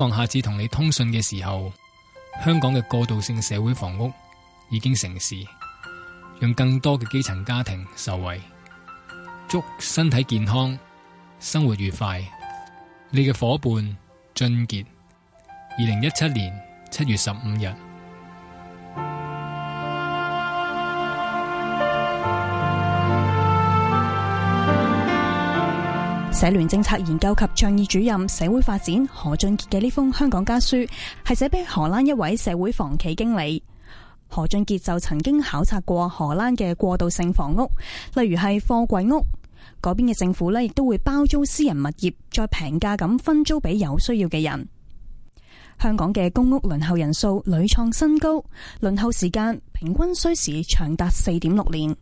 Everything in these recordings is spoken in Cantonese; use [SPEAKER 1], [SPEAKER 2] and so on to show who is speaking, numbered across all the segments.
[SPEAKER 1] 當下次同你通訊嘅時候，香港嘅過渡性社會房屋已經成事，讓更多嘅基層家庭受惠。祝身體健康，生活愉快。你嘅伙伴俊傑，二零一七年七月十五日。
[SPEAKER 2] 社聯政策研究及倡議主任社會發展何俊傑嘅呢封香港家書，係寫俾荷蘭一位社會房企經理。何俊傑就曾經考察過荷蘭嘅過渡性房屋，例如係貨櫃屋。嗰邊嘅政府呢，亦都會包租私人物業，再平價咁分租俾有需要嘅人。香港嘅公屋輪候人數屢創新高，輪候時間平均需時長達四點六年。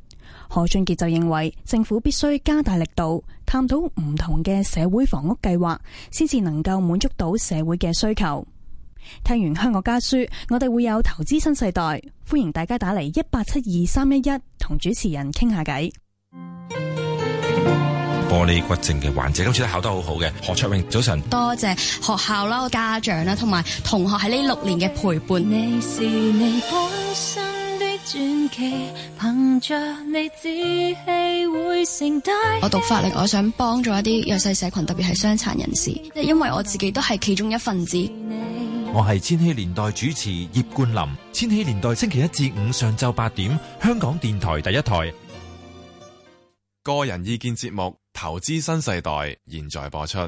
[SPEAKER 2] 何俊傑就認為政府必須加大力度，探討唔同嘅社會房屋計劃，先至能夠滿足到社會嘅需求。聽完香港家書，我哋會有投資新世代，歡迎大家打嚟一八七二三一一同主持人傾下偈。
[SPEAKER 3] 玻璃骨症嘅患者，今次都考得好好嘅。何卓永，早晨。
[SPEAKER 4] 多謝學校啦、家長啦，同埋同學喺呢六年嘅陪伴。
[SPEAKER 5] 你是你本身的傳奇，憑着你志氣會成大。
[SPEAKER 4] 我讀法律，我想幫助一啲弱勢社群，特別係傷殘人士，即係因為我自己都係其中一份子。
[SPEAKER 6] 我係千禧年代主持葉冠霖。千禧年代星期一至五上晝八點，香港電台第一台。
[SPEAKER 7] 個人意見節目《投資新世代》現在播出。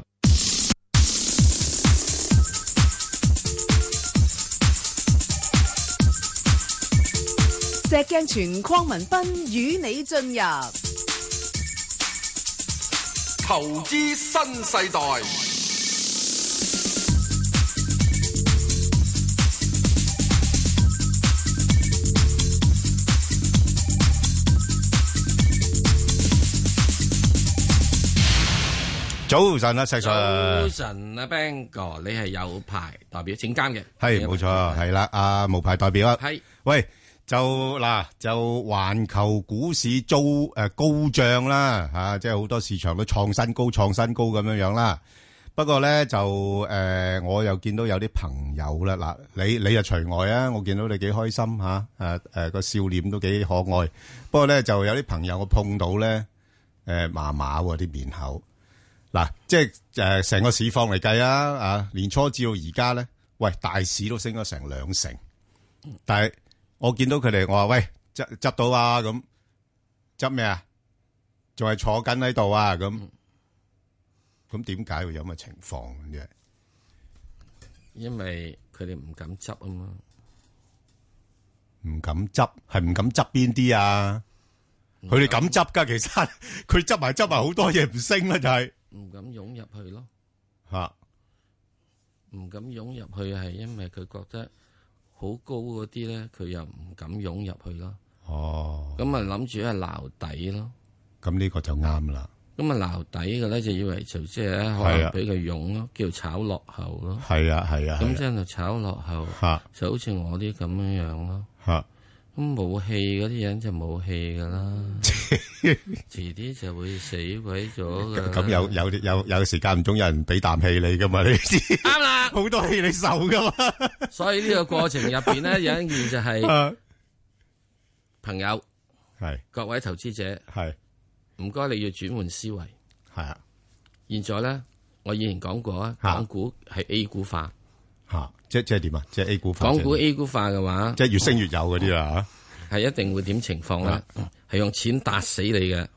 [SPEAKER 8] 石鏡泉鄺民彬與你進入
[SPEAKER 9] 投資新世代。
[SPEAKER 10] 早晨啊，石 Sir。
[SPEAKER 11] 早晨啊，Bang 哥，你係有牌代表證監嘅，
[SPEAKER 10] 係冇錯，係啦，阿無牌代表啊。
[SPEAKER 11] 係
[SPEAKER 10] 喂，就嗱，就環球股市遭誒高漲啦，吓，即係好多市場都創新高、創新高咁樣樣啦。不過咧就誒，我又見到有啲朋友啦，嗱，你你就除外啊，我見到你幾開心吓，誒誒個笑臉都幾可愛。不過咧就有啲朋友我碰到咧，誒麻麻喎啲面口。嗱，即係誒成個市況嚟計啊，啊年初至到而家咧，喂大市都升咗成兩成，但係我見到佢哋，我話喂執執到啊咁，執咩啊？仲係坐緊喺度啊咁，咁點解會有咁嘅情況嘅？
[SPEAKER 11] 因為佢哋唔敢執啊嘛，
[SPEAKER 10] 唔敢執係唔敢執邊啲啊？佢哋敢執㗎，其實 佢執埋執埋好多嘢唔升啦，就係。
[SPEAKER 11] 唔敢湧入去咯，
[SPEAKER 10] 吓，
[SPEAKER 11] 唔敢湧入去係因為佢覺得好高嗰啲咧，佢又唔敢湧入去咯。
[SPEAKER 10] 哦，
[SPEAKER 11] 咁啊諗住係撈底咯。
[SPEAKER 10] 咁呢個就啱啦。
[SPEAKER 11] 咁啊撈底嘅咧就以為就即係咧可能俾佢湧咯，叫炒落後咯。
[SPEAKER 10] 啊係啊係啊。
[SPEAKER 11] 咁即係就炒落後，就好似我啲咁樣樣咯。
[SPEAKER 10] 吓。
[SPEAKER 11] 咁冇氣嗰啲人就冇氣 噶啦，遲啲就會死鬼咗噶。
[SPEAKER 10] 咁有有有有時間唔中有人俾啖氣你噶嘛？你 知
[SPEAKER 11] 啱啦，
[SPEAKER 10] 好多氣你受噶嘛。
[SPEAKER 11] 所以呢個過程入邊咧，有一件 就係朋友
[SPEAKER 10] 係
[SPEAKER 11] 各位投資者
[SPEAKER 10] 係
[SPEAKER 11] 唔該，你要轉換思維
[SPEAKER 10] 係啊。
[SPEAKER 11] 現在咧，我以前講過啊，港股係 A 股化
[SPEAKER 10] 吓，即即係點啊？即係 A 股化，
[SPEAKER 11] 港股 A 股化嘅話，
[SPEAKER 10] 即係越升越有嗰啲啦
[SPEAKER 11] 吓，係一定會點情況咧？係用錢打死你嘅。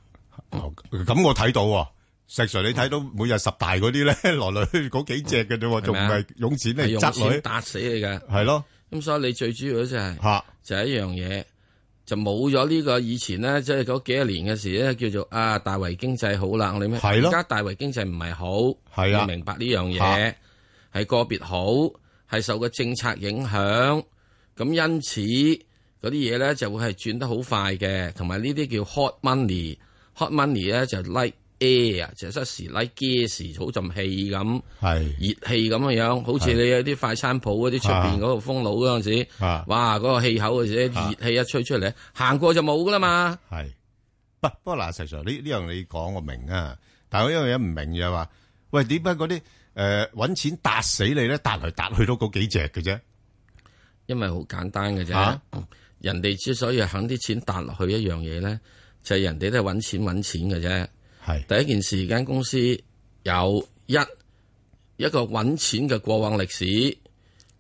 [SPEAKER 10] 咁我睇到，石 Sir 你睇到每日十大嗰啲咧， 來來去嗰幾隻嘅啫喎，仲唔係湧錢嚟
[SPEAKER 11] 用
[SPEAKER 10] 執女
[SPEAKER 11] 錢打死你嘅，
[SPEAKER 10] 係咯。
[SPEAKER 11] 咁所以你最主要就係
[SPEAKER 10] 嚇，
[SPEAKER 11] 就係一樣嘢，就冇咗呢個以前咧，即係嗰幾一年嘅時咧，叫做啊大圍經濟好啦，我哋咩？
[SPEAKER 10] 係咯
[SPEAKER 11] 而家大圍經濟唔係好，
[SPEAKER 10] 係啊
[SPEAKER 11] 要明白呢樣嘢
[SPEAKER 10] 嚇
[SPEAKER 11] 係個別好，係受個政策影響，咁因此嗰啲嘢咧就會係轉得好快嘅，同埋呢啲叫 hot money，hot money 咧就 like air，就啊係一時 like gas 好陣氣咁。
[SPEAKER 10] 係
[SPEAKER 11] 熱氣咁嘅樣，好似你有啲快餐鋪嗰啲出邊嗰個風爐嗰陣時，
[SPEAKER 10] 啊
[SPEAKER 11] 哇嗰、個氣口嗰陣時，
[SPEAKER 10] 啊
[SPEAKER 11] 熱氣一吹出嚟，行過就冇噶啦嘛。
[SPEAKER 10] 係，不不過嗱，石 Sir 呢呢樣你講我明啊，但係我一樣嘢唔明就係話，喂點解嗰啲诶搵錢搭死你咧，搭嚟搭去都嗰幾隻嘅啫。
[SPEAKER 11] 因為好簡單嘅啫。
[SPEAKER 10] 啊
[SPEAKER 11] 人哋之所以肯啲錢搭落去一樣嘢咧，就係、人哋都係揾錢揾錢嘅啫。
[SPEAKER 10] 係
[SPEAKER 11] 第一件事，間公司有一一個揾錢嘅過往歷史，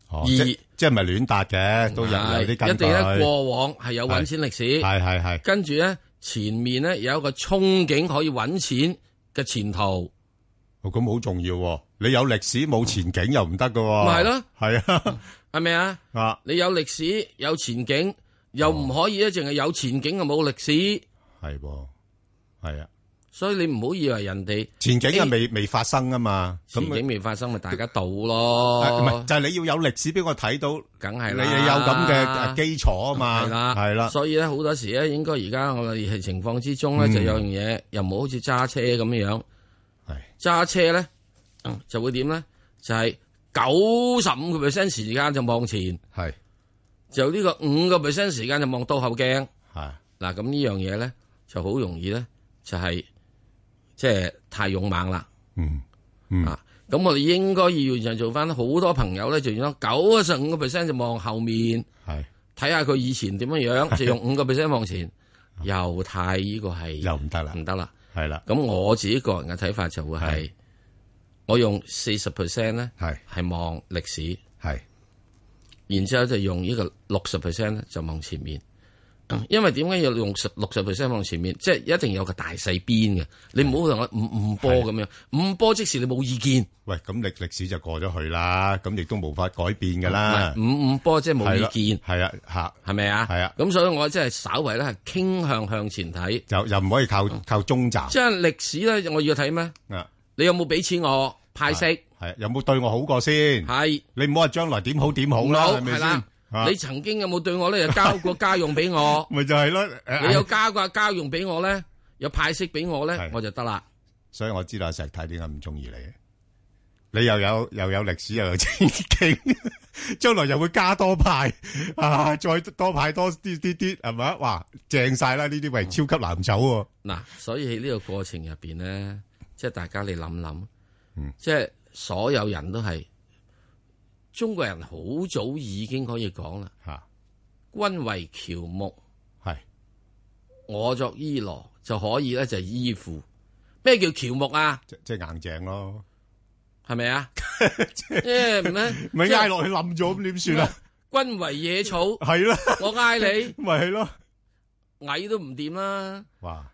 [SPEAKER 10] 哦，
[SPEAKER 11] 二
[SPEAKER 10] 即即係咪亂搭嘅，都有有
[SPEAKER 11] 係
[SPEAKER 10] 啲
[SPEAKER 11] 一
[SPEAKER 10] 根據。
[SPEAKER 11] 定咧過往係有揾錢歷史，
[SPEAKER 10] 係係係
[SPEAKER 11] 跟住咧前面咧有一個憧憬可以揾錢嘅前途。
[SPEAKER 10] 哦咁好重要喎，你有歷史冇前景又唔得噶喎。
[SPEAKER 11] 咪係咯，
[SPEAKER 10] 係啊，
[SPEAKER 11] 系咪啊？
[SPEAKER 10] 啊，
[SPEAKER 11] 你有歷史有前景，又唔可以咧，淨係有前景啊冇歷史。
[SPEAKER 10] 係喎，係啊，
[SPEAKER 11] 所以你唔好以為人哋
[SPEAKER 10] 前景啊
[SPEAKER 11] 哎
[SPEAKER 10] 未未發生啊嘛，咁
[SPEAKER 11] 前景未發生咪大家賭
[SPEAKER 10] 誒唔
[SPEAKER 11] 咯
[SPEAKER 10] 係，就係你要有歷史俾我睇到，
[SPEAKER 11] 梗係
[SPEAKER 10] 你
[SPEAKER 11] 啦
[SPEAKER 10] 你有咁嘅誒基礎啊嘛，
[SPEAKER 11] 係啦，
[SPEAKER 10] 係啦，
[SPEAKER 11] 所以咧好多時咧，應該而家我哋係情況之中
[SPEAKER 10] 嗯
[SPEAKER 11] 咧，就有樣嘢又唔好好似揸車咁樣
[SPEAKER 10] 係
[SPEAKER 11] 揸車咧嗯就會點咧？就係九十五個 percent 時間就望前，
[SPEAKER 10] 係
[SPEAKER 11] 就呢個五個 percent 時間就望倒後鏡。
[SPEAKER 10] 係
[SPEAKER 11] 嗱，咁呢樣嘢咧就好容易咧，就係即係太勇猛啦。
[SPEAKER 10] 嗯嗯
[SPEAKER 11] 啊，咁我哋應該要就做翻好多朋友咧，就用九十五個 percent 就望後面，
[SPEAKER 10] 係
[SPEAKER 11] 睇下佢以前點樣 樣，就用五個 percent 望前，又太呢個係
[SPEAKER 10] 又唔得啦，
[SPEAKER 11] 唔得啦。
[SPEAKER 10] 係啦，
[SPEAKER 11] 咁我自己個人嘅睇法就會係，我用四十 percent 咧，
[SPEAKER 10] 係
[SPEAKER 11] 係望歷史，
[SPEAKER 10] 係
[SPEAKER 11] 然之後就用呢個六十 percent 咧就望前面。因為點解要用十六十 percent 望前面？即係一定有個大細邊嘅，你唔好同我五五波咁樣，五波即時你冇意見。
[SPEAKER 10] 喂，咁歷歷史就過咗去啦，咁亦都無法改變噶啦
[SPEAKER 11] 唔，係五五波即係冇
[SPEAKER 10] 係
[SPEAKER 11] 意
[SPEAKER 10] 啦
[SPEAKER 11] 見，
[SPEAKER 10] 係啊嚇，
[SPEAKER 11] 係咪啊？
[SPEAKER 10] 係啊，
[SPEAKER 11] 咁所以我即係稍為咧係傾向向前睇，
[SPEAKER 10] 就又唔可以靠靠中站
[SPEAKER 11] 即係歷史咧，我要睇咩？
[SPEAKER 10] 啊，
[SPEAKER 11] 你有冇俾錢我派息？
[SPEAKER 10] 係有冇對我好過先？
[SPEAKER 11] 係
[SPEAKER 10] 你唔好話將來點好點好啦，
[SPEAKER 11] 好
[SPEAKER 10] 係咪
[SPEAKER 11] 係啦
[SPEAKER 10] 先？啊？
[SPEAKER 11] 你曾經有冇對我咧又交過家用俾 我
[SPEAKER 10] 咪就係咯，誒
[SPEAKER 11] 你有加過家用俾我咧，有派息俾我咧，我就得啦。
[SPEAKER 10] 所以我知道阿石太點解唔中意你，你又有又有歷史又有前景， 將來又會加多派啊，再多派多啲啲啲係咪啊？哇，正晒啦！呢啲喂超級藍籌喎，
[SPEAKER 11] 嗱，所以喺呢個過程入邊咧，即係大家你諗諗，
[SPEAKER 10] 嗯
[SPEAKER 11] 即係所有人都係中國人，好早已經可以講啦。
[SPEAKER 10] 嚇
[SPEAKER 11] 君為喬木，
[SPEAKER 10] 係
[SPEAKER 11] 我作伊羅就可以咧，就係依附。咩叫喬木啊？
[SPEAKER 10] 即即係硬正咯，
[SPEAKER 11] 係咪啊？即係咩？
[SPEAKER 10] 咪挨落去冧咗咁點 算啊？
[SPEAKER 11] 君為野草，
[SPEAKER 10] 係啦，
[SPEAKER 11] 我 嗌
[SPEAKER 10] 咪係咯，
[SPEAKER 11] 你矮都唔掂啦。
[SPEAKER 10] 哇！嗯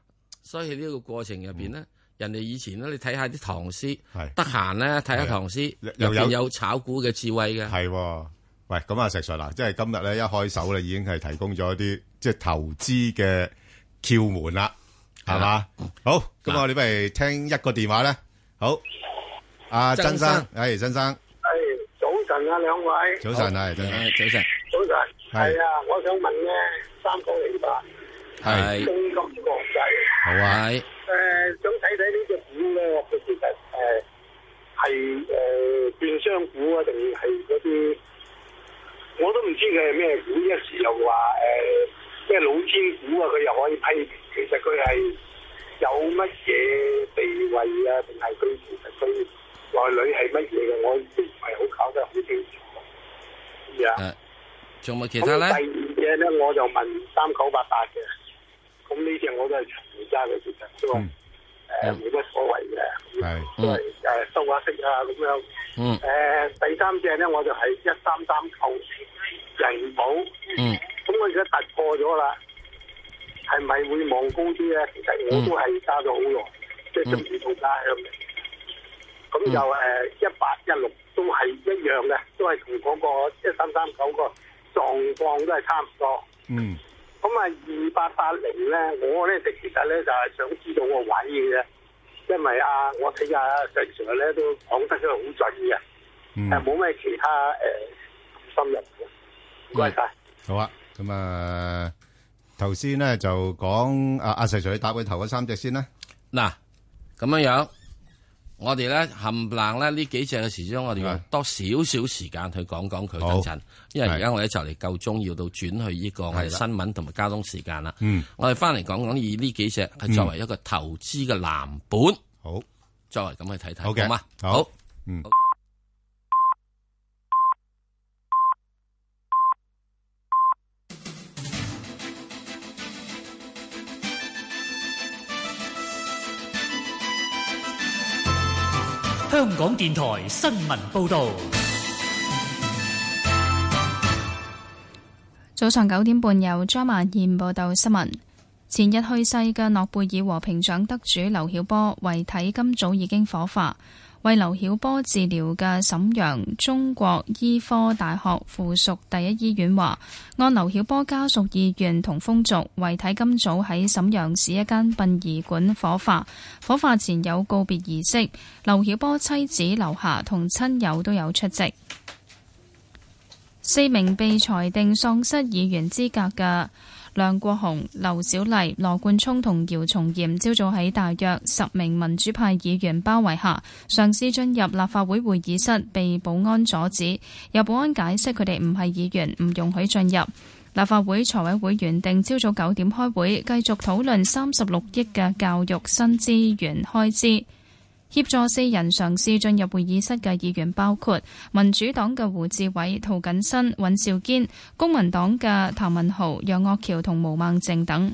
[SPEAKER 11] 所以喺呢個過程入邊咧，人哋以前咧，你睇下啲唐詩，
[SPEAKER 10] 係啊
[SPEAKER 11] 得閒咧睇下唐詩，入
[SPEAKER 10] 又有
[SPEAKER 11] 邊有炒股嘅智慧嘅。
[SPEAKER 10] 係喎，喂，咁啊，石 Sir 嗱，即係今日咧一開手咧已經係提供咗一啲即係投資嘅竅門啦，係嘛？好，咁我哋不如聽一個電話咧。好，阿
[SPEAKER 12] 曾
[SPEAKER 10] 曾生
[SPEAKER 12] 生，
[SPEAKER 10] 係曾生，
[SPEAKER 12] 系早晨啊，兩位。
[SPEAKER 10] 早晨係曾生，
[SPEAKER 11] 早晨，
[SPEAKER 12] 早晨。
[SPEAKER 10] 係
[SPEAKER 12] 係啊，我想問咧，三九零八
[SPEAKER 10] 係
[SPEAKER 12] 中金國際，
[SPEAKER 10] 好啊，
[SPEAKER 12] 诶、想睇睇呢只股咧，佢其實诶係诶券商股啊，定係嗰啲，我都唔知佢係咩股，一時又話诶咩老千股啊，佢又可以批評，其實佢係有乜嘢地位啊，定係佢其實佢內裏係乜嘢嘅，我都唔係好搞得好清楚。係啊。
[SPEAKER 11] 誒仲有冇其他咧？
[SPEAKER 12] 咁第二嘢咧，我就問三九八八嘅，咁呢只我都係長期揸嘅，其實都話
[SPEAKER 13] 嗯
[SPEAKER 12] 誒冇乜所謂嘅，
[SPEAKER 10] 係，
[SPEAKER 12] 都係誒收下息啊咁樣。
[SPEAKER 11] 嗯
[SPEAKER 12] 誒、第三隻咧，我就係一三三九人保，咁
[SPEAKER 11] 嗯，
[SPEAKER 12] 我而家突破咗啦，係咪會望高啲咧？其實我都係揸咗好耐，即係中意同家鄉嘅。咁就誒一八一六都係一樣嘅，都係同嗰個一三三九個狀況都係差唔多。
[SPEAKER 10] 嗯，
[SPEAKER 12] 咁啊，二八八零咧，我咧其實咧就係、想知道個位嘅啫，因為啊，我睇下石 Sir 咧都講得佢好準嘅，
[SPEAKER 10] 嗯
[SPEAKER 12] 誒冇咩其他誒、呃、深入嘅。唔該晒。
[SPEAKER 10] 好啊，咁啊，頭先咧就講阿阿石 Sir 你答佢頭嗰三隻先啦，
[SPEAKER 11] 嗱，咁樣樣，我哋咧冚唪唥咧呢幾隻嘅時鐘，我哋用多少少時間去講講佢嗰陣，因為而家我哋就嚟夠鐘，要到轉去呢個我哋
[SPEAKER 14] 係啦
[SPEAKER 11] 新聞同埋交通時間啦。
[SPEAKER 14] 嗯
[SPEAKER 11] 我哋翻嚟講講以呢幾隻係作為一個投資嘅藍本，
[SPEAKER 10] 好，
[SPEAKER 11] 作為咁去睇睇，
[SPEAKER 10] 好嘅
[SPEAKER 11] 好嘛？
[SPEAKER 10] 好。嗯。
[SPEAKER 14] 香港電台新聞報道，
[SPEAKER 15] 早上九點半由張曼燕報道新聞。前日去世嘅諾貝爾和平獎得主劉曉波遺體今早已經火化。為劉曉波治療嘅瀋陽中國醫科大學附屬第一醫院話，按劉曉波家屬意願同風俗，遺體今早喺瀋陽市一間殯儀館火化。火化前有告別儀式，劉曉波妻子劉霞同親友都有出席。四名被裁定喪失議員資格嘅梁國雄、劉小麗、羅冠聰同姚松炎朝早喺大約十名民主派議員包圍下，嘗試進入立法會會議室，被保安阻止。有保安解釋佢哋唔係議員，唔容許進入。立法會財委會原定朝早九點開會，繼續討論三十六億嘅教育新資源開支。協助四人嘗試進入會議室嘅議員包括民主黨嘅胡志偉、涂謹申、尹兆堅、公民黨嘅譚文豪、楊岳橋同毛孟靜等。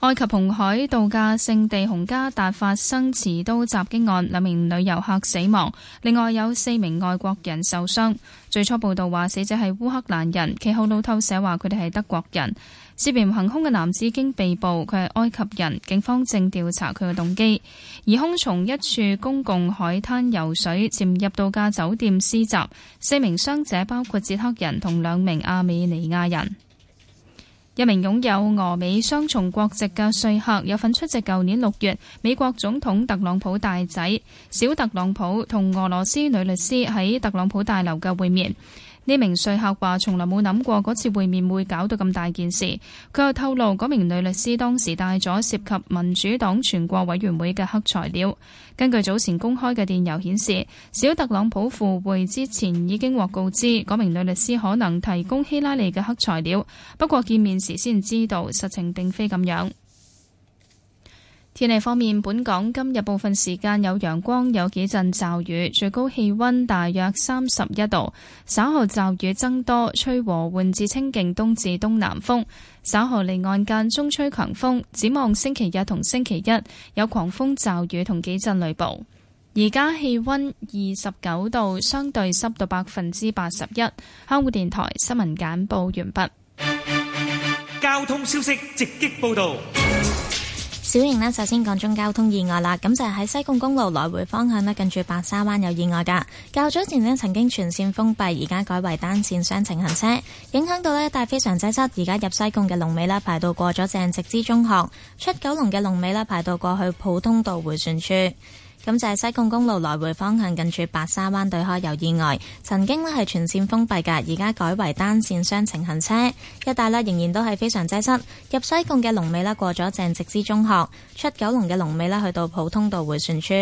[SPEAKER 15] 埃及紅海度假勝地洪加達發生持刀襲擊案，兩名女遊客死亡，另外有四名外國人受傷。最初報道話死者係烏克蘭人，其後路透社話佢哋係德國人。涉嫌行兇嘅男子已經被捕，佢係埃及人，警方正調查佢嘅動機。疑兇從一處公共海灘游水，潛入度假酒店施襲，四名傷者包括捷克人同兩名亞美尼亞人。一名擁有俄美雙重國籍嘅說客有份出席舊年六月美國總統特朗普大仔小特朗普同俄羅斯女律師喺特朗普大樓嘅會面。呢名說客話：從來冇諗過嗰次會面會搞到咁大件事。佢又透露，嗰名女律師當時帶咗涉及民主黨全國委員會嘅黑材料。根據早前公開嘅電郵顯示，小特朗普赴會之前已經獲告知，嗰名女律師可能提供希拉里嘅黑材料，不過見面時先知道實情並非咁樣。天氣方面，本港今日部分時間有陽光，有幾陣驟雨，最高氣溫大約三十一度。稍後驟雨增多，吹和緩至清勁東至東南風。稍後離岸間中吹強風。展望星期日同星期一有狂風驟雨同幾陣雷暴。而家氣溫二十九度，相對濕度百分之八十一。香港電台新聞簡報完畢。
[SPEAKER 14] 交通消息直擊報道。
[SPEAKER 13] 小型呢，首先講中交通意外啦，咁就係喺西貢公路來回方向呢，近住白沙灣有意外噶。較早前呢，曾經全線封閉，而家改為單線雙程行車，影響到呢，但非常擠塞。而家入西貢嘅龍尾呢，排到過咗鄭植之中學，出九龍嘅龍尾呢，排到過去普通道回旋處。咁就係西貢公路來回方向近住白沙灣對開有意外，曾經呢係全線封閉㗎，而家改為單線雙程行車。一帶呢仍然都係非常擠塞，入西貢嘅龍尾呢過咗鄭植之中學，出九龍嘅龍尾呢去到普通道迴旋處。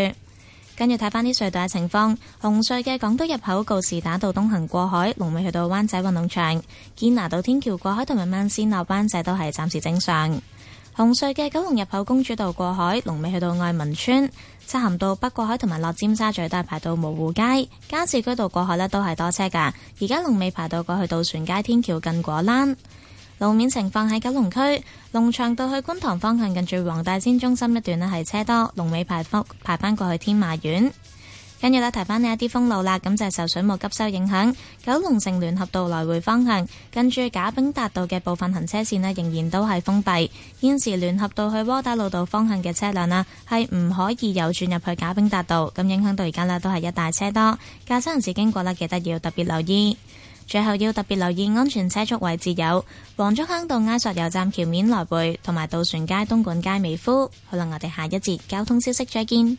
[SPEAKER 13] 跟住睇翻啲隧道嘅情況，紅隧嘅港島入口告士打道東行過海，龍尾去到灣仔運動場；堅拿道天橋過海同埋慢線落灣仔都係暫時正常。紅隧嘅九龍入口公主道過海，龍尾去到愛民村；漆咸道北過海同埋落尖沙咀都係排到蕪湖街；加士居道過海呢都係多車㗎。而家龍尾排到過去渡船街天橋近果欄。路面情況喺九龍區龍翔道去觀塘方向，近住黃大仙中心一段呢係車多，龍尾排翻排翻過去天馬苑。跟住咧，提翻呢一啲封路啦，咁就係受水務急修影響，九龍城聯合道來回方向，近住賈炳達道嘅部分行車線呢，仍然都係封閉。現時聯合道去窩打老道方向嘅車輛啦，係唔可以右轉入去賈炳達道，咁影響到而家呢，都係一大車多，駕車人士經過呢，記得要特別留意。最後要特別留意安全車速位置有黃竹坑道埃索油站橋面來回，同埋渡船街東莞街美孚。好啦，我哋下一節交通消息再見。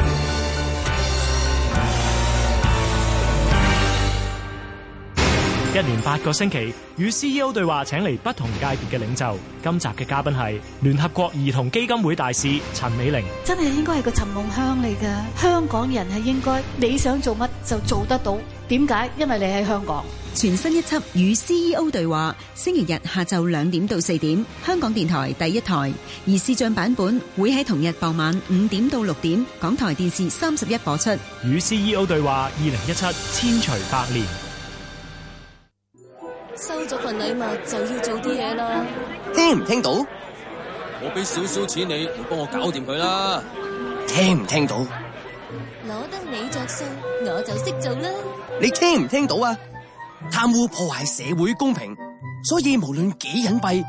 [SPEAKER 14] 一
[SPEAKER 16] 連八個星期與 CEO 對話，請嚟不同界別嘅領袖。今集嘅嘉賓係聯合國兒童基金會大使陳美玲。
[SPEAKER 17] 真係應該係個尋夢鄉嚟㗎。香港人係應該你想做乜就做得到。點解？因為你喺香港。
[SPEAKER 18] 全新一輯與
[SPEAKER 17] E
[SPEAKER 18] CEO 對話，星期日下晝兩點到四點，香港電台第一台；而視像版本會喺同日傍晚五點到六點，港台電視三十一播出。
[SPEAKER 16] 與 CEO 對話二零一七千錘百煉，
[SPEAKER 19] 收咗份禮物就要做啲嘢啦。
[SPEAKER 20] 聽唔聽到？
[SPEAKER 21] 我俾少少錢你，你幫我搞掂佢啦。
[SPEAKER 20] 聽唔聽到？
[SPEAKER 19] 攞得你着數，我就識做啦。
[SPEAKER 20] 你聽唔聽到啊？貪污破壞社會公平，所以無論幾隱蔽，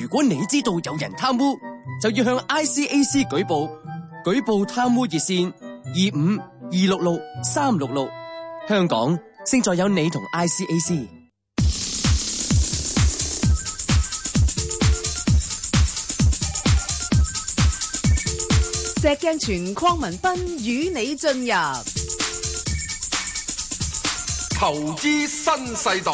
[SPEAKER 20] 如果你知道有人貪污，就要向 ICAC 舉報。舉報貪污熱線二五二六六三六六，香港勝在有你同 ICAC。
[SPEAKER 8] 石鏡泉鄺民彬與你進入
[SPEAKER 9] 投資新世代。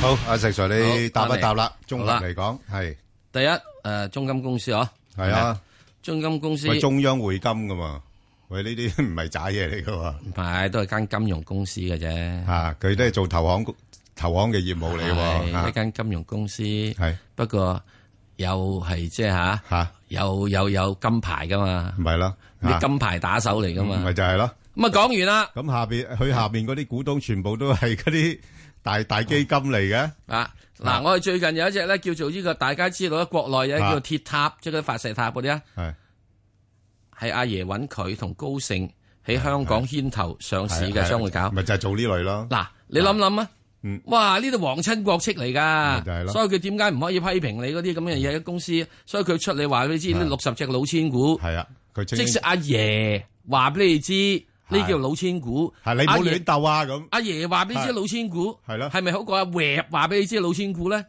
[SPEAKER 10] 好，阿石 Sir，你答一答啦
[SPEAKER 11] 好，
[SPEAKER 10] 綜合嚟講係
[SPEAKER 11] 第一誒，中金公司嗬，
[SPEAKER 10] 係啊，
[SPEAKER 11] 中金公司
[SPEAKER 10] 喂中央匯金噶嘛？喂，呢啲 唔係渣嘢嚟噶嘛？
[SPEAKER 11] 唔係，都係間金融公司嘅啫。
[SPEAKER 10] 啊，佢都係做投行投行嘅業務嚟喎
[SPEAKER 11] 係
[SPEAKER 10] 啊
[SPEAKER 11] 一。間金融公司，
[SPEAKER 10] 係
[SPEAKER 11] 不過又係即係吓
[SPEAKER 10] 吓，
[SPEAKER 11] 有有有金牌噶嘛，
[SPEAKER 10] 唔係咯，
[SPEAKER 11] 啲金牌打手嚟噶嘛，
[SPEAKER 10] 咪就係咯。
[SPEAKER 11] 咁啊，講完啦。
[SPEAKER 10] 咁下邊佢下邊嗰啲股東全部都係嗰啲大大基金嚟嘅。
[SPEAKER 11] 啊！嗱，我哋最近有一隻咧叫做呢個，大家知道咧，國內有一隻叫
[SPEAKER 10] 啊
[SPEAKER 11] 鐵塔，即係嗰啲發射塔嗰啲啊，
[SPEAKER 10] 係
[SPEAKER 11] 係阿爺揾佢同高盛喺香港牽頭上市
[SPEAKER 10] 係
[SPEAKER 11] 嘅，
[SPEAKER 10] 係
[SPEAKER 11] 將會搞。
[SPEAKER 10] 咪就係做呢類咯。
[SPEAKER 11] 嗱，你諗諗啊
[SPEAKER 10] 嗯，
[SPEAKER 11] 哇！呢度皇親國戚
[SPEAKER 10] 就係
[SPEAKER 11] 嚟噶，
[SPEAKER 10] 咯嗯
[SPEAKER 11] 所以佢點解唔可以批評你嗰啲咁嘅嘢嘅公司？所以佢出嚟話俾你知，呢六十隻老千股，
[SPEAKER 10] 啊係啊，佢
[SPEAKER 11] 即使阿爺話俾你知，呢
[SPEAKER 10] 係
[SPEAKER 11] 叫老千股，
[SPEAKER 10] 係你唔
[SPEAKER 11] 阿
[SPEAKER 10] 好
[SPEAKER 11] 爺
[SPEAKER 10] 亂鬥啊咁。
[SPEAKER 11] 阿爺話俾你知
[SPEAKER 10] 係
[SPEAKER 11] 老千股，
[SPEAKER 10] 係咯
[SPEAKER 11] 係咪好過阿 w 話俾你知老千股咧？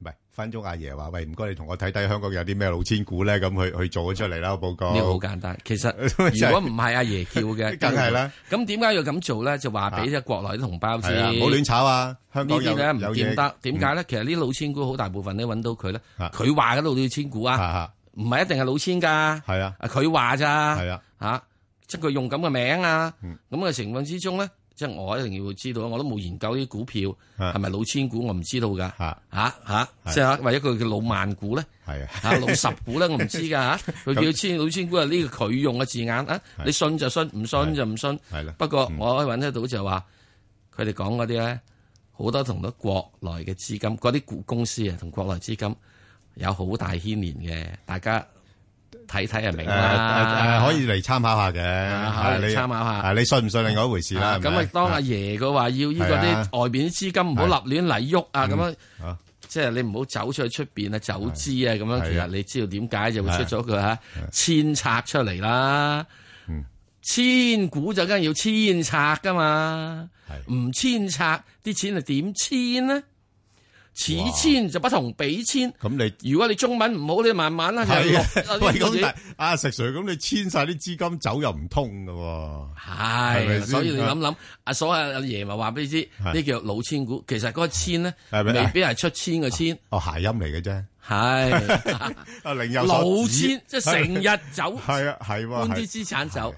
[SPEAKER 10] 唔係分鐘阿爺話喂，唔該你同我睇睇香港有啲咩老千股咧，咁去去做咗出嚟啦個報告。
[SPEAKER 11] 呢個好簡單， 其實
[SPEAKER 10] 就係
[SPEAKER 11] 如果唔係阿爺叫嘅，
[SPEAKER 10] 梗係啦。
[SPEAKER 11] 咁點解要咁做咧？就話俾只國內啲同胞知，
[SPEAKER 10] 係啊唔好亂炒啊香港
[SPEAKER 11] 呢啲
[SPEAKER 10] 有
[SPEAKER 11] 咧唔
[SPEAKER 10] 有嘢嗯
[SPEAKER 11] 掂得，點解咧？其實呢老千股好大部分咧揾到佢咧，
[SPEAKER 10] 啊
[SPEAKER 11] 佢話嗰度老千股啊，唔係一定係老千㗎。
[SPEAKER 10] 係啊，
[SPEAKER 11] 佢話咋。
[SPEAKER 10] 係啊，嗯
[SPEAKER 11] 嚇，即係佢用咁嘅名啊，咁嘅情況之中咧。即係我一定要知道，我都冇研究啲股票
[SPEAKER 10] 啊
[SPEAKER 11] 係咪老千股，我唔知道㗎。嚇嚇，即係或者佢叫老萬股咧，
[SPEAKER 10] 係啊
[SPEAKER 11] 嚇老十股咧，我唔知㗎嚇。佢叫千老千股係呢個佢用嘅字眼啊，你信就信，唔信就唔信。
[SPEAKER 10] 係啦嗯
[SPEAKER 11] 不過我可以揾得到就話，佢哋講嗰啲咧，好多同到國內嘅資金，嗰啲股公司啊，同國內資金有好大牽連嘅，大家睇睇就明
[SPEAKER 10] 誒
[SPEAKER 11] 啦
[SPEAKER 10] 誒。誒，可以嚟參考下嘅，啊
[SPEAKER 11] 可以嚟
[SPEAKER 10] 係你
[SPEAKER 11] 參考下
[SPEAKER 10] 係你信唔信係另外一回事啦。
[SPEAKER 11] 啊咁
[SPEAKER 10] 係咪
[SPEAKER 11] 啊，當阿爺佢話要呢個
[SPEAKER 10] 係
[SPEAKER 11] 啲
[SPEAKER 10] 啊
[SPEAKER 11] 外邊啲資金唔好立亂嚟喐啊，咁樣
[SPEAKER 10] 啊
[SPEAKER 11] 即係你唔好走出去出邊啊，走資啊，咁
[SPEAKER 10] 係
[SPEAKER 11] 樣
[SPEAKER 10] 啊
[SPEAKER 11] 其實你知道點解就會出咗佢嚇千拆出嚟啦。
[SPEAKER 10] 嗯
[SPEAKER 11] 千股就梗係要千拆噶嘛，唔千拆啲錢係點千呢？此千就不同彼千。
[SPEAKER 10] 咁
[SPEAKER 11] 你如果你中文唔好，你慢慢啦。
[SPEAKER 10] 係啊，
[SPEAKER 11] 就落
[SPEAKER 10] 喂，咁但係阿石 Sir，咁你遷晒啲資金走又唔通㗎喎，係咪先
[SPEAKER 11] 係，
[SPEAKER 10] 啊
[SPEAKER 11] 所以你諗諗，阿所阿阿爺咪話俾你知，呢叫老千股。其實嗰個千咧，
[SPEAKER 10] 係咪
[SPEAKER 11] 未必係出千嘅千，
[SPEAKER 10] 哦諧音嚟嘅啫，
[SPEAKER 11] 係
[SPEAKER 10] 啊另有
[SPEAKER 11] 老
[SPEAKER 10] 所指
[SPEAKER 11] 千，即係成日走，
[SPEAKER 10] 係啊係喎
[SPEAKER 11] 搬
[SPEAKER 10] 係
[SPEAKER 11] 啲資產走，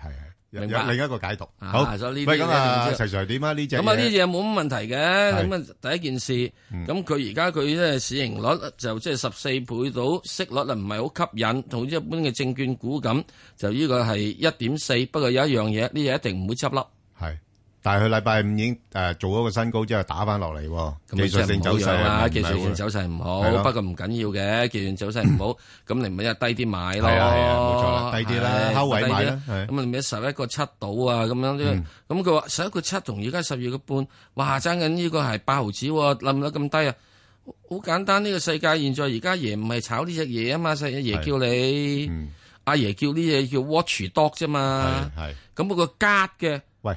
[SPEAKER 10] 有
[SPEAKER 11] 明白
[SPEAKER 10] 有另一個解讀。
[SPEAKER 11] 啊
[SPEAKER 10] 好，
[SPEAKER 11] 所以呢啲
[SPEAKER 10] 喂，咁啊，
[SPEAKER 11] 咧就
[SPEAKER 10] 石 Sir 點啊？呢隻
[SPEAKER 11] 咁啊，
[SPEAKER 10] 嘢嗯
[SPEAKER 11] 呢嘢冇乜問題嘅。咁啊，第一件事，咁佢而家佢咧市盈率就即係十四倍到，息率啊唔係好吸引，同一般嘅證券股咁，就呢個係一點四。不過有一樣嘢，呢嘢一定唔會執笠。
[SPEAKER 10] 係，但係佢禮拜五已經誒做咗個新高之後打翻落嚟喎，
[SPEAKER 11] 啊
[SPEAKER 10] 技術性走勢啊
[SPEAKER 11] 啦，
[SPEAKER 10] 唔係
[SPEAKER 11] 技術性
[SPEAKER 10] 喎
[SPEAKER 11] 走勢唔
[SPEAKER 10] 係啊
[SPEAKER 11] 好，
[SPEAKER 10] 咯嗯
[SPEAKER 11] 不過唔緊要嘅，技術性走勢唔好，咁你咪一低啲買咯，
[SPEAKER 10] 係啊係啊冇錯啦低啲啦
[SPEAKER 11] 係啊
[SPEAKER 10] 睺位
[SPEAKER 11] 低啲
[SPEAKER 10] 買啦係
[SPEAKER 11] 咁你咪十一個七到啊，咁樣
[SPEAKER 10] 嗯
[SPEAKER 11] 咁佢話十一個七同而家十二個半，哇爭緊呢個係八毫子喎，冧得咁低啊！好簡單，呢個世界現在而家爺唔係炒呢只嘢啊嘛，細阿爺叫你，嗯
[SPEAKER 10] 嗯
[SPEAKER 11] 阿爺叫呢嘢叫 watch dog 啫嘛，
[SPEAKER 10] 係啊
[SPEAKER 11] 咁不過加嘅。
[SPEAKER 10] 喂，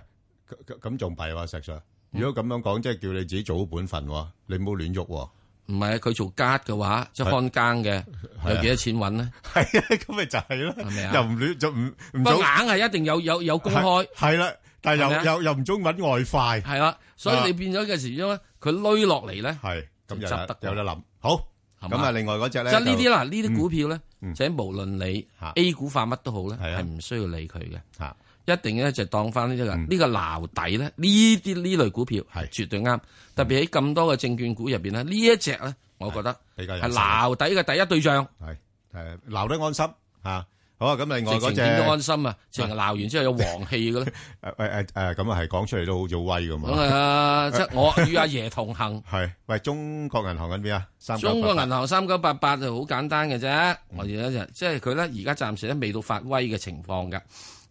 [SPEAKER 10] 咁咁咁仲弊喎，石 Sir。如果咁樣講，即係叫你自己做好本分喎，你唔好亂喐喎。
[SPEAKER 11] 唔係佢做家嘅話，啊即係看更嘅，
[SPEAKER 10] 係
[SPEAKER 11] 有
[SPEAKER 10] 啊
[SPEAKER 11] 幾多錢揾咧？
[SPEAKER 10] 係啊，咁咪就係咯，又唔亂，就唔唔
[SPEAKER 11] 不過
[SPEAKER 10] 做
[SPEAKER 11] 硬係一定有有有公開，
[SPEAKER 10] 係啦，但係
[SPEAKER 11] 係咪
[SPEAKER 10] 又
[SPEAKER 11] 啊
[SPEAKER 10] 又又唔中揾外快，
[SPEAKER 11] 係啦，所
[SPEAKER 10] 啊
[SPEAKER 11] 以你變咗嘅時鐘咧，佢攣落嚟咧，
[SPEAKER 10] 係咁
[SPEAKER 11] 就
[SPEAKER 10] 有
[SPEAKER 11] 執
[SPEAKER 10] 得
[SPEAKER 11] 得
[SPEAKER 10] 有得諗。好，
[SPEAKER 11] 係
[SPEAKER 10] 咁
[SPEAKER 11] 嘛
[SPEAKER 10] 啊，另外嗰只咧
[SPEAKER 11] 即係呢啲啦，
[SPEAKER 10] 就
[SPEAKER 11] 呢啲股票咧，就係無論你 A 股化乜都好咧，係唔需要理佢嘅。一定咧就當翻呢個呢個撈底咧，呢啲呢類股票係絕對啱。特別喺咁多嘅證券股入邊咧，呢一隻咧，我覺得
[SPEAKER 10] 比較有
[SPEAKER 11] 係
[SPEAKER 10] 勢
[SPEAKER 11] 撈底嘅第一對象。
[SPEAKER 10] 係誒鬧得安心嚇。好啊，咁另外嗰
[SPEAKER 11] 直情
[SPEAKER 10] 只
[SPEAKER 11] 見到安心啊！直情鬧完之後有黃氣嘅咧。
[SPEAKER 10] 誒誒誒，咁啊係講出嚟都好似好威咁
[SPEAKER 11] 咁啊，即係我與阿爺同行。
[SPEAKER 10] 係喂，中國銀行緊邊啊？三九八八嗯
[SPEAKER 11] 中國銀行三九八八就好簡單嘅啫，我哋咧就即係佢咧而家暫時咧未到發威嘅情況㗎。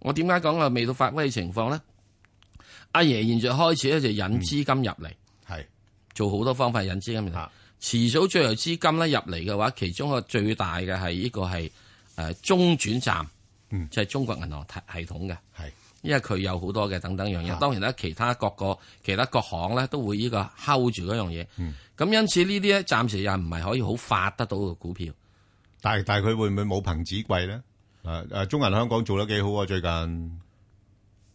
[SPEAKER 11] 我點解講話未到發威嘅情況咧？阿爺現在開始咧就引資金入嚟，
[SPEAKER 10] 嗯係
[SPEAKER 11] 做好多方法引資金入嚟。遲早最後資金咧入嚟嘅話，其中一個最大嘅係呢個係誒中轉站，
[SPEAKER 10] 嗯
[SPEAKER 11] 就係中國銀行體系統嘅。
[SPEAKER 10] 係
[SPEAKER 11] 因為佢有好多嘅等等樣嘢，當然啦，其他各個其他各行咧都會呢個 hold 住嗰樣嘢。
[SPEAKER 10] 嗯
[SPEAKER 11] 咁因此呢啲咧，暫時又唔係可以好發得到嘅股票。
[SPEAKER 10] 但係但係佢會唔會冇憑紙貴咧？誒誒，中銀香港做得幾好啊！最近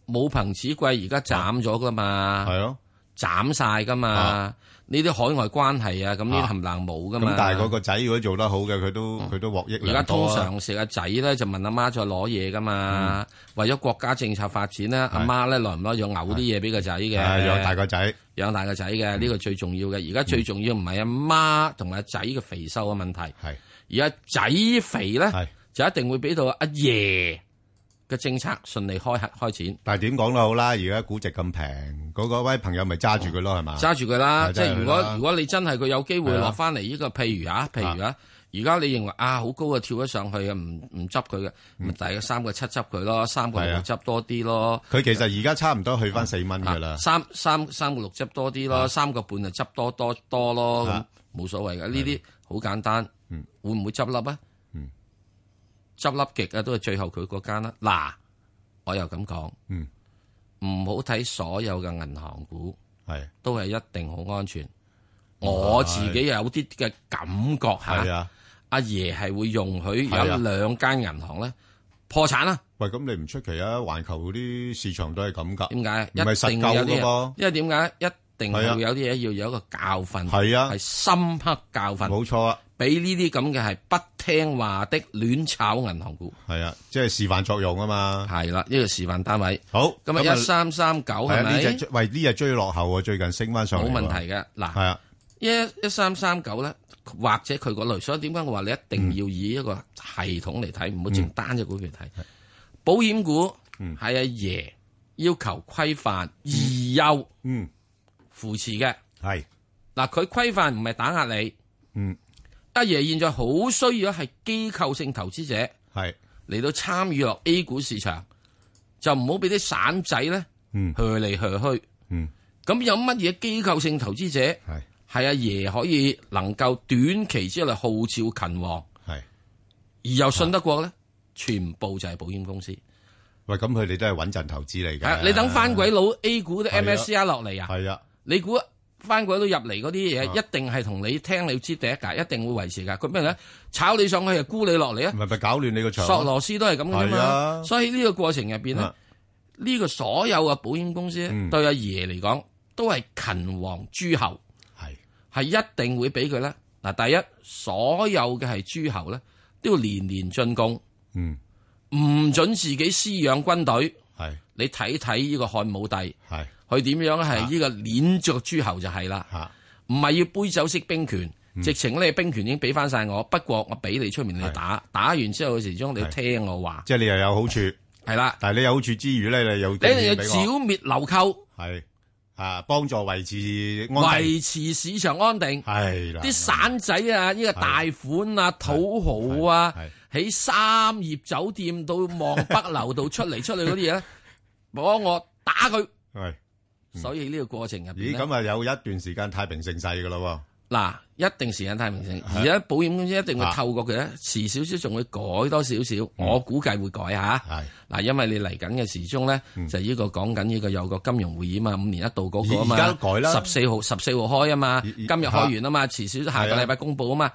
[SPEAKER 11] 冇憑紙貴，而家斬咗噶嘛？
[SPEAKER 10] 係啊咯，
[SPEAKER 11] 斬晒噶嘛？呢啲海外關係啊，咁呢啲
[SPEAKER 10] 啊
[SPEAKER 11] 冚冷冇噶嘛？
[SPEAKER 10] 咁，但係嗰個仔如果做得好嘅，佢都佢都獲益
[SPEAKER 11] 而家
[SPEAKER 10] 良多啊
[SPEAKER 11] 通常食阿仔咧就問阿媽再攞嘢噶嘛，
[SPEAKER 10] 嗯
[SPEAKER 11] 為咗國家政策發展咧，阿媽咧耐唔耐要嘔啲嘢俾個仔嘅，
[SPEAKER 10] 係養大個嗯
[SPEAKER 11] 仔，養大個仔嘅呢個最重要嘅。而家最重要唔係阿媽同埋阿仔嘅肥瘦嘅問題，係而家仔肥咧就一定會俾到阿爺嘅政策順利開開展。
[SPEAKER 10] 但係點講都好啦，而家估值咁平，嗰個位朋友咪揸住佢咯，係嘛？
[SPEAKER 11] 揸住佢啦，
[SPEAKER 10] 係
[SPEAKER 11] 即係如
[SPEAKER 10] 揸住佢
[SPEAKER 11] 果
[SPEAKER 10] 啦
[SPEAKER 11] 如果你真係佢有機會
[SPEAKER 10] 係啊
[SPEAKER 11] 落翻嚟呢個，譬如啊，譬如啊，而家你認為啊好高啊跳咗上去啊，唔唔執佢嘅，咪大約三個七執佢咯，三個
[SPEAKER 10] 嗯係
[SPEAKER 11] 六
[SPEAKER 10] 啊
[SPEAKER 11] 執多啲咯，
[SPEAKER 10] 佢其實而家差唔多去翻四蚊噶啦，
[SPEAKER 11] 三三三個六執多啲咯，三個半就執多多多咯，咁
[SPEAKER 10] 啊
[SPEAKER 11] 冇所謂嘅，呢啲好簡單，會唔會執笠啊？執笠極啊，都係最後佢嗰間啦。嗱，我又咁講，
[SPEAKER 10] 嗯
[SPEAKER 11] 唔好睇所有嘅銀行股，
[SPEAKER 10] 係
[SPEAKER 11] 都係一定好安全。我自己有啲嘅感覺
[SPEAKER 10] 係
[SPEAKER 11] 嚇
[SPEAKER 10] 啊，
[SPEAKER 11] 阿爺係會容許有
[SPEAKER 10] 係啊
[SPEAKER 11] 兩間銀行咧破產啦。
[SPEAKER 10] 喂，咁你唔出奇啊？環球嗰啲市場都係咁噶，
[SPEAKER 11] 點解？
[SPEAKER 10] 唔係實
[SPEAKER 11] 一定
[SPEAKER 10] 夠
[SPEAKER 11] 有
[SPEAKER 10] 噶
[SPEAKER 11] 啲嘢
[SPEAKER 10] 噃，
[SPEAKER 11] 因為點解一定會
[SPEAKER 10] 係啊
[SPEAKER 11] 有啲嘢要有一個教訓，
[SPEAKER 10] 係啊
[SPEAKER 11] 係深刻教訓，
[SPEAKER 10] 冇錯啊。
[SPEAKER 11] 俾呢啲咁嘅係不聽話的亂炒銀行股，
[SPEAKER 10] 係啊，即係示範作用啊嘛。
[SPEAKER 11] 係啦，呢個示範單位。
[SPEAKER 10] 好，
[SPEAKER 11] 咁啊1339
[SPEAKER 10] 係啊
[SPEAKER 11] 係咪
[SPEAKER 10] 呢隻追喂呢隻追落後啊，最近升翻上嚟喎。
[SPEAKER 11] 冇問題嘅嗱
[SPEAKER 10] 係啊，
[SPEAKER 11] 一一三三九咧，或者佢嗰類，所以點解我話你一
[SPEAKER 10] 嗯
[SPEAKER 11] 定要以一個系統嚟睇，唔好淨單只股票
[SPEAKER 10] 嗯
[SPEAKER 11] 睇。保險股係阿爺要求規範而優，
[SPEAKER 10] 嗯，
[SPEAKER 11] 扶持嘅
[SPEAKER 10] 係
[SPEAKER 11] 嗱，佢規範唔係打壓你，
[SPEAKER 10] 嗯，
[SPEAKER 11] 阿爺現在好需要係機構性投資者
[SPEAKER 10] 係
[SPEAKER 11] 嚟到參與落 A 股市場，就唔好俾啲散仔咧，
[SPEAKER 10] 嗯，
[SPEAKER 11] 去嚟去去，
[SPEAKER 10] 嗯，
[SPEAKER 11] 咁有乜嘢機構性投資者
[SPEAKER 10] 係
[SPEAKER 11] 係阿爺可以能夠短期之內號召勤王，
[SPEAKER 10] 係
[SPEAKER 11] 而又信得過咧？全部就係保險公司。
[SPEAKER 10] 喂，咁佢哋都係穩陣投資嚟
[SPEAKER 11] 啊
[SPEAKER 10] 嘅。
[SPEAKER 11] 你等翻鬼佬 A 股啲
[SPEAKER 10] 係啊
[SPEAKER 11] MSCI 落嚟啊？
[SPEAKER 10] 係啊，
[SPEAKER 11] 你估翻鬼佬入嚟嗰啲嘢，一定係同你聽你知第一格，一定會維持㗎。佢咩咧？炒你上去係沽你落嚟啊！
[SPEAKER 10] 咪咪搞亂你個場。
[SPEAKER 11] 索羅斯都係咁嘅啫
[SPEAKER 10] 係啊
[SPEAKER 11] 嘛。所以呢個過程入邊咧
[SPEAKER 10] 啊，嗯
[SPEAKER 11] 呢個所有嘅保險公司咧，對阿爺嚟講都係勤王諸侯，係係一定會俾佢咧。嗱，第一，所有嘅係諸侯咧，都要年年進攻，
[SPEAKER 10] 嗯，
[SPEAKER 11] 唔准自己私養軍隊。
[SPEAKER 10] 係
[SPEAKER 11] 你睇睇呢個漢武帝，
[SPEAKER 10] 係啊
[SPEAKER 11] 佢點樣係呢個攆着諸侯就係啦，唔係要杯酒釋兵權。
[SPEAKER 10] 嗯
[SPEAKER 11] 直情咧，兵權已經俾翻晒我，不過我俾你出面你打，打完之後嘅時鐘你要聽我話。
[SPEAKER 10] 即係你又有好處，
[SPEAKER 11] 係啦。
[SPEAKER 10] 但係你有好處之餘咧，你又
[SPEAKER 11] 你一定要
[SPEAKER 10] 貢獻俾我
[SPEAKER 11] 剿滅流寇，
[SPEAKER 10] 係啊，幫助維持安定
[SPEAKER 11] 維持市場安定。
[SPEAKER 10] 係啦
[SPEAKER 11] 啲散仔啊，呢個大款啊、土豪啊，喺三葉酒店到望北樓度出嚟出嚟嗰啲嘢咧，我我打佢。
[SPEAKER 10] 係。
[SPEAKER 11] 所以呢個過程入邊
[SPEAKER 10] 咦，
[SPEAKER 11] 咧，
[SPEAKER 10] 咁啊有一段時間太平盛世噶咯
[SPEAKER 11] 嗱，一定時間太平性，而家保險公司一
[SPEAKER 10] 啊
[SPEAKER 11] 定會透過佢咧，遲少少仲會改多少少，
[SPEAKER 10] 嗯
[SPEAKER 11] 我估計會改下。嗱，因為你嚟緊嘅時鐘
[SPEAKER 10] 嗯
[SPEAKER 11] 咧，就呢個講緊呢個有個金融會議嘛，五年一度嗰個啊嘛，
[SPEAKER 10] 而而家都改啦
[SPEAKER 11] 十四號十四號開啊嘛，今日開完啊嘛，遲少少下個禮拜公佈啊嘛。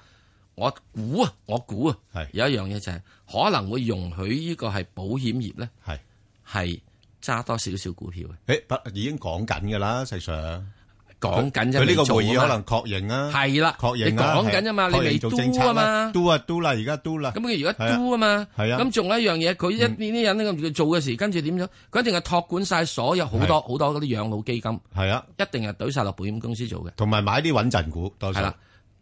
[SPEAKER 11] 我估啊，我估啊，有一樣嘢就係可能會容許呢個係保險業咧，係揸多少少股票嘅。
[SPEAKER 10] 誒，不已經講緊㗎啦，實上
[SPEAKER 11] 講緊啫
[SPEAKER 10] 佢呢個
[SPEAKER 11] 未做
[SPEAKER 10] 會
[SPEAKER 11] 啊
[SPEAKER 10] 議
[SPEAKER 11] 嘛
[SPEAKER 10] 可能確認啊，
[SPEAKER 11] 係啦
[SPEAKER 10] 確認
[SPEAKER 11] 你講緊啫嘛你未 do 啊嘛
[SPEAKER 10] ，do 啊 do 啦，而家 do 啦，
[SPEAKER 11] 咁佢而家 do 啊嘛，
[SPEAKER 10] 係啊嗯
[SPEAKER 11] 咁仲有一樣嘢，佢一呢啲人呢咁做嘅時，跟住點樣？佢一定係託管晒所有好
[SPEAKER 10] 係
[SPEAKER 11] 多好多嗰啲養老基金，
[SPEAKER 10] 係啊，
[SPEAKER 11] 一定係懟晒落保險公司做嘅，
[SPEAKER 10] 同埋買啲穩陣股多數
[SPEAKER 11] 係啦，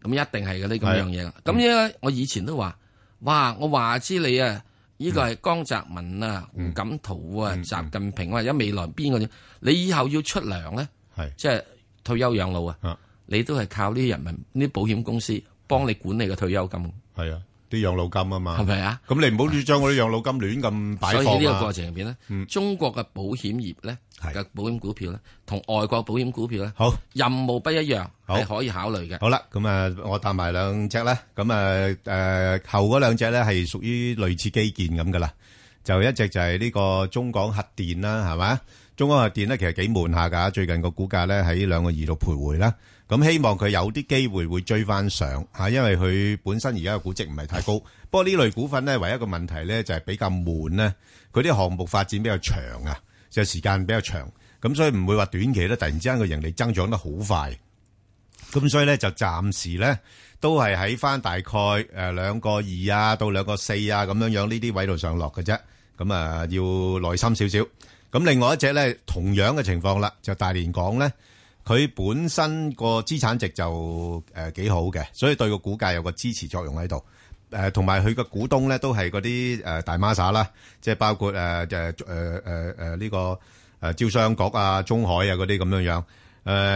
[SPEAKER 11] 咁一定係嘅呢
[SPEAKER 10] 啊
[SPEAKER 11] 咁樣嘢啦。咁呢，我以前都話，哇！我話知你啊，呢
[SPEAKER 10] 嗯
[SPEAKER 11] 個係江澤民啊、胡錦濤啊、習近平啊，或者未來邊個點？你以後要出糧咧，即係退休養老啊，你都係靠呢啲人民呢啲保險公司幫你管理個退休金。
[SPEAKER 10] 係啊，啲養老金啊嘛，
[SPEAKER 11] 係咪啊？
[SPEAKER 10] 咁你唔好將我啲養老金亂咁擺
[SPEAKER 11] 所
[SPEAKER 10] 放
[SPEAKER 11] 以呢
[SPEAKER 10] 啊
[SPEAKER 11] 個過程入邊
[SPEAKER 10] Ừ.
[SPEAKER 11] 咧，中國嘅保險業咧嘅保險股票咧，同外國保險股票咧，
[SPEAKER 10] 好
[SPEAKER 11] 任務不一樣，
[SPEAKER 10] 好
[SPEAKER 11] 係可以考慮嘅。
[SPEAKER 10] 好啦，咁啊，我搭埋兩隻啦，咁啊，誒後嗰兩隻咧係屬於類似基建咁噶啦，就一隻就係呢個中港核電啦，係嘛？中港核電咧其實幾悶下㗎，最近個股價咧喺兩個二度徘徊啦。咁希望佢有啲機會會追翻上嚇，因為佢本身而家嘅估值唔係太高。不過呢類股份咧，唯一一個問題咧就係比較悶咧，佢啲項目發展比較長啊，就時間比較長，咁所以唔會話短期咧突然之間個盈利增長得好快。咁所以咧就暫時咧都係喺翻大概誒兩個二啊到兩個四啊咁樣樣呢啲位度上落嘅啫。咁啊要耐心少少。咁另外一隻咧同樣嘅情況啦，就大連港咧，佢本身個資產值就誒幾好嘅，所以對個股價有個支持作用喺度。誒同埋佢嘅股東咧都係嗰啲誒大孖沙啦，即係包括誒誒誒誒誒呢個誒招商局啊、中海啊嗰啲咁樣樣。誒、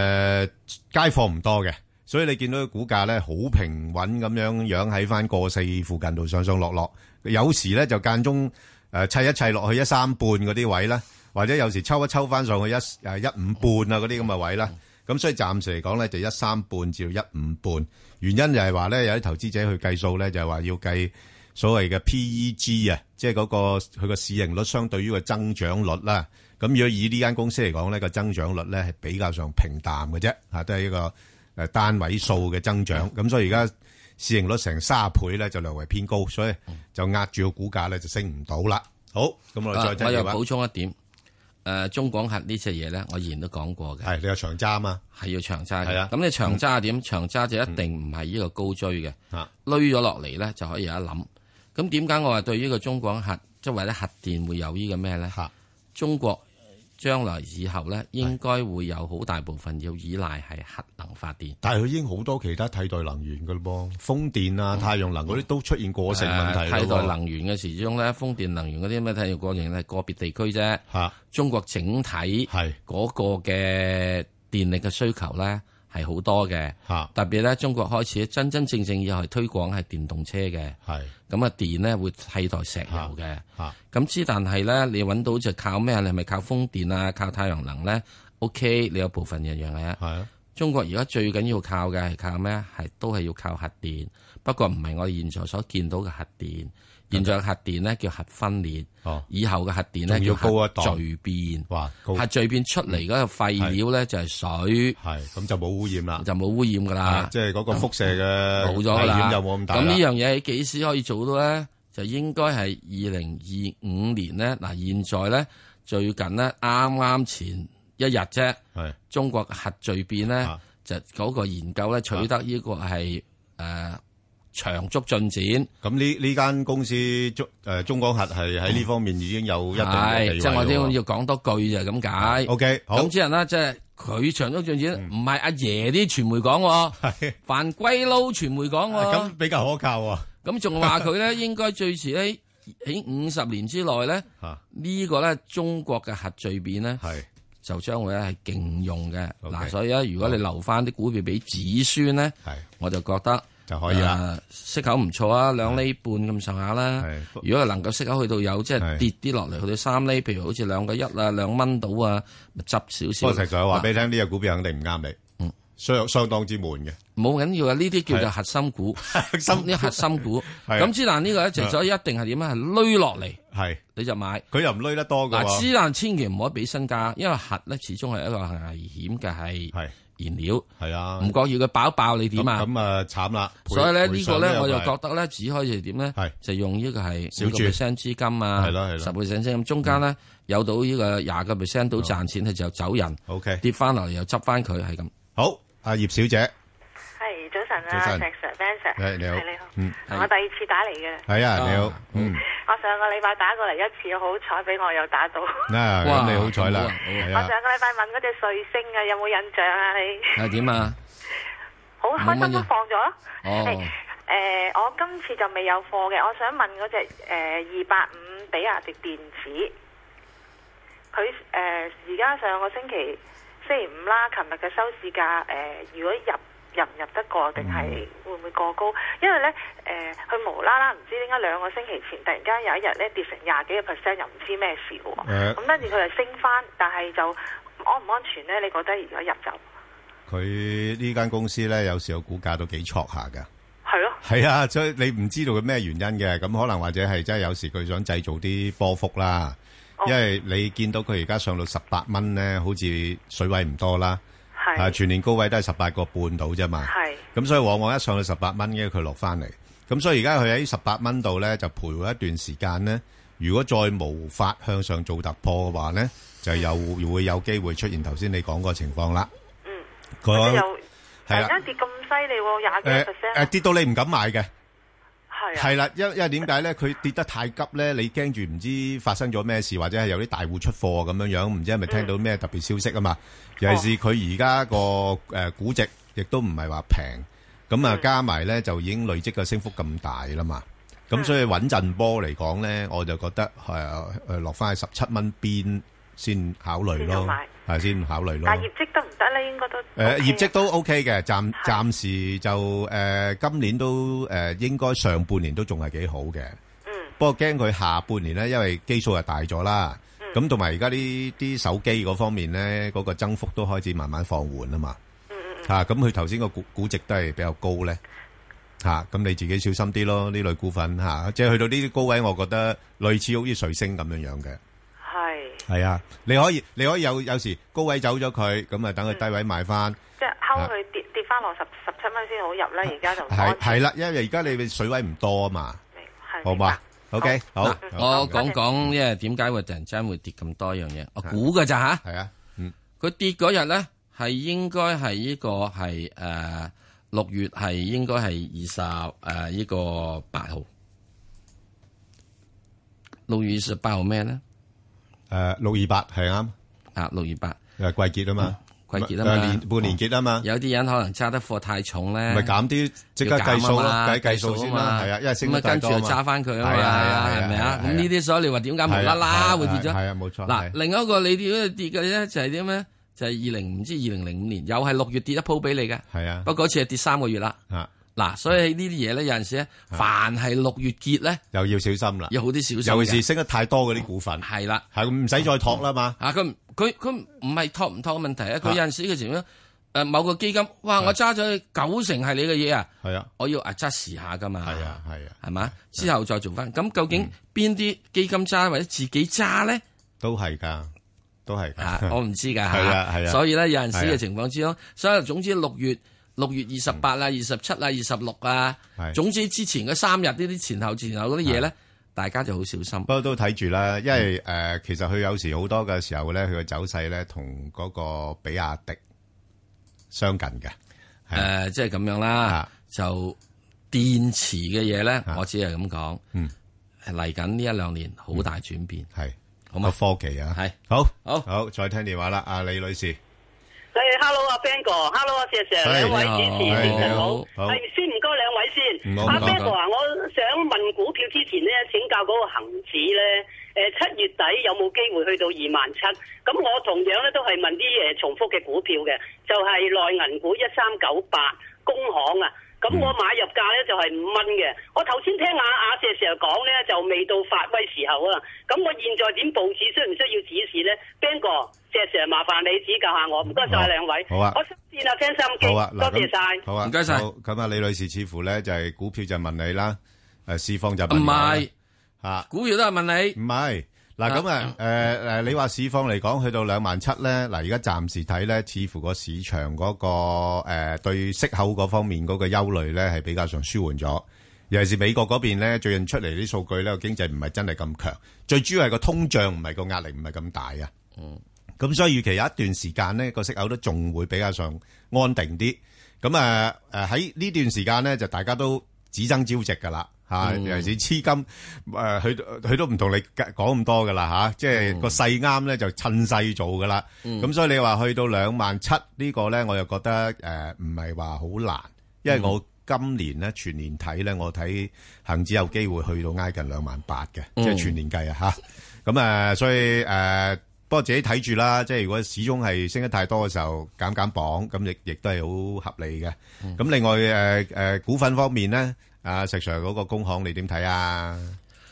[SPEAKER 10] 街貨唔多嘅，所以你見到個股價咧好平穩咁樣樣喺翻過四附近度上上落落，有時咧就間中誒砌一砌落去一三半嗰啲位啦，或者有時抽一抽翻上去一誒一五半啊嗰啲咁嘅位啦。咁所以暫時嚟講咧，就一三半至到一五半。原因就係話咧，有啲投資者去計數咧，就係話要計所謂嘅 PEG 啊，即係嗰個佢個市盈率相對於個增長率啦。咁如果以呢間公司嚟講咧，個增長率咧係比較上平淡嘅啫，嚇都係一個誒單位數嘅增長。
[SPEAKER 11] 嗯
[SPEAKER 10] 咁所以而家市盈率成三倍咧，就略為偏高，所以
[SPEAKER 11] 嗯
[SPEAKER 10] 就壓住個股價咧就升唔到啦。好，咁我哋
[SPEAKER 11] 啊
[SPEAKER 10] 再
[SPEAKER 11] 我
[SPEAKER 10] 聽
[SPEAKER 11] 又
[SPEAKER 10] 電話
[SPEAKER 11] 補充一點，誒中港核呢隻嘢咧，我以前都講過嘅。
[SPEAKER 10] 係你有長揸啊嘛？
[SPEAKER 11] 係要長揸嘅。
[SPEAKER 10] 係啊
[SPEAKER 11] 咁你長揸係點？長揸就一定唔係呢個高追嘅。
[SPEAKER 10] 嗯啊
[SPEAKER 11] 攣咗落嚟咧就可以有一諗。咁點解我話對呢個中港核即係或者核電會有呢個咩咧？中國將來以後咧應該會有好大部分要依賴係核能發電。
[SPEAKER 10] 但係佢已經好多其他替代能源噶咯噃，風電啊、太陽能嗰啲都出現過剩問題
[SPEAKER 11] 嗯誒
[SPEAKER 10] 咯喎。
[SPEAKER 11] 替代能源嘅時鐘咧，風電能源嗰啲咩替代過程係個別地區啫。中國整體嗰個嘅電力嘅需求咧係好多嘅。特別咧，中國開始真真正正以後係推廣係電動車嘅。咁啊，電咧會替代石油嘅。咁之但係咧，你揾到就靠咩？你係咪靠風電啊？靠太陽能咧？OK，你有部分樣樣嘢。係
[SPEAKER 10] 啊。
[SPEAKER 11] 中國而家最緊要靠嘅係靠咩？係都係要靠核電，不過唔係我哋現在所見到嘅核電。現在嘅核電咧叫核分裂，以後嘅核電咧
[SPEAKER 10] 哦仲要
[SPEAKER 11] 叫
[SPEAKER 10] 高
[SPEAKER 11] 核
[SPEAKER 10] 一檔
[SPEAKER 11] 聚變。
[SPEAKER 10] 哇！高
[SPEAKER 11] 核聚變出嚟嗰個廢料咧就係水，
[SPEAKER 10] 係咁就冇污染啦，
[SPEAKER 11] 就冇污染噶啦
[SPEAKER 10] 啊，即係嗰個輻射嘅
[SPEAKER 11] 冇咗㗎啦，
[SPEAKER 10] 危險就冇咁大啦
[SPEAKER 11] 咁呢樣嘢幾時可以做到咧？就應該係二零二五年咧。嗱，現在咧最近咧啱啱前一日啫，中國核聚變咧
[SPEAKER 10] 啊
[SPEAKER 11] 就嗰個研究咧取得呢個係誒長足進展。
[SPEAKER 10] 咁呢呢間公司中誒中港核係喺呢方面已經有一定嘅地
[SPEAKER 11] 係，
[SPEAKER 10] 位
[SPEAKER 11] 即係我
[SPEAKER 10] 咯
[SPEAKER 11] 都
[SPEAKER 10] 喎
[SPEAKER 11] 要講多句就係咁解。
[SPEAKER 10] 啊 OK，好嗯
[SPEAKER 11] 咁之人啦，即係佢長足進展，唔係阿爺啲傳媒講喎，犯龜撈傳媒講喎，
[SPEAKER 10] 啊咁比較可靠喎。
[SPEAKER 11] 咁仲話佢咧應該最遲咧喺五十年之內咧，呢個咧中國嘅核聚變咧，就將會咧係勁用嘅。嗱，所以咧，如果你留翻啲股票俾子孫咧，我就覺得。就
[SPEAKER 10] 可以啦，
[SPEAKER 11] 息口唔錯啊，兩厘半咁上下啦。如果能夠息口去到有即係跌啲落嚟，去到三厘，譬如好似兩個一啊、兩蚊到啊，咪執少
[SPEAKER 10] 不過
[SPEAKER 11] 少。
[SPEAKER 10] 實在話俾你聽，呢只股票肯定唔啱你。相相當之悶嘅。
[SPEAKER 11] 嗯冇緊要啊，呢啲叫做核心 股，呢核心股。
[SPEAKER 10] 係
[SPEAKER 11] 咁之但呢個咧，就所以一定係點啊？係攏落嚟，
[SPEAKER 10] 係
[SPEAKER 11] 你就買。
[SPEAKER 10] 佢又唔攏得多㗎
[SPEAKER 11] 嗱，
[SPEAKER 10] 喎
[SPEAKER 11] 之但千祈唔可以俾身價，因為核咧始終係一個危險嘅係燃料。
[SPEAKER 10] 係啊，
[SPEAKER 11] 唔覺意佢爆一爆你點啊？
[SPEAKER 10] 咁啊慘啦！賠
[SPEAKER 11] 所以咧
[SPEAKER 10] 賠
[SPEAKER 11] 呢
[SPEAKER 10] 償
[SPEAKER 11] 個咧
[SPEAKER 10] 呢
[SPEAKER 11] 我就
[SPEAKER 10] 又係
[SPEAKER 11] 覺得咧，只可以係點咧？就用呢個係
[SPEAKER 10] 小
[SPEAKER 11] 五個
[SPEAKER 10] 注
[SPEAKER 11] percent 資金啊，
[SPEAKER 10] 係啦嗯係啦
[SPEAKER 11] 十 percent 資金，中間咧有到呢個廿個 percent 到賺錢，佢就走人。
[SPEAKER 10] 哦 OK，
[SPEAKER 11] 跌翻落嚟又執翻佢，係咁。
[SPEAKER 10] 好，阿葉小姐，
[SPEAKER 1] 係早晨
[SPEAKER 10] 早
[SPEAKER 1] 啊，
[SPEAKER 10] 晨
[SPEAKER 1] 石 Sir、Ben Sir，
[SPEAKER 10] 係你好
[SPEAKER 1] 係你好，
[SPEAKER 10] 嗯
[SPEAKER 1] 我第二次打嚟嘅，
[SPEAKER 10] 係啊，你好，嗯，
[SPEAKER 1] 我上個禮拜打過嚟一次，好彩俾我又打到。我
[SPEAKER 10] 嗱，
[SPEAKER 11] 哇
[SPEAKER 10] 咁你好彩
[SPEAKER 11] 好
[SPEAKER 10] 啦
[SPEAKER 11] 啊，
[SPEAKER 10] 係
[SPEAKER 1] 上
[SPEAKER 10] 啊，
[SPEAKER 1] 個禮拜問嗰隻瑞星啊，有冇印象啊？你
[SPEAKER 11] 係點啊？
[SPEAKER 1] 好開心都放咗。
[SPEAKER 11] 哦，
[SPEAKER 1] 誒、呃我今次就未有貨嘅，我想問嗰只誒二八五比亞迪電子，佢誒而家上個星期星期五啦，琴日嘅收市價誒、如果入入唔入得過，定
[SPEAKER 10] 嗯
[SPEAKER 1] 係會唔會過高？因為咧誒，佢、無啦啦唔知點解兩個星期前突然間有一日咧跌成廿幾個 percent，又唔知咩事
[SPEAKER 10] 誒
[SPEAKER 1] 喎。咁跟住佢就升翻，但係就安唔安全咧？你覺得如果入就
[SPEAKER 10] 佢呢間公司咧有時候股價都幾錯下㗎。
[SPEAKER 1] 係咯？
[SPEAKER 10] 係啊，所以你唔知道佢咩原因嘅，咁可能或者係真係有時佢想製造啲波幅啦，
[SPEAKER 1] 哦
[SPEAKER 10] 因為你見到佢而家上到十八蚊咧，好似水位唔多啦，
[SPEAKER 1] 係
[SPEAKER 10] 啊全年高位都係十八個半到啫嘛，
[SPEAKER 1] 係
[SPEAKER 10] 咁所以往往一上到十八蚊嘅佢落翻嚟，咁所以而家佢喺十八蚊度咧就徘徊一段時間咧，如果再無法向上做突破嘅話咧，就又會有機會出現頭先你講個情況啦，
[SPEAKER 1] 嗯，
[SPEAKER 10] 佢
[SPEAKER 1] 佢又突
[SPEAKER 10] 係
[SPEAKER 1] 然
[SPEAKER 10] 啦
[SPEAKER 1] 間，跌咁犀利喎，
[SPEAKER 10] 誒
[SPEAKER 1] 廿幾個 percent 啊
[SPEAKER 10] 誒。跌到你唔敢買嘅。
[SPEAKER 1] 係啊
[SPEAKER 10] 係啦，因因為點解咧？佢跌得太急咧，你驚住唔知發生咗咩事，或者係有啲大戶出貨咁樣樣，唔知係咪聽到咩特別消息啊嘛？尤其是佢而家個誒估值亦都唔係話平，咁啊加埋咧就已經累積個升幅咁大啦嘛。咁所以穩陣波嚟講咧，我就覺得誒誒落翻去十七蚊邊先考慮
[SPEAKER 1] 先好
[SPEAKER 10] 咯
[SPEAKER 1] 買，
[SPEAKER 10] 係先考慮咯。
[SPEAKER 1] 但係業績得唔得咧？應該都
[SPEAKER 10] 誒、業績都 OK 嘅，暫暫時就誒、今年都誒、應該上半年都仲係幾好嘅。嗯。不過驚佢下半年咧，因為基數又大咗啦。咁同埋而家呢啲手機嗰方面咧，嗰、個增幅都開始慢慢放緩啊嘛。嗯嗯嚇、咁佢頭先個估估值都係比較高咧。嚇、咁你自己小心啲咯，呢類股份嚇、即係去到呢啲高位，我覺得類似好似水星咁樣樣嘅。
[SPEAKER 1] 係
[SPEAKER 10] 係啊，你可以你可以有有時高位走咗佢，咁啊等佢低位買翻。
[SPEAKER 1] 即係睺佢跌跌翻落十十七蚊先好入咧，而家就
[SPEAKER 10] 係-係啦，因為而家你水位唔多啊嘛。好嘛？OK，好。
[SPEAKER 11] 嗱我講講，因為點解會突然間會跌咁多樣嘢？我估嘅咋吓？
[SPEAKER 10] 係啊，
[SPEAKER 11] 佢跌嗰日咧係應該係呢個係誒六月係應該係二十誒呢個八號。六月二十八號咩咧？
[SPEAKER 10] 誒，六二八，係啱。誒，季結啊嘛。
[SPEAKER 11] 季結啊嘛。
[SPEAKER 10] 誒，年-半年結啊嘛。
[SPEAKER 11] 有啲人可能揸得貨太重咧，
[SPEAKER 10] 咪減啲，即刻
[SPEAKER 11] 要減啊
[SPEAKER 10] 計數咯，
[SPEAKER 11] 嘛
[SPEAKER 10] 計-計數先啦，
[SPEAKER 11] 啊嘛咁
[SPEAKER 10] 係啊，因為升得
[SPEAKER 11] 啊跟住就
[SPEAKER 10] 太多啊嘛。
[SPEAKER 11] 揸翻佢啊嘛，
[SPEAKER 10] 係啊，係啊，係啊，
[SPEAKER 11] 係咪啊？
[SPEAKER 10] 係啊，啊
[SPEAKER 11] 咁呢啲所以你話點解無啦啦會跌咗？
[SPEAKER 10] 係啊，係啊，冇錯，
[SPEAKER 11] 嗱，另一個你點解跌嘅咧，就係啲咩？就係二零唔知二零零五年，又係六月跌一鋪俾你嘅。
[SPEAKER 10] 係啊，
[SPEAKER 11] 不過嗰次係跌三個月啦。
[SPEAKER 10] 啊，
[SPEAKER 11] 嗱，所以呢啲嘢咧，有陣時咧，凡係六月結咧，
[SPEAKER 10] 又要小心啦。
[SPEAKER 11] 有好啲小心嘅。
[SPEAKER 10] 尤其是升得太多嗰啲股份。係，咁唔使再托啦嘛。
[SPEAKER 11] 啊，佢唔佢佢唔係托唔托嘅問題啊，佢有陣時嘅情況，誒某個基金，哇，我揸咗九成係你嘅嘢啊，
[SPEAKER 10] 係啊，
[SPEAKER 11] 我要 adjust 下噶嘛，係
[SPEAKER 10] 啊，係啊，嗯
[SPEAKER 11] 係嘛，之後再做翻。咁究竟邊啲基金揸或者自己揸咧？
[SPEAKER 10] 都係㗎，都係㗎。
[SPEAKER 11] 啊，我唔知㗎 嚇。
[SPEAKER 10] 係啊，係啊。
[SPEAKER 11] 所以咧有陣時
[SPEAKER 10] 係啊。嗯
[SPEAKER 11] 嘅情況之中，所以總之六月六月二十八啦、二十七啦、二十六啊，總之之前嗰三日呢啲前後前後嗰啲嘢咧，大家就好小心。
[SPEAKER 10] 不過都睇住啦，因為誒、呃其實佢有時好多嘅時候咧，佢嘅走勢咧同嗰個比亞迪相近嘅。
[SPEAKER 11] 誒、呃即係咁樣
[SPEAKER 10] 啊
[SPEAKER 11] 啦，就電池嘅嘢咧，我只係咁講，
[SPEAKER 10] 嗯，
[SPEAKER 11] 嚟緊呢一兩年好大轉變，
[SPEAKER 10] 係
[SPEAKER 11] 好嘛？
[SPEAKER 10] 科技啊，
[SPEAKER 11] 係
[SPEAKER 10] 好，
[SPEAKER 11] 好，
[SPEAKER 10] 好，再聽電話啦，阿李女士，
[SPEAKER 2] 誒，hello 啊 Ben 哥，hello 啊 Sir Sir，
[SPEAKER 10] 係
[SPEAKER 2] 兩位
[SPEAKER 10] 哎你好
[SPEAKER 2] 主持
[SPEAKER 10] 係
[SPEAKER 2] 人
[SPEAKER 10] 你
[SPEAKER 2] 晨
[SPEAKER 10] 好
[SPEAKER 2] 好，
[SPEAKER 10] 好
[SPEAKER 2] 係先唔該兩位
[SPEAKER 10] 唔。
[SPEAKER 2] 先
[SPEAKER 10] 好
[SPEAKER 2] 阿
[SPEAKER 10] 唔好
[SPEAKER 2] Ben
[SPEAKER 10] 唔
[SPEAKER 2] 哥
[SPEAKER 10] 好
[SPEAKER 2] 啊，我想問股票之前咧，請教嗰個恒指咧，誒七月底有冇機會去到二萬七？咁我同樣咧都係問啲誒重複嘅股票嘅，就係內銀股一三九八工行啊。咁
[SPEAKER 10] 嗯
[SPEAKER 2] 我買入價咧就係五蚊嘅，我頭先聽阿阿謝 Sir 講咧就未到發威時候啊，咁我現在點佈置，需唔需要指示咧？Ben 哥，謝 Sir 麻煩你指教下我，唔該晒兩位。
[SPEAKER 10] 好啊
[SPEAKER 2] 我收市先啊，Pan 心機，
[SPEAKER 10] 好啊，嗱，
[SPEAKER 2] 多
[SPEAKER 10] 咁
[SPEAKER 2] 謝晒。
[SPEAKER 10] 好啊，好咁啊，李女士似乎咧就係股票就問你啦，誒市況就問
[SPEAKER 11] 唔係
[SPEAKER 10] 嚇，
[SPEAKER 11] 股票都係問你，
[SPEAKER 10] 唔係嗱咁啊誒誒，你話市況嚟講去到兩萬七咧，嗱而家暫時睇咧，似乎個市場嗰個誒對息口嗰方面嗰個憂慮咧係比較上舒緩咗。尤其是美國嗰邊咧，最近出嚟啲數據咧，個經濟唔係真係咁強，最主要係個通脹唔係個壓力唔係咁大啊。
[SPEAKER 11] 嗯
[SPEAKER 10] 咁所以預期有一段時間咧，個息口都仲會比較上安定啲。咁啊誒喺呢段時間咧，就大家都只爭朝夕噶啦嚇，
[SPEAKER 3] 嗯
[SPEAKER 10] 尤其是黐金誒，呃佢佢都唔同你講咁多噶啦嚇，即係個勢啱咧就趁勢做噶啦。
[SPEAKER 3] 嗯
[SPEAKER 10] 咁所以你話去到兩萬七呢個咧，我又覺得誒唔係話好難，因為我今年咧全年睇咧，我睇恒指有機會去到挨近兩萬八嘅，即係
[SPEAKER 3] 嗯
[SPEAKER 10] 全年計啊吓。咁啊，所以誒、呃不過自己睇住啦，即係如果始終係升得太多嘅時候，減減磅，咁亦亦都係好合理嘅。咁、另外誒誒、呃呃股份方面咧，啊石 Sir 嗰個工行你點睇啊？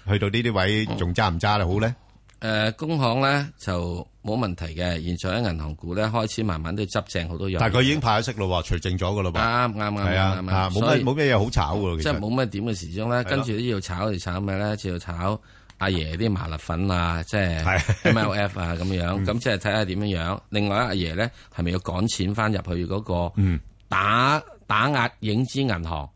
[SPEAKER 10] 去到呢啲位仲揸唔揸得好咧？
[SPEAKER 11] 誒、工行咧就冇問題嘅，現在喺銀行股咧開始慢慢都執正好多樣嘢。
[SPEAKER 10] 但係佢已經派咗息咯喎，除淨咗噶咯噃。
[SPEAKER 11] 啱啱啱
[SPEAKER 10] 係啊
[SPEAKER 11] 啱啱
[SPEAKER 10] 啊冇
[SPEAKER 11] 所
[SPEAKER 10] 乜
[SPEAKER 11] 以
[SPEAKER 10] 冇乜嘢好炒噶
[SPEAKER 11] 即係冇乜點嘅時鐘咧，跟住都要炒就炒咩咧？就要炒阿爺啲麻辣粉啊，即係 MLF 啊咁
[SPEAKER 10] 嗯
[SPEAKER 11] 樣。咁即係睇下點樣樣。另外阿爺咧係咪要趕錢翻入去嗰個
[SPEAKER 10] 嗯
[SPEAKER 11] 打打壓影子銀行？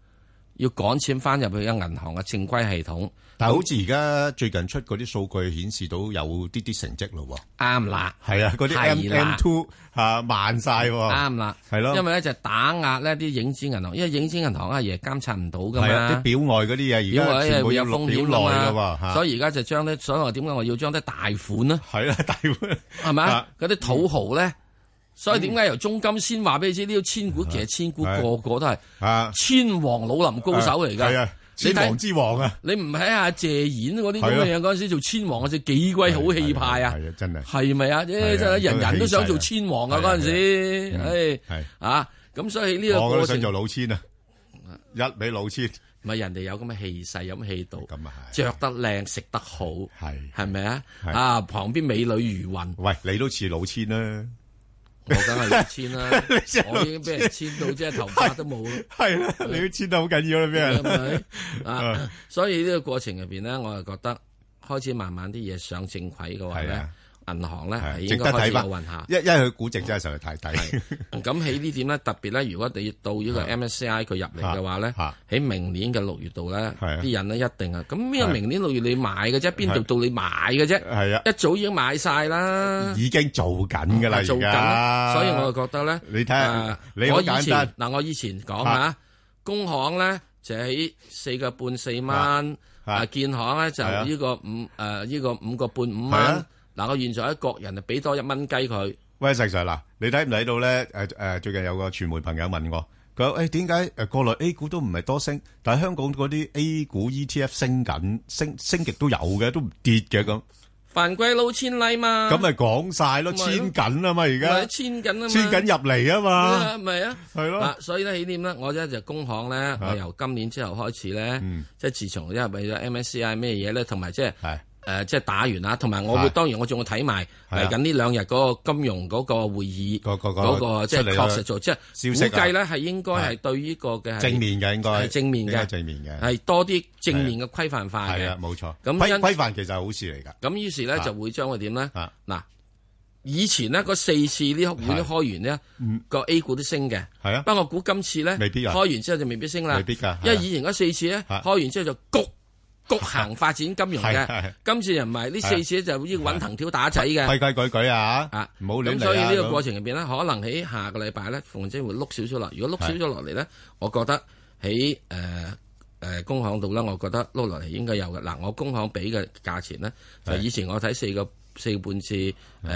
[SPEAKER 11] 要趕錢翻入去嘅銀行嘅正規系統。
[SPEAKER 10] 但係好似而家最近出嗰啲數據顯示到有啲啲成績咯喎。
[SPEAKER 11] 啱啦，
[SPEAKER 10] 係啊，嗰啲 M
[SPEAKER 11] 係
[SPEAKER 10] M
[SPEAKER 11] 啦
[SPEAKER 10] two 嚇慢晒喎。
[SPEAKER 11] 啱啦，
[SPEAKER 10] 係咯
[SPEAKER 11] 因為咧就打壓呢啲影子銀行，因為影子銀行阿爺監察唔到噶
[SPEAKER 10] 係啊，
[SPEAKER 11] 嘛
[SPEAKER 10] 啲。表外嗰啲嘢
[SPEAKER 11] 因
[SPEAKER 10] 而家
[SPEAKER 11] 為
[SPEAKER 10] 全部
[SPEAKER 11] 會有
[SPEAKER 10] 要
[SPEAKER 11] 風
[SPEAKER 10] 錄
[SPEAKER 11] 險
[SPEAKER 10] 表內
[SPEAKER 11] 㗎
[SPEAKER 10] 噶喎，
[SPEAKER 11] 所以而家就將啲，所以我點解我要將啲大款咧？
[SPEAKER 10] 係啦，大款
[SPEAKER 11] 係咪啊
[SPEAKER 10] 啊
[SPEAKER 11] 嗰啲土豪咧，所以點解由中金先話俾你知呢個千古其實千古個個都係
[SPEAKER 10] 嗯啊
[SPEAKER 11] 千王老林高手嚟㗎。
[SPEAKER 10] 係啊
[SPEAKER 11] 你睇
[SPEAKER 10] 千王之王啊！
[SPEAKER 11] 你唔睇下謝賢嗰啲咁
[SPEAKER 10] 係啊
[SPEAKER 11] 嘅嘢嗰陣時做千王嗰隻幾鬼好氣派啊！
[SPEAKER 10] 係啊，真係
[SPEAKER 11] 係咪啊？
[SPEAKER 10] 係
[SPEAKER 11] 誒，
[SPEAKER 10] 啊
[SPEAKER 11] 真係人人都想做
[SPEAKER 10] 都氣
[SPEAKER 11] 千王啊！嗰陣時，誒啊，咁所以呢
[SPEAKER 10] 我
[SPEAKER 11] 個
[SPEAKER 10] 都想
[SPEAKER 11] 過程
[SPEAKER 10] 做老千啊，一味老千。
[SPEAKER 11] 唔係人哋有咁嘅氣勢，有咁嘅氣度，
[SPEAKER 10] 咁啊
[SPEAKER 11] 着得靚，食得好，
[SPEAKER 10] 係
[SPEAKER 11] 係咪啊？
[SPEAKER 10] 係
[SPEAKER 11] 啊，旁邊美女如雲，
[SPEAKER 10] 喂，你都似老千啦，
[SPEAKER 11] 我梗係要千啦
[SPEAKER 10] 你真，係
[SPEAKER 11] 我已經俾人千到，即係頭髮都冇啦。
[SPEAKER 10] 係啦，你都千得好緊要啦，俾
[SPEAKER 11] 係咪
[SPEAKER 10] 人
[SPEAKER 11] 啊，所以呢個過程入邊咧，我係覺得開始慢慢啲嘢上正軌嘅話
[SPEAKER 10] 係
[SPEAKER 11] 咧
[SPEAKER 10] 啊，
[SPEAKER 11] 銀行咧係
[SPEAKER 10] 值
[SPEAKER 11] 應
[SPEAKER 10] 得
[SPEAKER 11] 該開始
[SPEAKER 10] 睇
[SPEAKER 11] 有
[SPEAKER 10] 翻
[SPEAKER 11] 運下。。
[SPEAKER 10] 因因為佢估值真係實在太低。
[SPEAKER 11] 咁喺呢點咧，特別咧，如果你到呢個 MSCI 佢入嚟嘅話咧，喺明年嘅六月度咧，啲人咧一定啊，咁呢個明年六月你買嘅啫，邊度到你買嘅啫？
[SPEAKER 10] 係啊，
[SPEAKER 11] 一早已經買晒啦，
[SPEAKER 10] 已經做緊噶啦，而
[SPEAKER 11] 做緊
[SPEAKER 10] 家
[SPEAKER 11] 啦。所以我就覺得咧，
[SPEAKER 10] 你睇下
[SPEAKER 11] 啊，
[SPEAKER 10] 你好
[SPEAKER 11] 我以前
[SPEAKER 10] 簡單。
[SPEAKER 11] 嗱，我以前講
[SPEAKER 10] 啊
[SPEAKER 11] 嚇，工行咧就喺四個半四蚊，啊建行咧就
[SPEAKER 10] 係啊
[SPEAKER 11] 呢個五誒呢個五個半五
[SPEAKER 10] 係
[SPEAKER 11] 蚊
[SPEAKER 10] 啊。
[SPEAKER 11] 嗱，我現在喺國人就俾多一蚊雞佢。
[SPEAKER 10] 喂，石 Sir 嗱，你睇唔睇到咧？誒誒，最近有個傳媒朋友問我，佢話：誒點解誒國內 A 股都唔係多升，但係香港嗰啲 A 股 ETF 升緊，升升極都有嘅，都唔跌嘅咁，
[SPEAKER 11] 犯貴撈千例嘛，
[SPEAKER 10] 咁咪講晒咯，
[SPEAKER 11] 咪咯
[SPEAKER 10] 千緊啊嘛，而
[SPEAKER 11] 咪
[SPEAKER 10] 家
[SPEAKER 11] 千緊啊嘛，
[SPEAKER 10] 千緊入嚟啊嘛，
[SPEAKER 11] 咪啊，
[SPEAKER 10] 係咯
[SPEAKER 11] 啊所以咧起點咧，我咧就工行咧，我由今年之後開始咧，
[SPEAKER 10] 嗯
[SPEAKER 11] 即係自從因為為咗 MSCI 咩嘢咧，同埋即係誒即係打完啦，同埋我
[SPEAKER 10] 係
[SPEAKER 11] 會當然我仲會睇埋
[SPEAKER 10] 係啊
[SPEAKER 11] 嚟緊呢兩日嗰個金融嗰個會議嗰
[SPEAKER 10] 個
[SPEAKER 11] 個即係
[SPEAKER 10] 出嚟嘅
[SPEAKER 11] 確實做，即係
[SPEAKER 10] 消息啊
[SPEAKER 11] 估計咧係應該係對呢個嘅係
[SPEAKER 10] 正面嘅應該
[SPEAKER 11] 係正面
[SPEAKER 10] 應該
[SPEAKER 11] 嘅
[SPEAKER 10] 正面嘅
[SPEAKER 11] 係多啲正面嘅規範化
[SPEAKER 10] 係
[SPEAKER 11] 嘅
[SPEAKER 10] 啊，。冇錯。
[SPEAKER 11] 咁
[SPEAKER 10] 規
[SPEAKER 11] 因
[SPEAKER 10] 規範其實係好事嚟㗎。
[SPEAKER 11] 咁於是咧
[SPEAKER 10] 啊
[SPEAKER 11] 就會將佢點咧？嗱，以前呢，嗰四次呢會都開完呢個 A 股都升嘅。
[SPEAKER 10] 嗯係啊
[SPEAKER 11] 不過我估今次咧，
[SPEAKER 10] 未必啊
[SPEAKER 11] 開完之後就未必升啦。
[SPEAKER 10] 未必㗎係啊
[SPEAKER 11] 因為以前嗰四次咧，開完之後就谷谷行發展金融
[SPEAKER 10] 係係
[SPEAKER 11] 嘅
[SPEAKER 10] 係。
[SPEAKER 11] 今次又唔係，呢
[SPEAKER 10] 係啊
[SPEAKER 11] 四次就要揾藤條打仔
[SPEAKER 10] 規
[SPEAKER 11] 嘅。
[SPEAKER 10] 規矩矩啊，
[SPEAKER 11] 啊，
[SPEAKER 10] 唔好亂
[SPEAKER 11] 咁
[SPEAKER 10] 嚟
[SPEAKER 11] 所以
[SPEAKER 10] 啊
[SPEAKER 11] 呢個
[SPEAKER 10] 咁
[SPEAKER 11] 過程入邊咧，可能喺下個禮拜咧，馮姐會碌少少落。如果碌少少落嚟咧，我覺得喺誒誒工行度咧，我覺得碌落嚟應該有嘅。嗱，我工行俾嘅價錢咧，就
[SPEAKER 4] 係
[SPEAKER 11] 以前我睇四個四個半至誒誒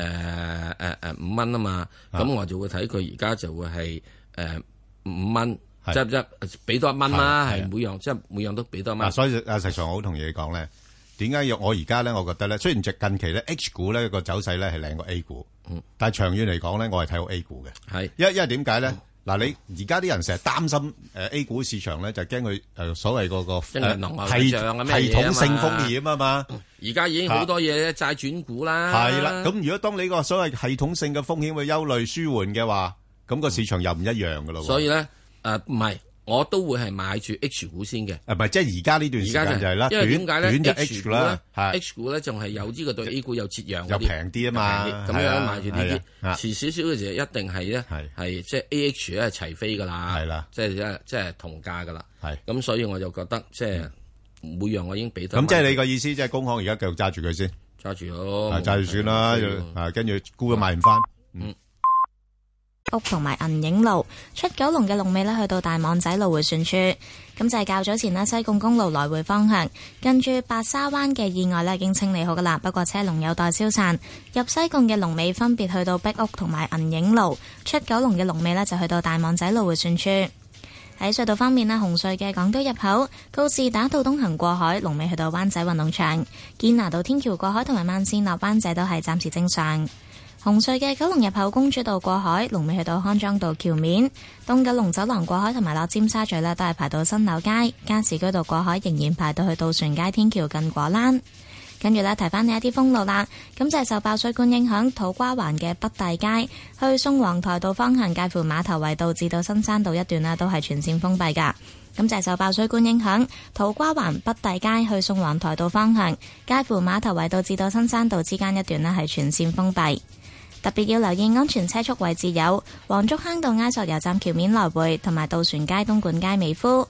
[SPEAKER 11] 誒五蚊啊嘛，
[SPEAKER 4] 啊
[SPEAKER 11] 咁我就會睇佢而家就會係誒五蚊，
[SPEAKER 10] 係
[SPEAKER 11] 執執俾多一蚊啦，
[SPEAKER 10] 係係
[SPEAKER 11] 係每樣即係每樣都俾多一蚊
[SPEAKER 10] 嗱，。所以阿石 Sir，我好同意你講咧，點解要我而家咧？我覺得咧，雖然近期咧 H 股咧個走勢咧係靚過 A 股，但係長遠嚟講咧，我係睇好 A 股嘅。
[SPEAKER 11] 係，
[SPEAKER 10] 因為因為點解咧？嗱，你而家啲人成日擔心誒 A 股市場咧，就驚佢誒所謂嗰個
[SPEAKER 11] 即係銀行
[SPEAKER 10] 誒呃系
[SPEAKER 11] 系啊咩
[SPEAKER 10] 系
[SPEAKER 11] 嘢啊
[SPEAKER 10] 統
[SPEAKER 11] 嘛
[SPEAKER 10] 性風險啊嘛。啊
[SPEAKER 11] 而家已經好多嘢債轉股啦，啊
[SPEAKER 10] 係啦，咁如果當你個所謂系統性嘅風險嘅憂慮舒緩嘅話，咁咁個市場又唔一樣噶咯喎。
[SPEAKER 11] 所以咧，誒唔係，我都會係買住 H 股先嘅。
[SPEAKER 10] 啊誒，唔係即係而家呢段時
[SPEAKER 11] 而家
[SPEAKER 10] 間就係啦，
[SPEAKER 11] 因為點解咧
[SPEAKER 10] 短短就
[SPEAKER 11] H
[SPEAKER 10] H
[SPEAKER 11] 股
[SPEAKER 10] 股
[SPEAKER 11] 咧
[SPEAKER 10] 啦，係
[SPEAKER 11] ，H 股咧仲係有呢個對 A 股有折讓嗰啲，
[SPEAKER 10] 又平啲啊嘛
[SPEAKER 11] 平啲咁
[SPEAKER 10] 係
[SPEAKER 11] 樣
[SPEAKER 10] 啊
[SPEAKER 11] 買住呢
[SPEAKER 10] 係
[SPEAKER 11] 啲，
[SPEAKER 10] 啊
[SPEAKER 11] 遲少少嘅時候一定係咧，係即係 A H 咧係齊飛噶啦，係啦，即係即係即係同價噶啦，
[SPEAKER 10] 係嗯
[SPEAKER 11] 咁所以我就覺得即係每樣我已經俾得
[SPEAKER 10] 咁即係你個意思，即係工行而家繼續揸住佢先，啊
[SPEAKER 11] 揸住咯
[SPEAKER 10] 揸住算啦
[SPEAKER 11] 哦冇問，
[SPEAKER 10] 啊跟住沽都賣唔嗯翻。
[SPEAKER 11] 嗯
[SPEAKER 13] 屋同埋銀影路出九龍嘅龍尾呢，去到大網仔路回旋處。咁就係較早前呢，西貢公路來回方向，近住白沙灣嘅意外呢已經清理好噶啦，不過車龍有待消散。入西貢嘅龍尾分別去到壁屋同埋銀影路，出九龍嘅龍尾呢，就去到大網仔路回旋處。喺隧道方面呢，紅隧嘅港島入口告士打道東行過海，龍尾去到灣仔運動場；堅拿道天橋過海同埋慢線落灣仔都係暫時正常。紅隧嘅九龍入口公主道過海，龍尾去到康莊道橋面；東九龍走廊過海同埋落尖沙咀呢，都係排到新柳街；加士居道過海仍然排到去渡船街天橋近果欄。跟住呢，提翻你一啲封路啦。咁就係受爆水管影響，土瓜灣嘅北大街去宋皇台道方向，介乎碼頭圍道至到新山道一段啦，都係全線封閉噶。咁就係受爆水管影響，土瓜灣北大街去宋皇台道方向，介乎碼頭圍道至到新山道之間一段呢，係全線封閉。特別要留意安全車速位置有黃竹坑道埃索油站橋面來回，同埋渡船街東莞街美孚。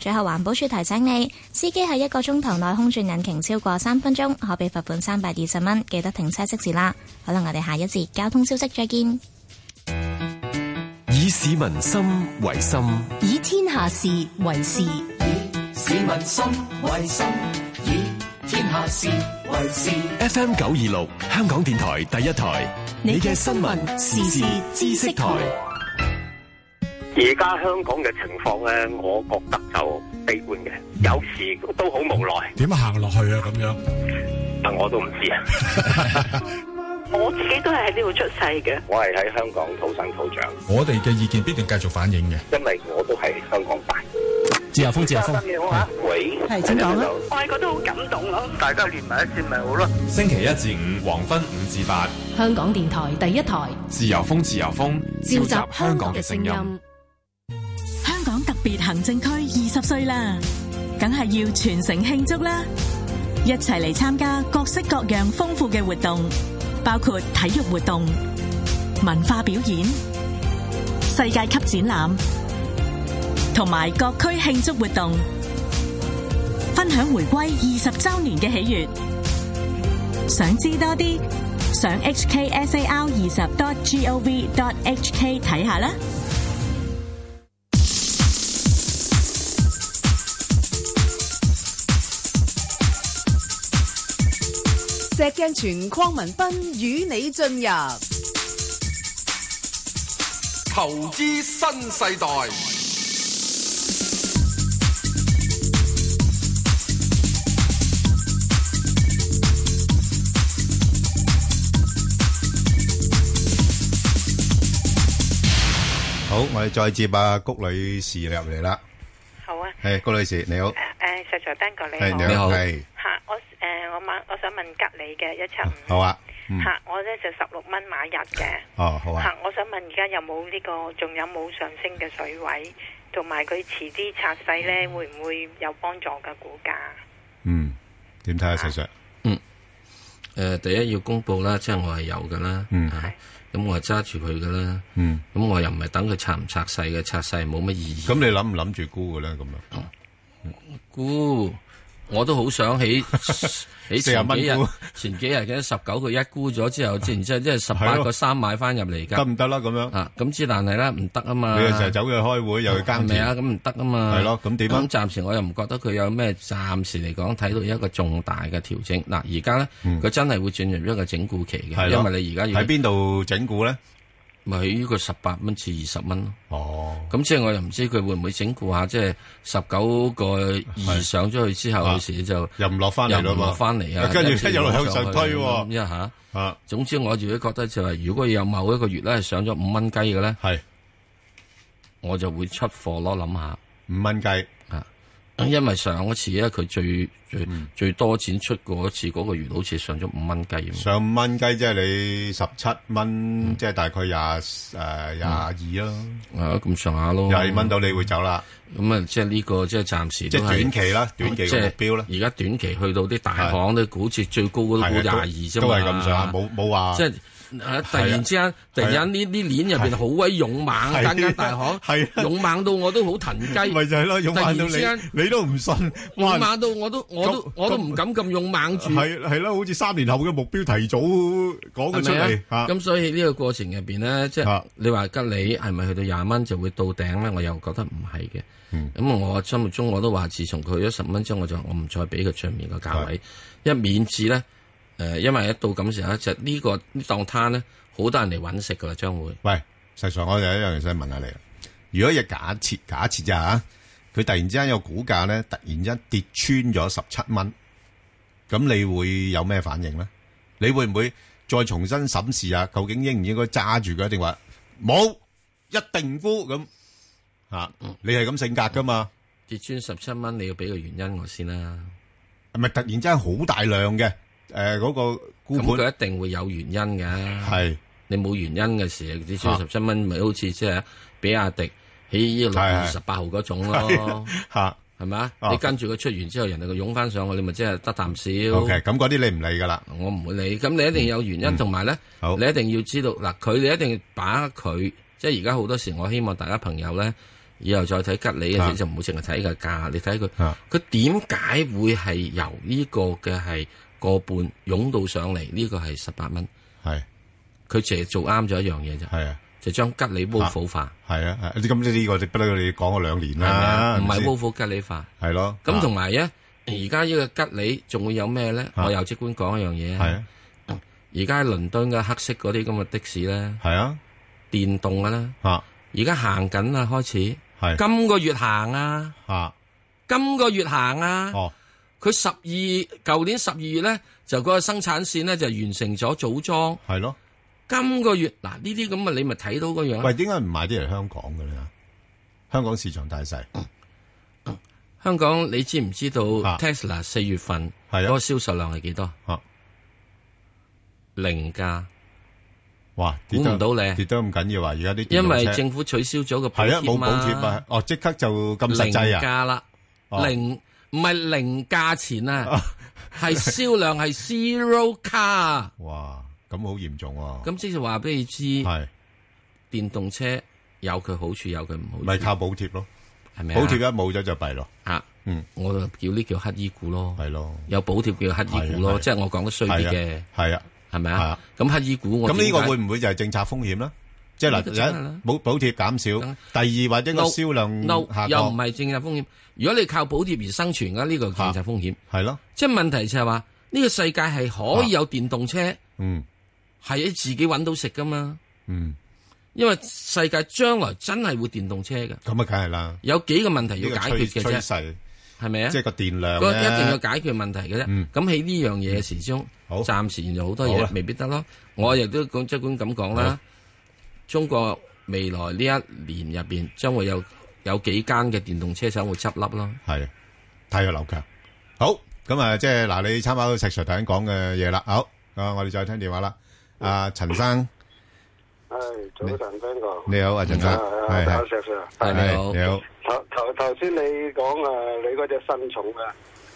[SPEAKER 13] 最後環保署提醒你，司機喺一個鐘頭內空轉引擎超過三分鐘，可被罰款三百二十蚊。記得停車熄匙啦。好啦，我哋下一節交通消息再見。
[SPEAKER 22] 以市民心為心，
[SPEAKER 23] 以天下事為事，
[SPEAKER 3] 市民心為心，以天下事為事。
[SPEAKER 22] FM 九二六，香港電台第一台，你嘅新聞時事知識台，
[SPEAKER 4] 而家香港嘅情況咧，我覺得就悲觀嘅，有時都好無奈，
[SPEAKER 5] 點行落去啊？咁樣
[SPEAKER 4] 但我都唔 知啊。
[SPEAKER 24] 我自己都係喺呢度出世嘅。
[SPEAKER 4] 我係喺香港土生土長，
[SPEAKER 5] 我哋嘅意見必定繼續反映嘅。
[SPEAKER 4] 因為我都係香港大。
[SPEAKER 5] 自由風，自由
[SPEAKER 4] 風。你好啊，喂，
[SPEAKER 5] 係請
[SPEAKER 14] 啊
[SPEAKER 5] 講啦啊
[SPEAKER 24] 我係覺得好感動咯。
[SPEAKER 4] 大家連埋一線咪好咯。
[SPEAKER 7] 星期一至五黃昏五至八，
[SPEAKER 23] 香港電台第一台，
[SPEAKER 7] 自由風自由風，
[SPEAKER 23] 召
[SPEAKER 7] 召
[SPEAKER 23] 集
[SPEAKER 7] 集
[SPEAKER 23] 香
[SPEAKER 7] 香
[SPEAKER 23] 港
[SPEAKER 7] 港
[SPEAKER 23] 嘅
[SPEAKER 7] 嘅聲
[SPEAKER 23] 聲音
[SPEAKER 7] 音。
[SPEAKER 25] 香港特別行政區二十歲啦，梗係要全城慶祝啦！一齊嚟參加各式各樣豐富嘅活動，包括體育活動、文化表演、世界級展覽，同埋各區慶祝活動，分享回歸二十周年嘅喜悅。想知多啲，上 hksar 二十 dot gov dot hk 睇下啦。
[SPEAKER 8] 石鏡泉邝文斌與你進入
[SPEAKER 9] 投資新世代，
[SPEAKER 10] 好，我哋再接啊谷女士入嚟啦。
[SPEAKER 26] 好
[SPEAKER 1] à.
[SPEAKER 26] 啊，
[SPEAKER 10] 係谷女士，你好。
[SPEAKER 26] 誒，石在丹哥你
[SPEAKER 10] 係
[SPEAKER 26] 好，
[SPEAKER 10] 你好係
[SPEAKER 26] 嚇我
[SPEAKER 1] à,
[SPEAKER 26] 誒，我問我想問吉利嘅一七五
[SPEAKER 10] 好啊。嗯。
[SPEAKER 26] 嚇，我咧就十六蚊買入嘅
[SPEAKER 10] 哦，好啊
[SPEAKER 26] 嚇。，我想問而家有冇呢個，仲有冇上升嘅水位，同埋佢遲啲拆細咧，會唔會有幫助嘅股價？
[SPEAKER 10] 嗯，點睇啊，石 Sir？
[SPEAKER 11] 嗯誒第一要公佈啦，即係我係有噶啦，啊咁我係揸住佢噶啦，
[SPEAKER 10] 嗯
[SPEAKER 11] 咁我又唔係等佢拆唔拆細嘅，拆細冇乜意義。
[SPEAKER 10] 咁你諗唔諗住沽嘅咧？咁啊樣
[SPEAKER 11] 沽，我都好 想起起前幾
[SPEAKER 10] 40
[SPEAKER 11] 日
[SPEAKER 10] 蚊沽
[SPEAKER 11] 前幾日嘅十九個一沽咗之後，之然之後即係十八個三買翻入嚟㗎，
[SPEAKER 10] 得唔得啦？咁樣
[SPEAKER 11] 啊，咁之但係咧唔得啊嘛，
[SPEAKER 10] 你又成日走去開會，又去耕
[SPEAKER 11] 係咪
[SPEAKER 10] 田
[SPEAKER 11] 啊？咁唔得啊嘛，
[SPEAKER 10] 係咯咁點啊
[SPEAKER 11] 咁暫時我又唔覺得佢有咩，暫時嚟講睇到一個重大嘅調整。嗱，而家咧佢真係會進入一個整固期嘅，
[SPEAKER 10] 嗯係咯
[SPEAKER 11] 因為你而家要
[SPEAKER 10] 喺邊度整固咧？
[SPEAKER 11] 咪喺呢個十八蚊至二十蚊咯。
[SPEAKER 10] 哦，
[SPEAKER 11] 咁即係我又唔知佢會唔會整固下，即係十九個二上咗去之後，有時就
[SPEAKER 10] 啊又唔落翻嚟
[SPEAKER 11] 又
[SPEAKER 10] 啦
[SPEAKER 11] 唔
[SPEAKER 10] 嘛
[SPEAKER 11] 落翻嚟啊，
[SPEAKER 10] 跟住一路
[SPEAKER 11] 落
[SPEAKER 10] 向
[SPEAKER 11] 上
[SPEAKER 10] 上
[SPEAKER 11] 去
[SPEAKER 10] 推喎
[SPEAKER 11] 咁一下。啊，總之我自己覺得就係，如果有某一個月咧係上咗五蚊雞嘅咧，
[SPEAKER 10] 係
[SPEAKER 11] 我就會出貨咯，諗下
[SPEAKER 10] 五蚊雞
[SPEAKER 11] 啊，因為上一次咧，佢最最、
[SPEAKER 10] 嗯
[SPEAKER 11] 最多錢出過一次嗰個月，好似上咗五蚊雞咁。
[SPEAKER 10] 上五蚊雞即係你十七蚊，即係大概廿誒廿二咯。
[SPEAKER 11] 啊，咁上下咯，
[SPEAKER 10] 廿二蚊到你會走啦。
[SPEAKER 11] 咁啊，即係呢個即係暫時
[SPEAKER 10] 即
[SPEAKER 11] 都係
[SPEAKER 10] 係短期啦短期嘅目標啦。
[SPEAKER 11] 即係而家短期去到啲大行咧，股市最高嗰都估
[SPEAKER 10] 係啊
[SPEAKER 11] 廿
[SPEAKER 10] 都
[SPEAKER 11] 二啫嘛，
[SPEAKER 10] 都係咁上下冇冇話
[SPEAKER 11] 即係。啊突然之間，突然
[SPEAKER 10] 係啊
[SPEAKER 11] 間呢啲鏈入邊好鬼勇猛，
[SPEAKER 10] 係啊
[SPEAKER 11] 間間大行
[SPEAKER 10] 係啊
[SPEAKER 11] 勇猛到我都好騰雞。
[SPEAKER 10] 咪就係咯，勇猛到
[SPEAKER 11] 突然之間
[SPEAKER 10] 你你都唔信，哇
[SPEAKER 11] 勇猛到我都我
[SPEAKER 10] 咁
[SPEAKER 11] 都我都唔敢咁勇猛住。
[SPEAKER 10] 係係咯，好似三年後嘅目標提早講咗出
[SPEAKER 11] 係咪
[SPEAKER 10] 嚟啊
[SPEAKER 11] 啊
[SPEAKER 10] 嚇。
[SPEAKER 11] 咁所以呢個過程入邊咧，即係你話吉利係咪去到廿蚊就會到頂咧？我又覺得唔係嘅。
[SPEAKER 10] 嗯
[SPEAKER 11] 咁我心目中我都話，自從佢去咗十蚊之後，我就話我唔再俾佢上面個價位，一免至咧誒，呃因為一到咁時候咧，就呢個呢檔攤咧，好多人嚟揾食噶啦，將會。
[SPEAKER 10] 喂，實上我有一樣嘢想問下你啦。如果亦假設假設啫嚇，佢突然之間有股價咧，突然之間跌穿咗十七蚊，咁你會有咩反應咧？你會唔會再重新審視下，究竟應唔應該揸住佢，定話冇一定唔沽咁嚇？你係咁性格噶嘛？
[SPEAKER 11] 嗯跌穿十七蚊，你要俾個原因我先啦。
[SPEAKER 10] 係咪突然之間好大量嘅誒嗰個沽
[SPEAKER 11] 咁
[SPEAKER 10] 盤
[SPEAKER 11] 佢一定會有原因嘅。
[SPEAKER 10] 係
[SPEAKER 11] 你冇原因嘅時候，跌穿
[SPEAKER 10] 啊
[SPEAKER 11] 十七蚊，咪好似即係比亞迪喺呢個六
[SPEAKER 10] 係
[SPEAKER 11] 月
[SPEAKER 10] 係
[SPEAKER 11] 二十八號嗰種
[SPEAKER 10] 係
[SPEAKER 11] 咯。
[SPEAKER 10] 嚇
[SPEAKER 11] 係咪啊？
[SPEAKER 10] 哦
[SPEAKER 11] 你跟住佢出完之後，人哋就湧翻上去，你咪即係得啖笑。
[SPEAKER 10] ？OK，咁嗰啲你唔理噶啦，嗯
[SPEAKER 11] 我唔會理。咁你一定有原因，同埋咧，你一定要知道嗱，佢你一定要把握佢。即係而家好多時，我希望大家朋友咧，以後再睇吉利嘅
[SPEAKER 6] 啊
[SPEAKER 11] 時就唔好淨係睇個價，你睇佢，佢點解會係由呢個嘅係個半湧到上嚟？呢個係十八蚊，
[SPEAKER 10] 係
[SPEAKER 11] 佢淨係做啱咗一樣嘢啫，
[SPEAKER 10] 係啊，
[SPEAKER 11] 就將吉利 v o 化，
[SPEAKER 10] 係啊，係咁呢個你不嬲你講咗兩年
[SPEAKER 11] 係咪啊
[SPEAKER 10] 啦，
[SPEAKER 11] 唔係
[SPEAKER 10] 咪
[SPEAKER 11] v
[SPEAKER 10] 先
[SPEAKER 11] o 吉利化。
[SPEAKER 10] 係咯，
[SPEAKER 11] 咁同埋咧，而家呢個吉利仲會有咩咧？
[SPEAKER 10] 啊
[SPEAKER 11] 我又即管講一樣嘢啊。而家喺倫敦嘅黑色嗰啲咁嘅的士咧，
[SPEAKER 10] 係啊，
[SPEAKER 11] 電動嘅啦。
[SPEAKER 10] 啊，
[SPEAKER 11] 而家行緊啦，開始。
[SPEAKER 10] 係
[SPEAKER 11] 今個月行啊。
[SPEAKER 10] 啊，
[SPEAKER 11] 今個月行啊。
[SPEAKER 10] 哦。
[SPEAKER 11] 佢十二舊年十二月咧，就嗰個生產線咧就完成咗組裝。
[SPEAKER 10] 係咯。
[SPEAKER 11] 今個月嗱呢啲咁嘅你咪睇到嗰樣。啊
[SPEAKER 10] 喂，點解唔買啲嚟香港嘅咧？香港市場大細，
[SPEAKER 11] 哦香港你知唔知道
[SPEAKER 10] 啊
[SPEAKER 11] Tesla 四月份嗰個銷售量係幾多？零價，
[SPEAKER 10] 哇，
[SPEAKER 11] 估唔到咧，
[SPEAKER 10] 跌得咁緊要啊！而家啲電
[SPEAKER 11] 因
[SPEAKER 10] 動
[SPEAKER 11] 為
[SPEAKER 10] 車
[SPEAKER 11] 政府取消咗個補
[SPEAKER 10] 係啊，
[SPEAKER 11] 貼
[SPEAKER 10] 冇
[SPEAKER 11] 嘛
[SPEAKER 10] 補貼啊，哦，即刻就咁實
[SPEAKER 11] 零
[SPEAKER 10] 際啊，
[SPEAKER 11] 價啦，
[SPEAKER 10] 哦
[SPEAKER 11] 零唔係零價錢 啊，係銷量係 zero car。
[SPEAKER 10] 哇，咁好嚴重喎，
[SPEAKER 11] 咁即係話俾你知，電動車有佢好處，有佢唔好處。
[SPEAKER 10] 咪靠補貼咯，
[SPEAKER 11] 係咪啊
[SPEAKER 10] 補貼一冇咗就弊咯，
[SPEAKER 11] 啊，
[SPEAKER 10] 嗯，
[SPEAKER 11] 我就叫呢叫乞衣股咯，
[SPEAKER 10] 係咯，
[SPEAKER 11] 有補貼叫乞衣股
[SPEAKER 10] 係啊係啊
[SPEAKER 11] 咯，即係我講得衰啲嘅，
[SPEAKER 10] 係啊，
[SPEAKER 11] 係咪
[SPEAKER 10] 係啊
[SPEAKER 11] 啊？咁乞衣股我
[SPEAKER 10] 咁呢
[SPEAKER 11] 點解
[SPEAKER 10] 個會唔會就係政策風險咧？即係
[SPEAKER 11] 呢個真係
[SPEAKER 10] 嗱
[SPEAKER 11] 啦，
[SPEAKER 10] 一補補貼減少，第二或者個
[SPEAKER 11] No，
[SPEAKER 10] 銷量
[SPEAKER 11] no，
[SPEAKER 10] 下
[SPEAKER 11] 又唔
[SPEAKER 10] 降，
[SPEAKER 11] 係政策風險。如果你靠補貼而生存嘅呢個政策風險，
[SPEAKER 10] 係咯，
[SPEAKER 11] 即係問題就係話呢個世界係可以有電動車，
[SPEAKER 10] 嗯
[SPEAKER 11] 係自己揾到食噶嘛。
[SPEAKER 10] 嗯，
[SPEAKER 11] 因為世界將來真係會電動車嘅，
[SPEAKER 10] 咁啊，梗係啦，
[SPEAKER 11] 有幾個問題
[SPEAKER 10] 呢個
[SPEAKER 11] 要解
[SPEAKER 10] 趨
[SPEAKER 11] 決嘅
[SPEAKER 10] 趨
[SPEAKER 11] 啫，
[SPEAKER 10] 勢
[SPEAKER 11] 係咪啊？
[SPEAKER 10] 即係個電量
[SPEAKER 11] 嗰
[SPEAKER 10] 咧
[SPEAKER 11] 一定要解決問題嘅啫。咁喺呢樣嘢時鐘，暫時現在好多
[SPEAKER 10] 嗯好啦
[SPEAKER 11] 嘢未必得咯。我亦都講即管咁講啦
[SPEAKER 10] 好，
[SPEAKER 11] 中國未來呢一年入邊將會有有幾間嘅電動車廠會執笠咯。
[SPEAKER 10] 係太弱流強。好，咁啊，即係嗱，你參考石 Sir 頭先講嘅嘢啦。好，啊，我哋再聽電話啦。阿陳生，
[SPEAKER 12] 唉，早晨，Ben 哥，
[SPEAKER 10] 你好，阿陳生，
[SPEAKER 12] 係係石 Sir，
[SPEAKER 10] 係你好，
[SPEAKER 12] 頭頭頭先你講啊，你嗰只新寵啊，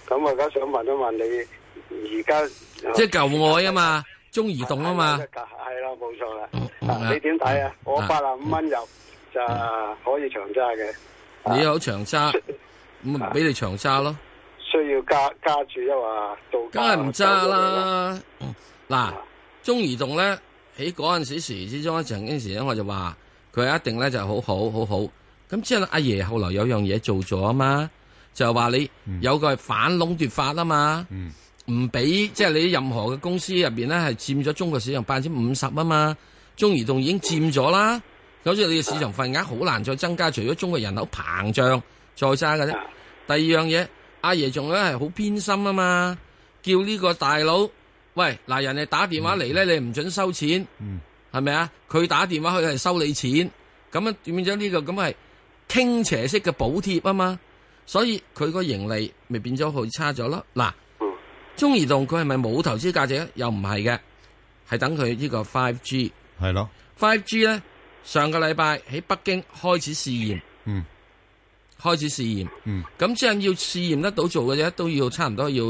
[SPEAKER 12] 咁我而家想問一問你，而家
[SPEAKER 11] 即係舊愛啊嘛，中移動啊嘛，
[SPEAKER 12] 係啦，冇錯啦，
[SPEAKER 11] 嗯
[SPEAKER 12] 啊你點睇啊？我
[SPEAKER 11] 啊
[SPEAKER 12] 八啊五蚊入就可以長揸嘅，
[SPEAKER 11] 你有長揸，咁咪俾你長揸咯。
[SPEAKER 12] 需要加加注一話到
[SPEAKER 11] 梗係唔揸啦。嗯嗱，中移動咧喺嗰陣時時之中，曾經時咧我就話佢一定咧就好好好好。咁之後呢阿爺後來有樣嘢做咗啊嘛，就係話你有個係反壟斷法啊嘛，唔俾即係你任何嘅公司入邊咧係佔咗中國市場百分之五十啊嘛，中移動已經佔咗啦。好似你嘅市場份額好難再增加，除咗中國人口膨脹再揸嘅啫。第二樣嘢，阿爺仲咧係好偏心啊嘛，叫呢個大佬，喂嗱，人哋打電話嚟咧，你唔准收錢，係咪啊？佢打電話去係收你錢，咁樣變咗呢個咁係傾斜式嘅補貼啊嘛。所以佢個盈利咪變咗佢差咗咯。嗱，中移動佢係咪冇投資價值咧？啊又唔係嘅，係等佢呢個 Five G
[SPEAKER 10] 係咯。
[SPEAKER 11] Five G 咧，上個禮拜喺北京開始試驗，
[SPEAKER 10] 嗯，
[SPEAKER 11] 開始試驗，
[SPEAKER 10] 嗯，
[SPEAKER 11] 咁即係要試驗得到做嘅啫，都要差唔多要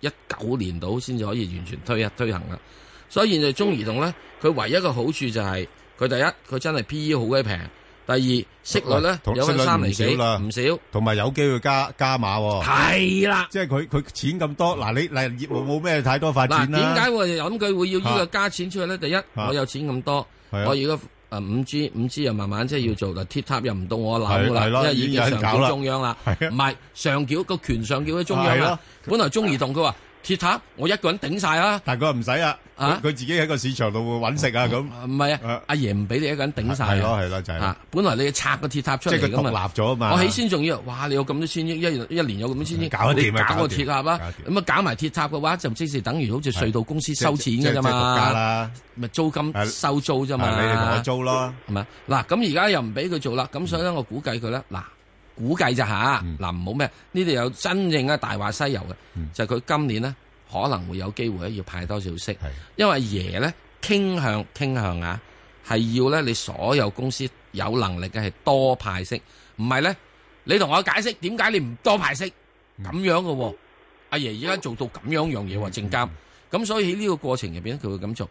[SPEAKER 11] 一九年到先至可以完全推一推行啦。所以現在中移動咧，佢唯一嘅好處就係、佢第一，佢真係 P E 好鬼平；第二，息率咧
[SPEAKER 10] 同
[SPEAKER 11] 有
[SPEAKER 10] 哦息率
[SPEAKER 11] 緊三
[SPEAKER 10] 唔
[SPEAKER 11] 厘幾，
[SPEAKER 10] 少啦
[SPEAKER 11] 唔少。
[SPEAKER 10] 同埋有機會加加碼喎。
[SPEAKER 11] 係啦，
[SPEAKER 10] 即係佢佢錢咁多，嗱你嗱業務冇咩太多發
[SPEAKER 11] 嗱，
[SPEAKER 10] 展啦。
[SPEAKER 11] 點解我哋諗佢會要呢個
[SPEAKER 10] 啊
[SPEAKER 11] 加錢出去咧？第一，我有錢咁多，
[SPEAKER 10] 係啊
[SPEAKER 11] 我如果誒五 G 五 G 又慢慢即係要做嗱，鐵塔又唔到我
[SPEAKER 10] 係
[SPEAKER 11] 諗啦，
[SPEAKER 10] 係
[SPEAKER 11] 因
[SPEAKER 10] 咯
[SPEAKER 11] 為已
[SPEAKER 10] 已經
[SPEAKER 11] 經
[SPEAKER 10] 有人
[SPEAKER 11] 上
[SPEAKER 10] 搞
[SPEAKER 11] 繳
[SPEAKER 10] 啦啊
[SPEAKER 11] 中央啦，唔係上繳個權上繳喺中央
[SPEAKER 10] 係
[SPEAKER 11] 啦
[SPEAKER 10] 咯。
[SPEAKER 11] 本來中移動佢話鐵塔我一個人頂晒啦，
[SPEAKER 10] 但係佢唔使啊，佢
[SPEAKER 11] 啊
[SPEAKER 10] 佢自己喺個市場度會揾食啊咁。
[SPEAKER 11] 唔係啊，阿爺唔俾你一個人頂晒啊。
[SPEAKER 10] 係咯係咯就係咯
[SPEAKER 11] 啊本來你要拆個鐵塔出嚟
[SPEAKER 10] 即係佢
[SPEAKER 11] 㗎
[SPEAKER 10] 獨
[SPEAKER 11] 嘛
[SPEAKER 10] 立咗啊嘛
[SPEAKER 11] 我起先仲要，哇！你有咁多千億，一年一年有咁多千億，
[SPEAKER 10] 搞得掂啊
[SPEAKER 11] 你搞個
[SPEAKER 10] 搞得掂
[SPEAKER 11] 鐵塔啦，咁啊搞埋鐵塔嘅話，就即是等於好似隧道公司收錢㗎啫
[SPEAKER 10] 即係即係國家
[SPEAKER 11] 嘛。
[SPEAKER 10] 啦，
[SPEAKER 11] 咪租金收租啫嘛。
[SPEAKER 10] 係你哋我租咯，
[SPEAKER 11] 係咪？嗱，咁而家又唔俾佢做啦，咁所以咧，我估計佢咧，嗱，估計咋吓，嗱唔好咩？呢度有真正嘅大話西遊嘅，就係佢今年呢可能會有機會咧要派多少息，因為爺咧傾向傾向啊，係要咧你所有公司有能力嘅係多派息，唔係咧你同我解釋點解你唔多派息咁樣嘅喎。阿爺而家做到咁樣樣嘢喎，證監。咁所以喺呢個過程入邊，佢會咁做。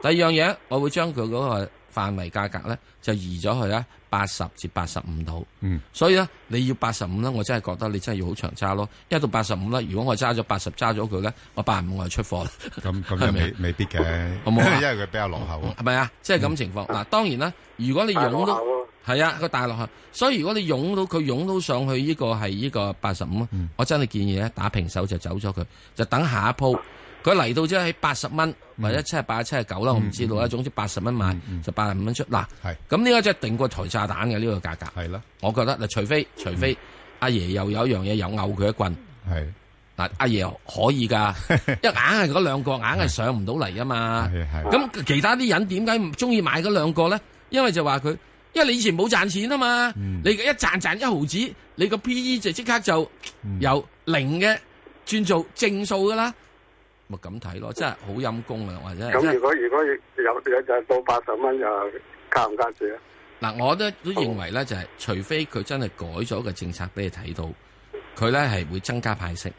[SPEAKER 11] 第二樣嘢，我會將佢嗰個範圍價格咧，就移咗去咧八十至八十五度。
[SPEAKER 10] 嗯，
[SPEAKER 11] 所以咧，你要八十五咧，我真係覺得你真係要好長揸咯。一到八十五咧，如果我揸咗八十揸咗佢咧，我八十五我就出貨啦。
[SPEAKER 10] 咁咁
[SPEAKER 11] 係
[SPEAKER 10] 又
[SPEAKER 11] 咪
[SPEAKER 10] 未未必嘅，
[SPEAKER 11] 好冇啊
[SPEAKER 10] 因為佢比較落 後啊。嗯
[SPEAKER 11] 係咪啊？即係咁情況。嗱，當然啦，如果你
[SPEAKER 10] 大
[SPEAKER 11] 湧
[SPEAKER 10] 落
[SPEAKER 11] 到
[SPEAKER 10] 後
[SPEAKER 11] 係啊個大落後，所以如果你湧到佢湧到上去呢個係呢個八十五，
[SPEAKER 10] 嗯
[SPEAKER 11] 我真係建議咧打平手就走咗佢，就等下一鋪。佢嚟到即係八十蚊
[SPEAKER 10] 嗯
[SPEAKER 11] 或者七十八、七十九啦，我唔知道啦。總之八十蚊買就八十五蚊出嗱。咁呢個即係定過台炸彈嘅呢個價格。
[SPEAKER 10] 係啦，
[SPEAKER 11] 我覺得嗱，除非除非阿爺又有一樣嘢又摳佢一棍。
[SPEAKER 10] 係
[SPEAKER 11] 嗱，阿爺可以㗎，因為硬係嗰兩個硬係上唔到嚟啊嘛。咁其他啲人點解唔中意買嗰兩個咧？因為就話佢，因為你以前冇賺錢啊嘛，你一賺賺一毫子，你個 P E 就即刻就由零嘅轉做正數㗎啦。咪咁睇咯，真係好陰功啊！或者
[SPEAKER 12] 咁如果如果有有就到八十蚊又加唔加啊住咧？
[SPEAKER 11] 嗱，我都都認為咧，就係、除非佢真係改咗個政策俾你睇到，佢咧係會增加派息。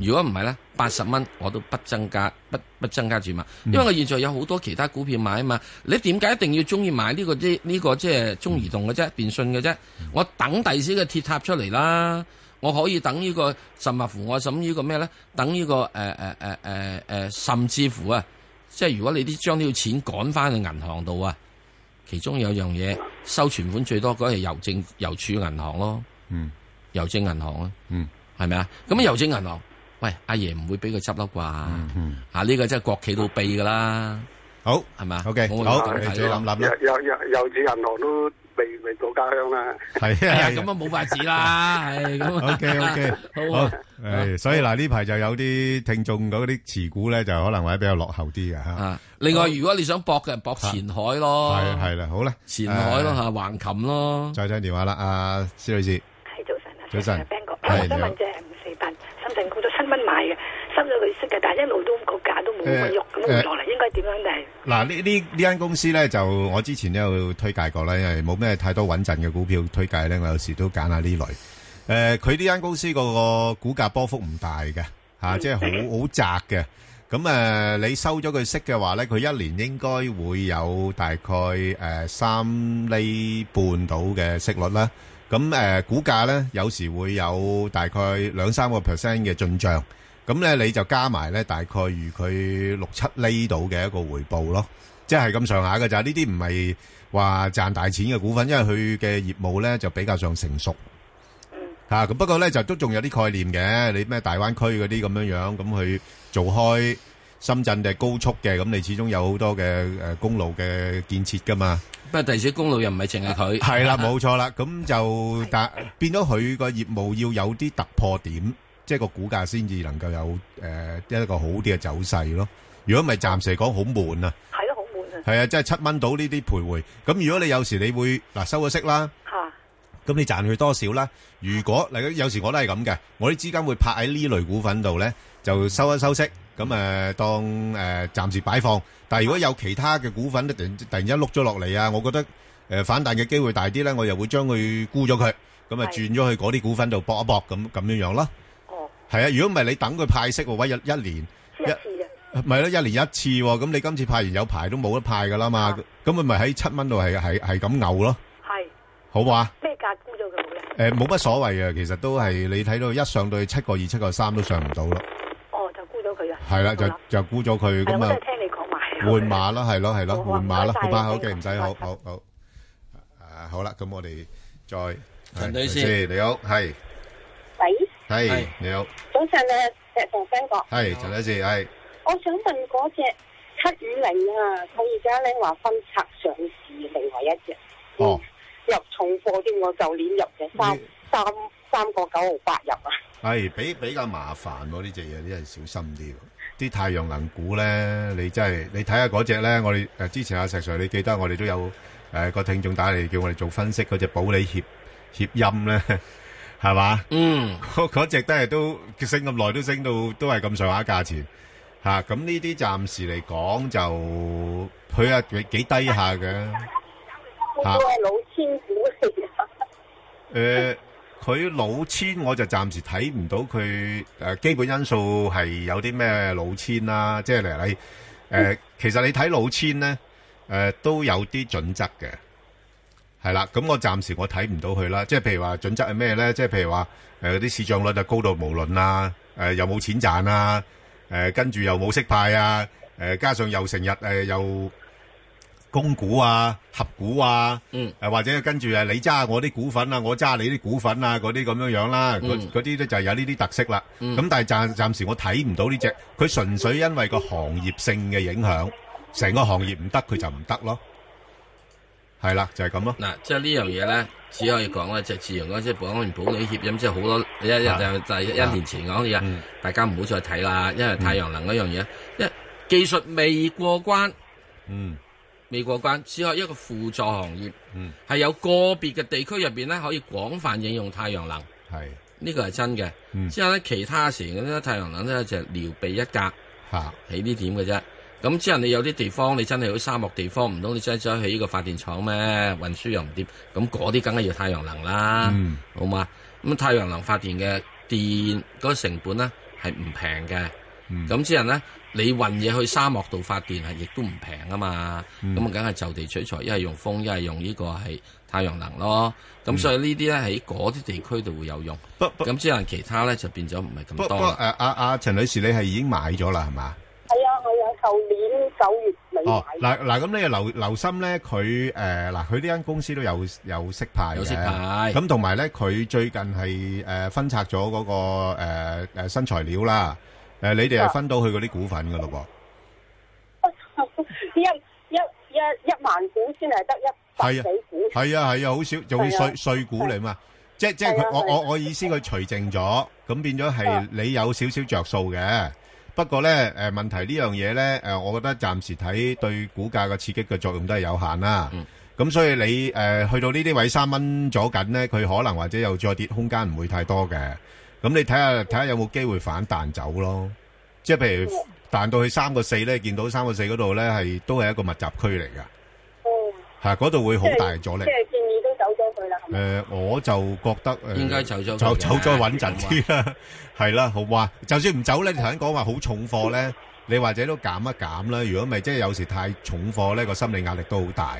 [SPEAKER 11] 如果唔係咧，八十蚊我都不增加，不不增加住嘛。因為我現在有好多其他股票買啊嘛，你點解一定要中意買呢、個啲呢、個即係中移動嘅啫，電信嘅啫？我等第時嘅鐵塔出嚟啦，我可以等呢、個甚或乎我諗呢個咩咧？等呢、個誒誒誒誒誒，甚至乎啊，即係如果你啲將呢個錢趕翻去銀行度啊！其中有樣嘢收存款最多嗰係郵政郵儲銀行咯，
[SPEAKER 10] 嗯，
[SPEAKER 11] 郵政銀行咯，
[SPEAKER 10] 嗯，
[SPEAKER 11] 係咪啊？咁郵政銀行，喂，阿爺唔會俾佢執笠啩？
[SPEAKER 10] 嗯
[SPEAKER 11] 啊，呢個真係國企到痹噶啦，
[SPEAKER 10] 好
[SPEAKER 11] 係咪啊
[SPEAKER 10] ，OK，
[SPEAKER 11] 我會
[SPEAKER 10] 好
[SPEAKER 11] 咁睇咯
[SPEAKER 10] 你自己諗諗啦。
[SPEAKER 12] 有有有子銀行都未未到家鄉啦。
[SPEAKER 10] 係
[SPEAKER 11] 哎
[SPEAKER 10] 啊，
[SPEAKER 11] 呀咁啊冇法子 啦，唉咁啊
[SPEAKER 10] OK OK，
[SPEAKER 11] 好
[SPEAKER 10] 好
[SPEAKER 11] 啊，
[SPEAKER 10] 誒，所以嗱呢排就有啲聽眾嗰啲持股咧，就可能或者比較落後啲嘅嚇。
[SPEAKER 11] 另外，如果你想搏嘅，搏
[SPEAKER 10] 啊
[SPEAKER 11] 前海咯，
[SPEAKER 10] 係係啦，好啦，
[SPEAKER 11] 前海咯嚇，橫琴咯。
[SPEAKER 10] 再聽電話啦，阿施女士，
[SPEAKER 6] 係早晨啊，
[SPEAKER 10] 早晨
[SPEAKER 6] ，Ben 哥，
[SPEAKER 10] 係
[SPEAKER 6] 我想
[SPEAKER 10] 你好
[SPEAKER 6] 問隻五四八深圳股都新蚊買嘅，收咗佢息嘅，但係一路都個價都冇乜喐，咁
[SPEAKER 10] 誒
[SPEAKER 6] 落嚟應該點樣定？
[SPEAKER 10] 嗱呢呢呢間公司咧，就我之前都有推介過啦，因為冇咩太多穩陣嘅股票推介咧，我有時都揀下呢類。誒、佢呢間公司嗰個股價波幅唔大嘅，嚇、即係好好窄嘅。咁誒、呃你收咗佢息嘅話咧，佢一年應該會有大概誒三厘半到嘅息率啦。咁誒、呃股價咧有時會有大概兩三個 percent 嘅進帳。咁咧你就加埋咧，大概預佢六七厘度嘅一個回報咯，即係咁上下嘅咋。呢啲唔係話賺大錢嘅股份，因為佢嘅業務咧就比較上成熟。吓咁、不過咧就都仲有啲概念嘅，你咩大灣區嗰啲咁樣樣，咁佢做開深圳嘅高速嘅，咁你始終有好多嘅誒公路嘅建設噶嘛。
[SPEAKER 11] 不過第時公路又唔係淨係佢，啊
[SPEAKER 10] 係啦，冇錯啦。咁就但變咗佢個業務要有啲突破點，即係個股價先至能夠有誒一個好啲嘅走勢咯。如果唔係，暫時嚟講好悶啊。
[SPEAKER 6] 係咯，好悶啊！
[SPEAKER 10] 係啊，即係七蚊到呢啲徘徊。咁如果你有時你會嗱收咗息啦，咁你賺佢多少啦？如果嗱，有時我都係咁嘅，我啲資金會拍喺呢類股份度咧，就收一收息，咁誒、呃、當誒、呃、暫時擺放。但係如果有其他嘅股份咧，突然突然間碌咗落嚟啊，我覺得誒、呃反彈嘅機會大啲咧，我又會將佢沽咗佢，咁啊轉咗去嗰啲股份度搏一搏咁咁樣樣咯。
[SPEAKER 6] 哦，
[SPEAKER 10] 係啊，如果唔係你等佢派息喎，喂一一年
[SPEAKER 6] 一次啊，
[SPEAKER 10] 咪咯，一年一次喎，咁你今次派完有排都冇得派噶啦嘛，咁咪咪喺七蚊度係係係咁牛咯，
[SPEAKER 6] 係
[SPEAKER 10] 好唔好啊？
[SPEAKER 6] 咩價沽咗佢好咧？
[SPEAKER 10] 誒冇乜所謂嘅，其實都係你睇到一上到去七個二、七個三都上唔到咯，
[SPEAKER 6] 哦，就沽咗佢啊。
[SPEAKER 10] 係啦，就
[SPEAKER 6] 好
[SPEAKER 10] 就沽咗
[SPEAKER 6] 係
[SPEAKER 10] 佢咁
[SPEAKER 6] 我
[SPEAKER 10] 啊
[SPEAKER 6] 都係，聽你講埋。
[SPEAKER 10] 換馬啦，係咯係咯，
[SPEAKER 6] 好啊
[SPEAKER 10] 換馬啦，
[SPEAKER 6] 唔該晒
[SPEAKER 10] 好吧
[SPEAKER 6] 你
[SPEAKER 10] ，OK，唔使，好
[SPEAKER 6] 唔該
[SPEAKER 10] 好好，啊好啦，咁我哋再
[SPEAKER 11] 陳女
[SPEAKER 10] 係
[SPEAKER 11] 士
[SPEAKER 10] 你好，係
[SPEAKER 14] 喂，
[SPEAKER 10] 係你好，
[SPEAKER 14] 早晨啊，石房生哥，
[SPEAKER 10] 係陳女士，係
[SPEAKER 14] 我想問嗰只七五零啊，佢而家咧話分拆上市另外一隻
[SPEAKER 10] 哦。
[SPEAKER 14] 入重貨添，我舊年入嘅
[SPEAKER 10] 嗯
[SPEAKER 14] 三三三個九毫八入啊，
[SPEAKER 10] 系比比較麻煩喎，呢只嘢呢係小心啲喎。啲太陽能股咧，你真係你睇下嗰只咧，我哋誒之前阿石 Sir，你記得我哋都有誒個、聽眾打嚟叫我哋做分析嗰只保利協協音咧， 係嘛？
[SPEAKER 11] 嗯，
[SPEAKER 10] 嗰嗰只都係都升咁耐，都升到都係咁上下價錢嚇。咁呢啲暫時嚟講就佢啊幾幾低下嘅。
[SPEAKER 14] 我
[SPEAKER 10] 啊
[SPEAKER 14] 都係老千股嚟啊，
[SPEAKER 10] 誒，呃佢、老千我就暫時睇唔到佢誒、基本因素係有啲咩老千啦、即係嚟嚟誒，其實你睇老千咧誒、都有啲準則嘅，係啦。咁我暫時我睇唔到佢啦，即係譬如話準則係咩咧？即係譬如話誒啲市漲率就高到無論啦，誒、又冇錢賺啊，誒、跟住又冇息派啊，誒、加上又成日誒又。供股啊、合股啊，
[SPEAKER 11] 嗯
[SPEAKER 10] 誒或者跟住誒你揸我啲股份啊，我揸你啲股份啊，嗰啲咁樣樣啦，嗰
[SPEAKER 11] 嗯
[SPEAKER 10] 嗰啲咧就係有呢啲特色啦。
[SPEAKER 11] 嗯
[SPEAKER 10] 咁但係暫暫時我睇唔到呢只，佢純粹因為個行業性嘅影響，成個行業唔得佢就唔得咯。係啦，就係咁咯。
[SPEAKER 11] 嗱，即係呢樣嘢咧，只可以講咧，就自從嗰只保安保理協議，即係好多一日就就係一
[SPEAKER 10] 啊嗯
[SPEAKER 11] 年前講嘅嘢，大家唔好再睇啦，因為太陽能嗰樣嘢，因為技術未過關，
[SPEAKER 10] 嗯，
[SPEAKER 11] 未過關，只可以一個輔助行業，
[SPEAKER 10] 嗯，
[SPEAKER 11] 係有個別嘅地區入邊咧可以廣泛應用太陽能，
[SPEAKER 10] 係嗯
[SPEAKER 11] 呢個係真嘅。之後咧，其他時嗰啲太陽能咧就撩鼻一格。
[SPEAKER 10] 嚇
[SPEAKER 11] 起呢點嘅啫。咁之後你有啲地方你真係去沙漠地方，唔通你真係想起呢個發電廠咩？運輸又唔掂，咁嗰啲梗係要太陽能啦，
[SPEAKER 10] 嗯
[SPEAKER 11] 好嘛？咁太陽能發電嘅電嗰、個成本咧係唔平嘅。
[SPEAKER 10] 嗯
[SPEAKER 11] 咁、之後咧，你運嘢去沙漠度發電係亦都唔平啊嘛。
[SPEAKER 15] 嗯
[SPEAKER 11] 咁啊，梗係就地取材，一係用風，一係用呢個係太陽能咯。
[SPEAKER 10] 嗯
[SPEAKER 11] 咁所以呢啲咧喺嗰啲地區度會有用。咁之後其他咧就變咗唔係
[SPEAKER 10] 不
[SPEAKER 11] 咁
[SPEAKER 10] 不
[SPEAKER 11] 多
[SPEAKER 10] 過
[SPEAKER 11] 啦
[SPEAKER 10] 誒。阿阿陳女士，你係已經買咗啦，係嘛？
[SPEAKER 14] 係啊，我有舊年九月尾
[SPEAKER 10] 哦，
[SPEAKER 14] 買，
[SPEAKER 10] 嗱嗱，咁你留留心咧，佢誒嗱，佢呢間公司都有有息派嘅
[SPEAKER 11] 有息派
[SPEAKER 10] 咁同埋咧，佢最近係誒分拆咗嗰個誒誒新材料啦，誒你哋係分到佢嗰啲股份噶咯噃。
[SPEAKER 14] 一一一一萬股先係得一百
[SPEAKER 10] 係啊
[SPEAKER 14] 幾股，，
[SPEAKER 10] 係啊，係啊，好少，仲要
[SPEAKER 14] 係啊
[SPEAKER 10] 碎碎股嚟嘛。即即係
[SPEAKER 14] 係
[SPEAKER 10] 佢
[SPEAKER 14] 啊
[SPEAKER 10] 我
[SPEAKER 14] 係啊啊
[SPEAKER 10] 我我意思，佢除淨咗，咁變咗係你有少少着數嘅。不過咧，誒問題呢樣嘢咧，誒我覺得暫時睇對股價嘅刺激嘅作用都係有限啦。咁所以你誒去到呢啲位三蚊左緊咧，佢可能或者又再跌空間唔會太多嘅。咁你睇下睇下有冇機會反彈走咯。即係譬
[SPEAKER 14] 嗯
[SPEAKER 10] 如彈到去三個四咧，見到三個四嗰度咧係都係一個密集區嚟㗎。係嗰度會好大阻力
[SPEAKER 14] 即。係建議都走咗佢啦，
[SPEAKER 10] 誒、
[SPEAKER 14] 係咪？
[SPEAKER 10] 我就覺得誒，
[SPEAKER 11] 應該走咗佢
[SPEAKER 10] 走
[SPEAKER 11] 嘅
[SPEAKER 10] 走咗穩陣啲啦， 係啦，好嘛？就算唔走咧，你頭先講話好重貨咧，你或者都減一減啦。如果唔係，即係有時太重貨咧，個心理壓力都好大。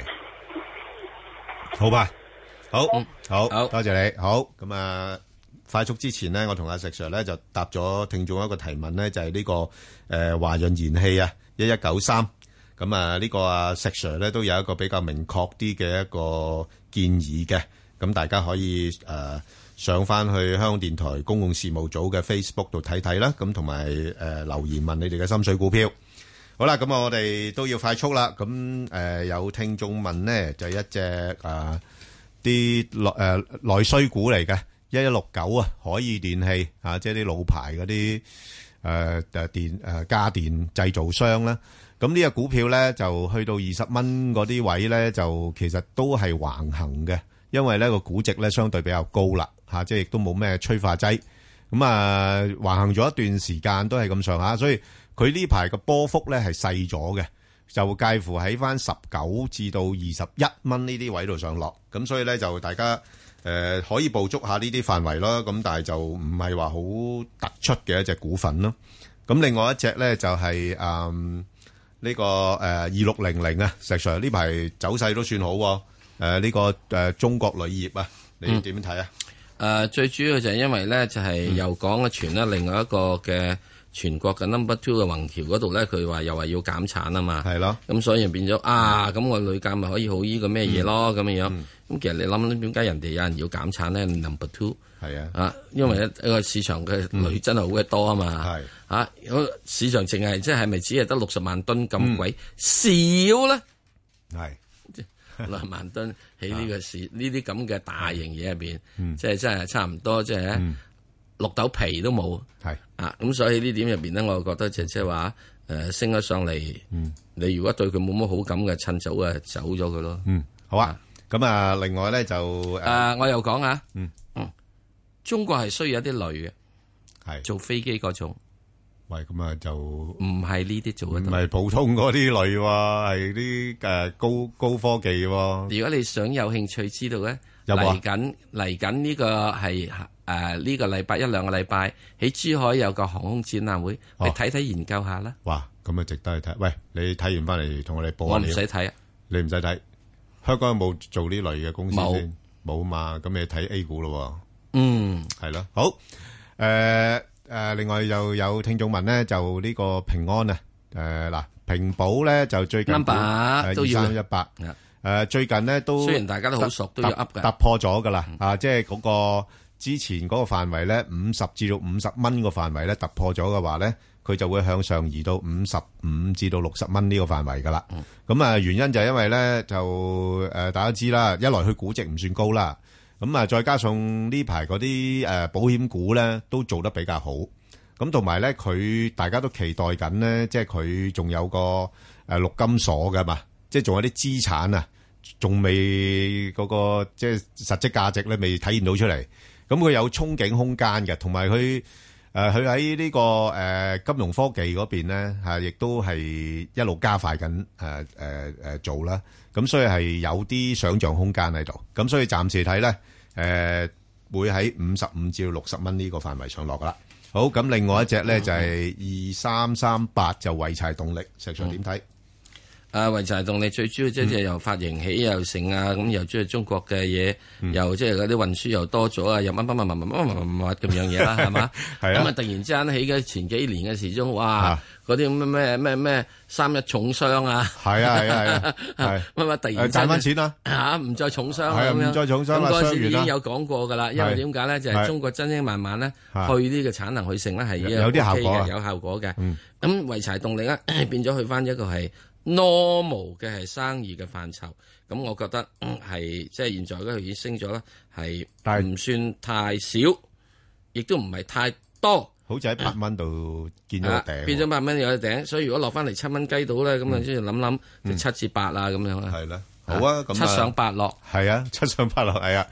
[SPEAKER 10] 好吧，好，好，多謝你，好咁啊。快速之前呢，我同阿石 Sir 咧就答咗聽眾一個提問呢就係、呢、個誒、呃、華潤燃氣啊，一一九三。咁啊，呢個啊石 Sir 咧都有一個比較明確啲嘅一個建議嘅，咁大家可以誒、呃上翻去香港電台公共事務組嘅 Facebook 度睇睇啦，咁同埋誒留言問你哋嘅心水股票。好啦，咁我哋都要快速啦。咁誒、呃有聽眾問呢，就一隻誒啲內誒內需股嚟嘅，一一六九啊，海爾電器啊，即係啲老牌嗰啲誒誒電誒、呃家電製造商啦。咁呢個股票咧就去到二十蚊嗰啲位咧，就其實都係橫行嘅，因為呢個估值咧相對比較高啦，嚇、即係亦都冇咩催化劑。咁啊，橫行咗一段時間都係咁上下，所以佢呢排嘅波幅咧係細咗嘅，就介乎喺翻十九至到二十一蚊呢啲位度上落。咁所以咧就大家誒、呃可以捕捉下呢啲範圍咯。咁但係就唔係話好突出嘅一隻股份咯。咁另外一隻咧就係、嗯呢、個誒二六零零啊，石 Sir 呢排走勢都算好喎、誒呢、個誒、中國鋁業啊，你
[SPEAKER 11] 嗯
[SPEAKER 10] 點睇啊？
[SPEAKER 11] 誒、最主要就係因為咧，就係、
[SPEAKER 10] 嗯
[SPEAKER 11] 又講嘅傳咧，另外一個嘅全國嘅 number two 嘅宏橋嗰度咧，佢話又話要減產啊嘛，
[SPEAKER 10] 係咯，嗯
[SPEAKER 11] 咁所以變咗啊，咁我鋁價咪可以好呢個咩嘢咯咁樣樣。咁其實你諗諗點解人哋有人要減產咧？number two
[SPEAKER 10] 係啊，
[SPEAKER 11] 啊，因為一個市場嘅鋁真係好嘅多啊嘛，係啊，如果市場淨係即係咪只係得六十萬噸咁鬼少咧？
[SPEAKER 10] 係。
[SPEAKER 11] 六十萬噸喺呢個市呢啲咁嘅大型嘢入邊，即係真係差唔多，即係綠豆皮都冇。
[SPEAKER 10] 係
[SPEAKER 11] 啊，咁所以呢點入邊咧，我覺得就即係話誒呃升咗上嚟，你如果對佢冇乜好感嘅，趁早啊走咗佢咯。
[SPEAKER 10] 嗯，好啊。咁啊，另外咧就誒、
[SPEAKER 11] 誒，我又講啊，
[SPEAKER 10] 嗯
[SPEAKER 11] 嗯，中國係需要一啲類嘅，
[SPEAKER 10] 係
[SPEAKER 11] 做飛機嗰種。
[SPEAKER 10] 喂，咁啊就唔
[SPEAKER 11] 係呢啲做
[SPEAKER 10] 唔係普通嗰啲類喎、係啲誒高高科技喎、
[SPEAKER 11] 如果你想有興趣知道咧，
[SPEAKER 10] 有冇啊
[SPEAKER 11] 嚟緊嚟緊呢個係誒呢個禮拜一兩個禮拜喺珠海有個航空展覽會，你睇睇研究下啦。
[SPEAKER 10] 哇，咁啊值得去睇。喂，你睇完翻嚟同我哋報下
[SPEAKER 11] 我唔
[SPEAKER 10] 料
[SPEAKER 11] 使睇啊，
[SPEAKER 10] 你唔使睇。香港有冇做呢類嘅公司
[SPEAKER 11] 冇
[SPEAKER 10] 先？冇嘛，咁你睇 A 股咯喎。
[SPEAKER 11] 嗯，
[SPEAKER 10] 係咯，好。誒、誒、另外又有聽眾問咧，就呢個平安啊，誒、嗱，平保咧就最近
[SPEAKER 11] Number 都要
[SPEAKER 10] 二三一八，
[SPEAKER 11] 誒、
[SPEAKER 10] 呃最近咧都
[SPEAKER 11] 雖然大家都好熟
[SPEAKER 10] 突
[SPEAKER 11] 都要嗯
[SPEAKER 10] 突
[SPEAKER 11] up 嘅
[SPEAKER 10] 突破咗㗎啦，啊，即係嗰、個。之前嗰個範圍咧，五十至到五十蚊個範圍咧突破咗嘅話咧，佢就會向上移到五十五至到六十蚊呢個範圍噶啦。
[SPEAKER 11] 嗯
[SPEAKER 10] 咁啊、原因就係因為咧就誒、呃大家知啦，一來佢估值唔算高啦，咁啊再加上呢排嗰啲誒保險股咧都做得比較好。咁同埋咧，佢大家都期待緊咧，即係佢仲有個誒陸金所噶嘛，即係仲有啲資產啊，仲未嗰、個即係實質價值咧，未體現到出嚟。咁佢有憧憬空間嘅，同埋佢誒佢喺呢個誒、呃金融科技嗰邊咧嚇，亦都係一路加快緊誒誒誒做啦。咁所以係有啲想像空間喺度。咁所以暫時睇咧誒。呃會喺五十五至六十蚊呢個範圍上落噶啦。好，咁另外一隻咧就係二三三八就維柴動力，石 Sir 點睇？
[SPEAKER 11] 維柴動力最主要即係又發型起又成啊，咁又中意中國嘅嘢，又即係嗰啲運輸又多咗啊，又乜乜乜乜乜乜乜乜乜咁樣嘢啦，係嘛？
[SPEAKER 10] 係啊
[SPEAKER 11] 咁啊，突然之間起嘅前幾年嘅時鐘，哇！嗰啲咩咩咩咩三一重傷啊，
[SPEAKER 10] 係啊係啊係啊係
[SPEAKER 11] 乜乜突然
[SPEAKER 10] 誒賺返錢啦
[SPEAKER 11] 嚇唔再重傷
[SPEAKER 10] 係啊
[SPEAKER 11] 咁樣
[SPEAKER 10] 唔再重傷啦
[SPEAKER 11] 咁嗰
[SPEAKER 10] 傷
[SPEAKER 11] 陣時
[SPEAKER 10] 完
[SPEAKER 11] 已
[SPEAKER 10] 啦
[SPEAKER 11] 經有講過㗎啦，因為
[SPEAKER 10] 係
[SPEAKER 11] 點解咧就
[SPEAKER 10] 係
[SPEAKER 11] 係中國真正慢慢咧
[SPEAKER 10] 係
[SPEAKER 11] 去呢個產能去成咧係
[SPEAKER 10] 有啲效果啊
[SPEAKER 11] OK 嘅有效果嘅。
[SPEAKER 10] 嗯
[SPEAKER 11] 咁維柴動力咧 變咗去翻一個係 normal 嘅係生意嘅範疇，咁我覺得嗯係即係現在咧佢已經升咗啦，係唔算太少，亦都唔係太多。
[SPEAKER 10] 好似喺八蚊度見咗
[SPEAKER 11] 啊
[SPEAKER 10] 個頂喎，
[SPEAKER 11] 變咗八蚊有個頂，所以如果落翻嚟七蚊雞到咧，咁啊
[SPEAKER 10] 嗯
[SPEAKER 11] 即係諗諗就七至八啦咁樣啦。
[SPEAKER 10] 係啦，好啊，咁
[SPEAKER 11] 七上八落。
[SPEAKER 10] 係啊，七上八落係啊，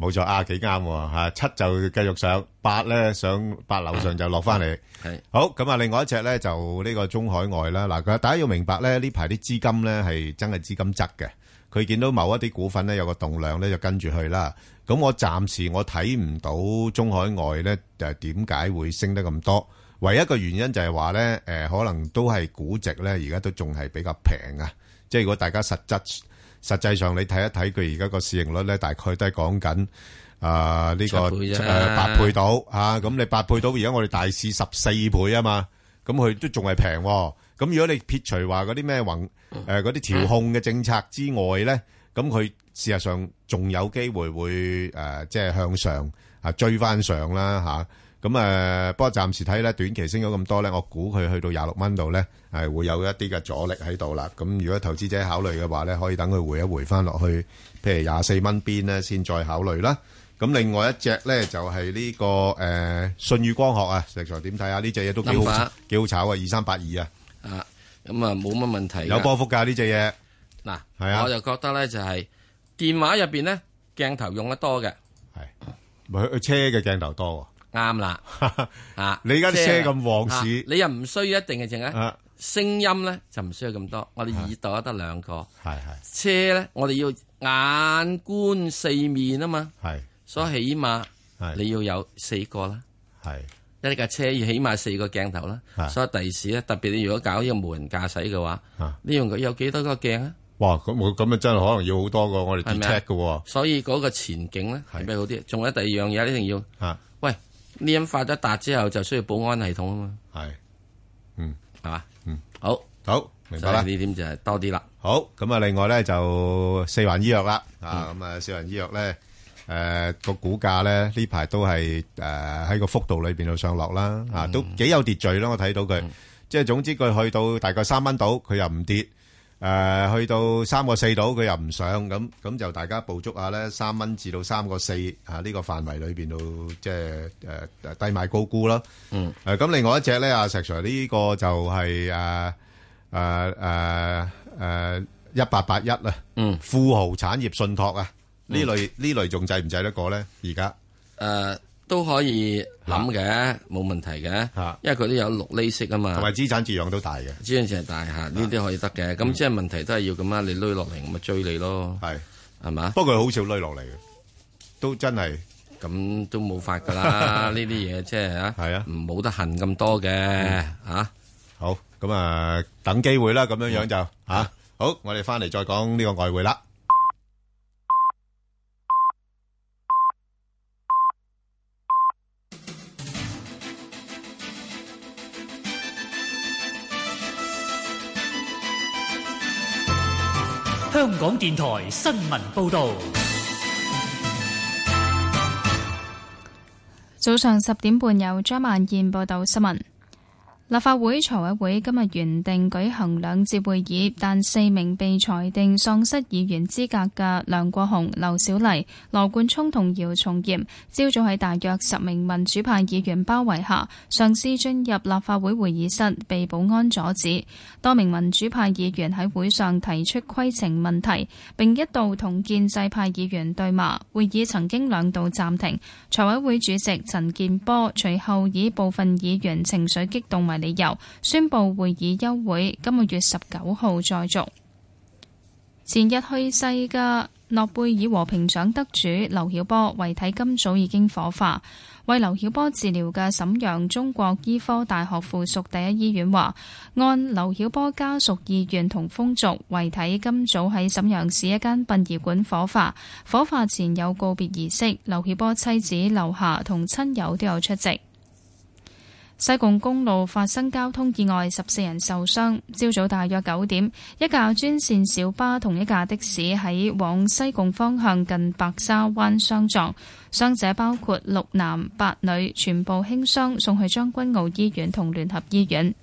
[SPEAKER 10] 冇錯啊，幾啱喎嚇，七就繼續上，八咧上八樓上就落翻嚟。
[SPEAKER 11] 係
[SPEAKER 10] 好咁啊！另外一隻咧就呢個中海外啦。嗱，大家要明白咧，呢排啲資金咧係真係資金質嘅。佢見到某一啲股份咧有個動量咧，就跟住去啦。咁我暫時我睇唔到中海外咧誒點解會升得咁多？唯一一個原因就係話咧誒，呃可能都係估值咧，而家都仲係比較平啊。即係如果大家實質實際上你睇一睇佢而家個市盈率咧，大概都係講緊啊呢個
[SPEAKER 11] 七倍啫
[SPEAKER 10] 誒八倍到啊，咁你八倍到，而家我哋大市十四倍啊嘛，咁佢都仲係平喎。咁如果你撇除話嗰啲咩宏誒嗰啲調控嘅政策之外咧，咁佢事實上仲有機會會誒、呃即係向上啊追翻上啦嚇。咁誒、呃不過暫時睇咧，短期升咗咁多咧，我估佢去到廿六蚊度咧，係會有一啲嘅阻力喺度啦。咁如果投資者考慮嘅話咧，可以等佢回一回翻落去，譬如廿四蚊邊咧，先再考慮啦。咁另外一隻咧就係、呢、個誒、呃信宇光學啊，石 Sir 點睇啊？呢隻嘢都幾好
[SPEAKER 11] Number
[SPEAKER 10] 幾好炒啊，二三八二啊，
[SPEAKER 11] 啊，咁啊冇乜問題㗎。
[SPEAKER 10] 有波幅㗎呢隻嘢。
[SPEAKER 11] 嗱，
[SPEAKER 10] 係啊
[SPEAKER 11] 我就覺得咧就係電話入邊咧，鏡頭用得多嘅，
[SPEAKER 10] 咪佢佢車嘅鏡頭多
[SPEAKER 11] 啱 啦。啊，
[SPEAKER 10] 你而家啲
[SPEAKER 11] 即係
[SPEAKER 10] 車咁旺市
[SPEAKER 11] 啊你又唔需要一定係淨係
[SPEAKER 10] 啊
[SPEAKER 11] 聲音咧就唔需要咁多，我哋耳朵得兩個，
[SPEAKER 10] 係係
[SPEAKER 11] 車咧我哋要眼觀四面啊嘛，
[SPEAKER 10] 係，
[SPEAKER 11] 所以起碼你要有四個啦，
[SPEAKER 10] 係。
[SPEAKER 11] 一架車要起碼四個鏡頭啦，所以第時咧，特別你如果搞呢個無人駕駛嘅話，
[SPEAKER 10] 啊
[SPEAKER 11] 你用佢有幾多個鏡啊？
[SPEAKER 10] 哇！咁我咁啊，真係可能要好多個我哋
[SPEAKER 11] 係咪啊
[SPEAKER 10] detect 嘅喎。
[SPEAKER 11] 所以嗰個前景咧係咩好啲？仲有第二樣嘢一定要
[SPEAKER 10] 啊！
[SPEAKER 11] 喂，呢音發咗達之後就需要保安系統啊嘛。
[SPEAKER 10] 係，嗯，
[SPEAKER 11] 係嘛，
[SPEAKER 10] 嗯，
[SPEAKER 11] 好，
[SPEAKER 10] 好，明白啦。
[SPEAKER 11] 所以呢點就係多啲啦。
[SPEAKER 10] 好，咁啊，另外咧就四環醫藥啦，
[SPEAKER 11] 嗯
[SPEAKER 10] 啊，咁啊，四環醫藥咧，誒個股價咧呢排都係誒喺個幅度裏邊度上落啦，啊，都幾有秩序啦，我睇到佢，即係總之佢去到大概三蚊度，佢又唔跌，誒去到三個四度，佢又唔上，咁咁就大家捕捉下咧，三蚊至到三個四啊呢個範圍裏邊度，即係誒低買高沽啦。
[SPEAKER 11] 嗯，
[SPEAKER 10] 誒咁另外一隻咧，阿石 Sir 呢個就係誒誒誒誒一八八一啦，
[SPEAKER 11] 嗯，
[SPEAKER 10] 富豪產業信託啊，呢
[SPEAKER 11] 嗯
[SPEAKER 10] 類呢類仲制唔制得過咧？而家
[SPEAKER 11] 誒都可以諗嘅，冇問題嘅，因為佢都有六厘息啊嘛，
[SPEAKER 10] 同埋資產折讓都大嘅，嗯
[SPEAKER 11] 資產折讓大嚇，呢啲可以得嘅。咁即係問題都係要咁啊，你攞落嚟我咪追你咯，
[SPEAKER 10] 係
[SPEAKER 11] 係嘛？
[SPEAKER 10] 不過佢好少攞落嚟嘅，都真係
[SPEAKER 11] 咁都冇法 㗎啦，呢啲嘢即係啊，
[SPEAKER 10] 係啊，嗯
[SPEAKER 11] 唔冇得恨咁多嘅嚇。
[SPEAKER 10] 好，咁啊等機會啦，咁樣樣就嚇好，我哋翻嚟再講呢個外匯啦。
[SPEAKER 27] 香港電台新聞報道，
[SPEAKER 15] 早上十點半有張曼燕報道新聞。立法會財委會今日原定舉行兩節會議，但四名被裁定喪失議員資格嘅梁國雄、劉小麗、羅冠聰同姚松炎，朝早喺大約十名民主派議員包圍下，嘗試進入立法會會議室，被保安阻止。多名民主派議員喺會上提出規程問題，並一度同建制派議員對罵。會議曾經兩度暫停。財委會主席陳健波隨後以部分議員情緒激動為理由，宣布會議休會，今個月十九號再續。前日去世嘅諾貝爾和平獎得主劉曉波遺體今早已經火化。為劉曉波治療嘅瀋陽中國醫科大學附屬第一醫院話，按劉曉波家屬意願同風俗，遺體今早喺瀋陽市一間殯儀館火化。火化前有告別儀式，劉曉波妻子劉霞同親友都有出席。西貢公路發生交通意外，十四人受傷。朝早大約九點，一架專線小巴同一架的士喺往西貢方向近白沙灣相撞，傷者包括六男八女，全部輕傷，送去將軍澳醫院同聯合醫院。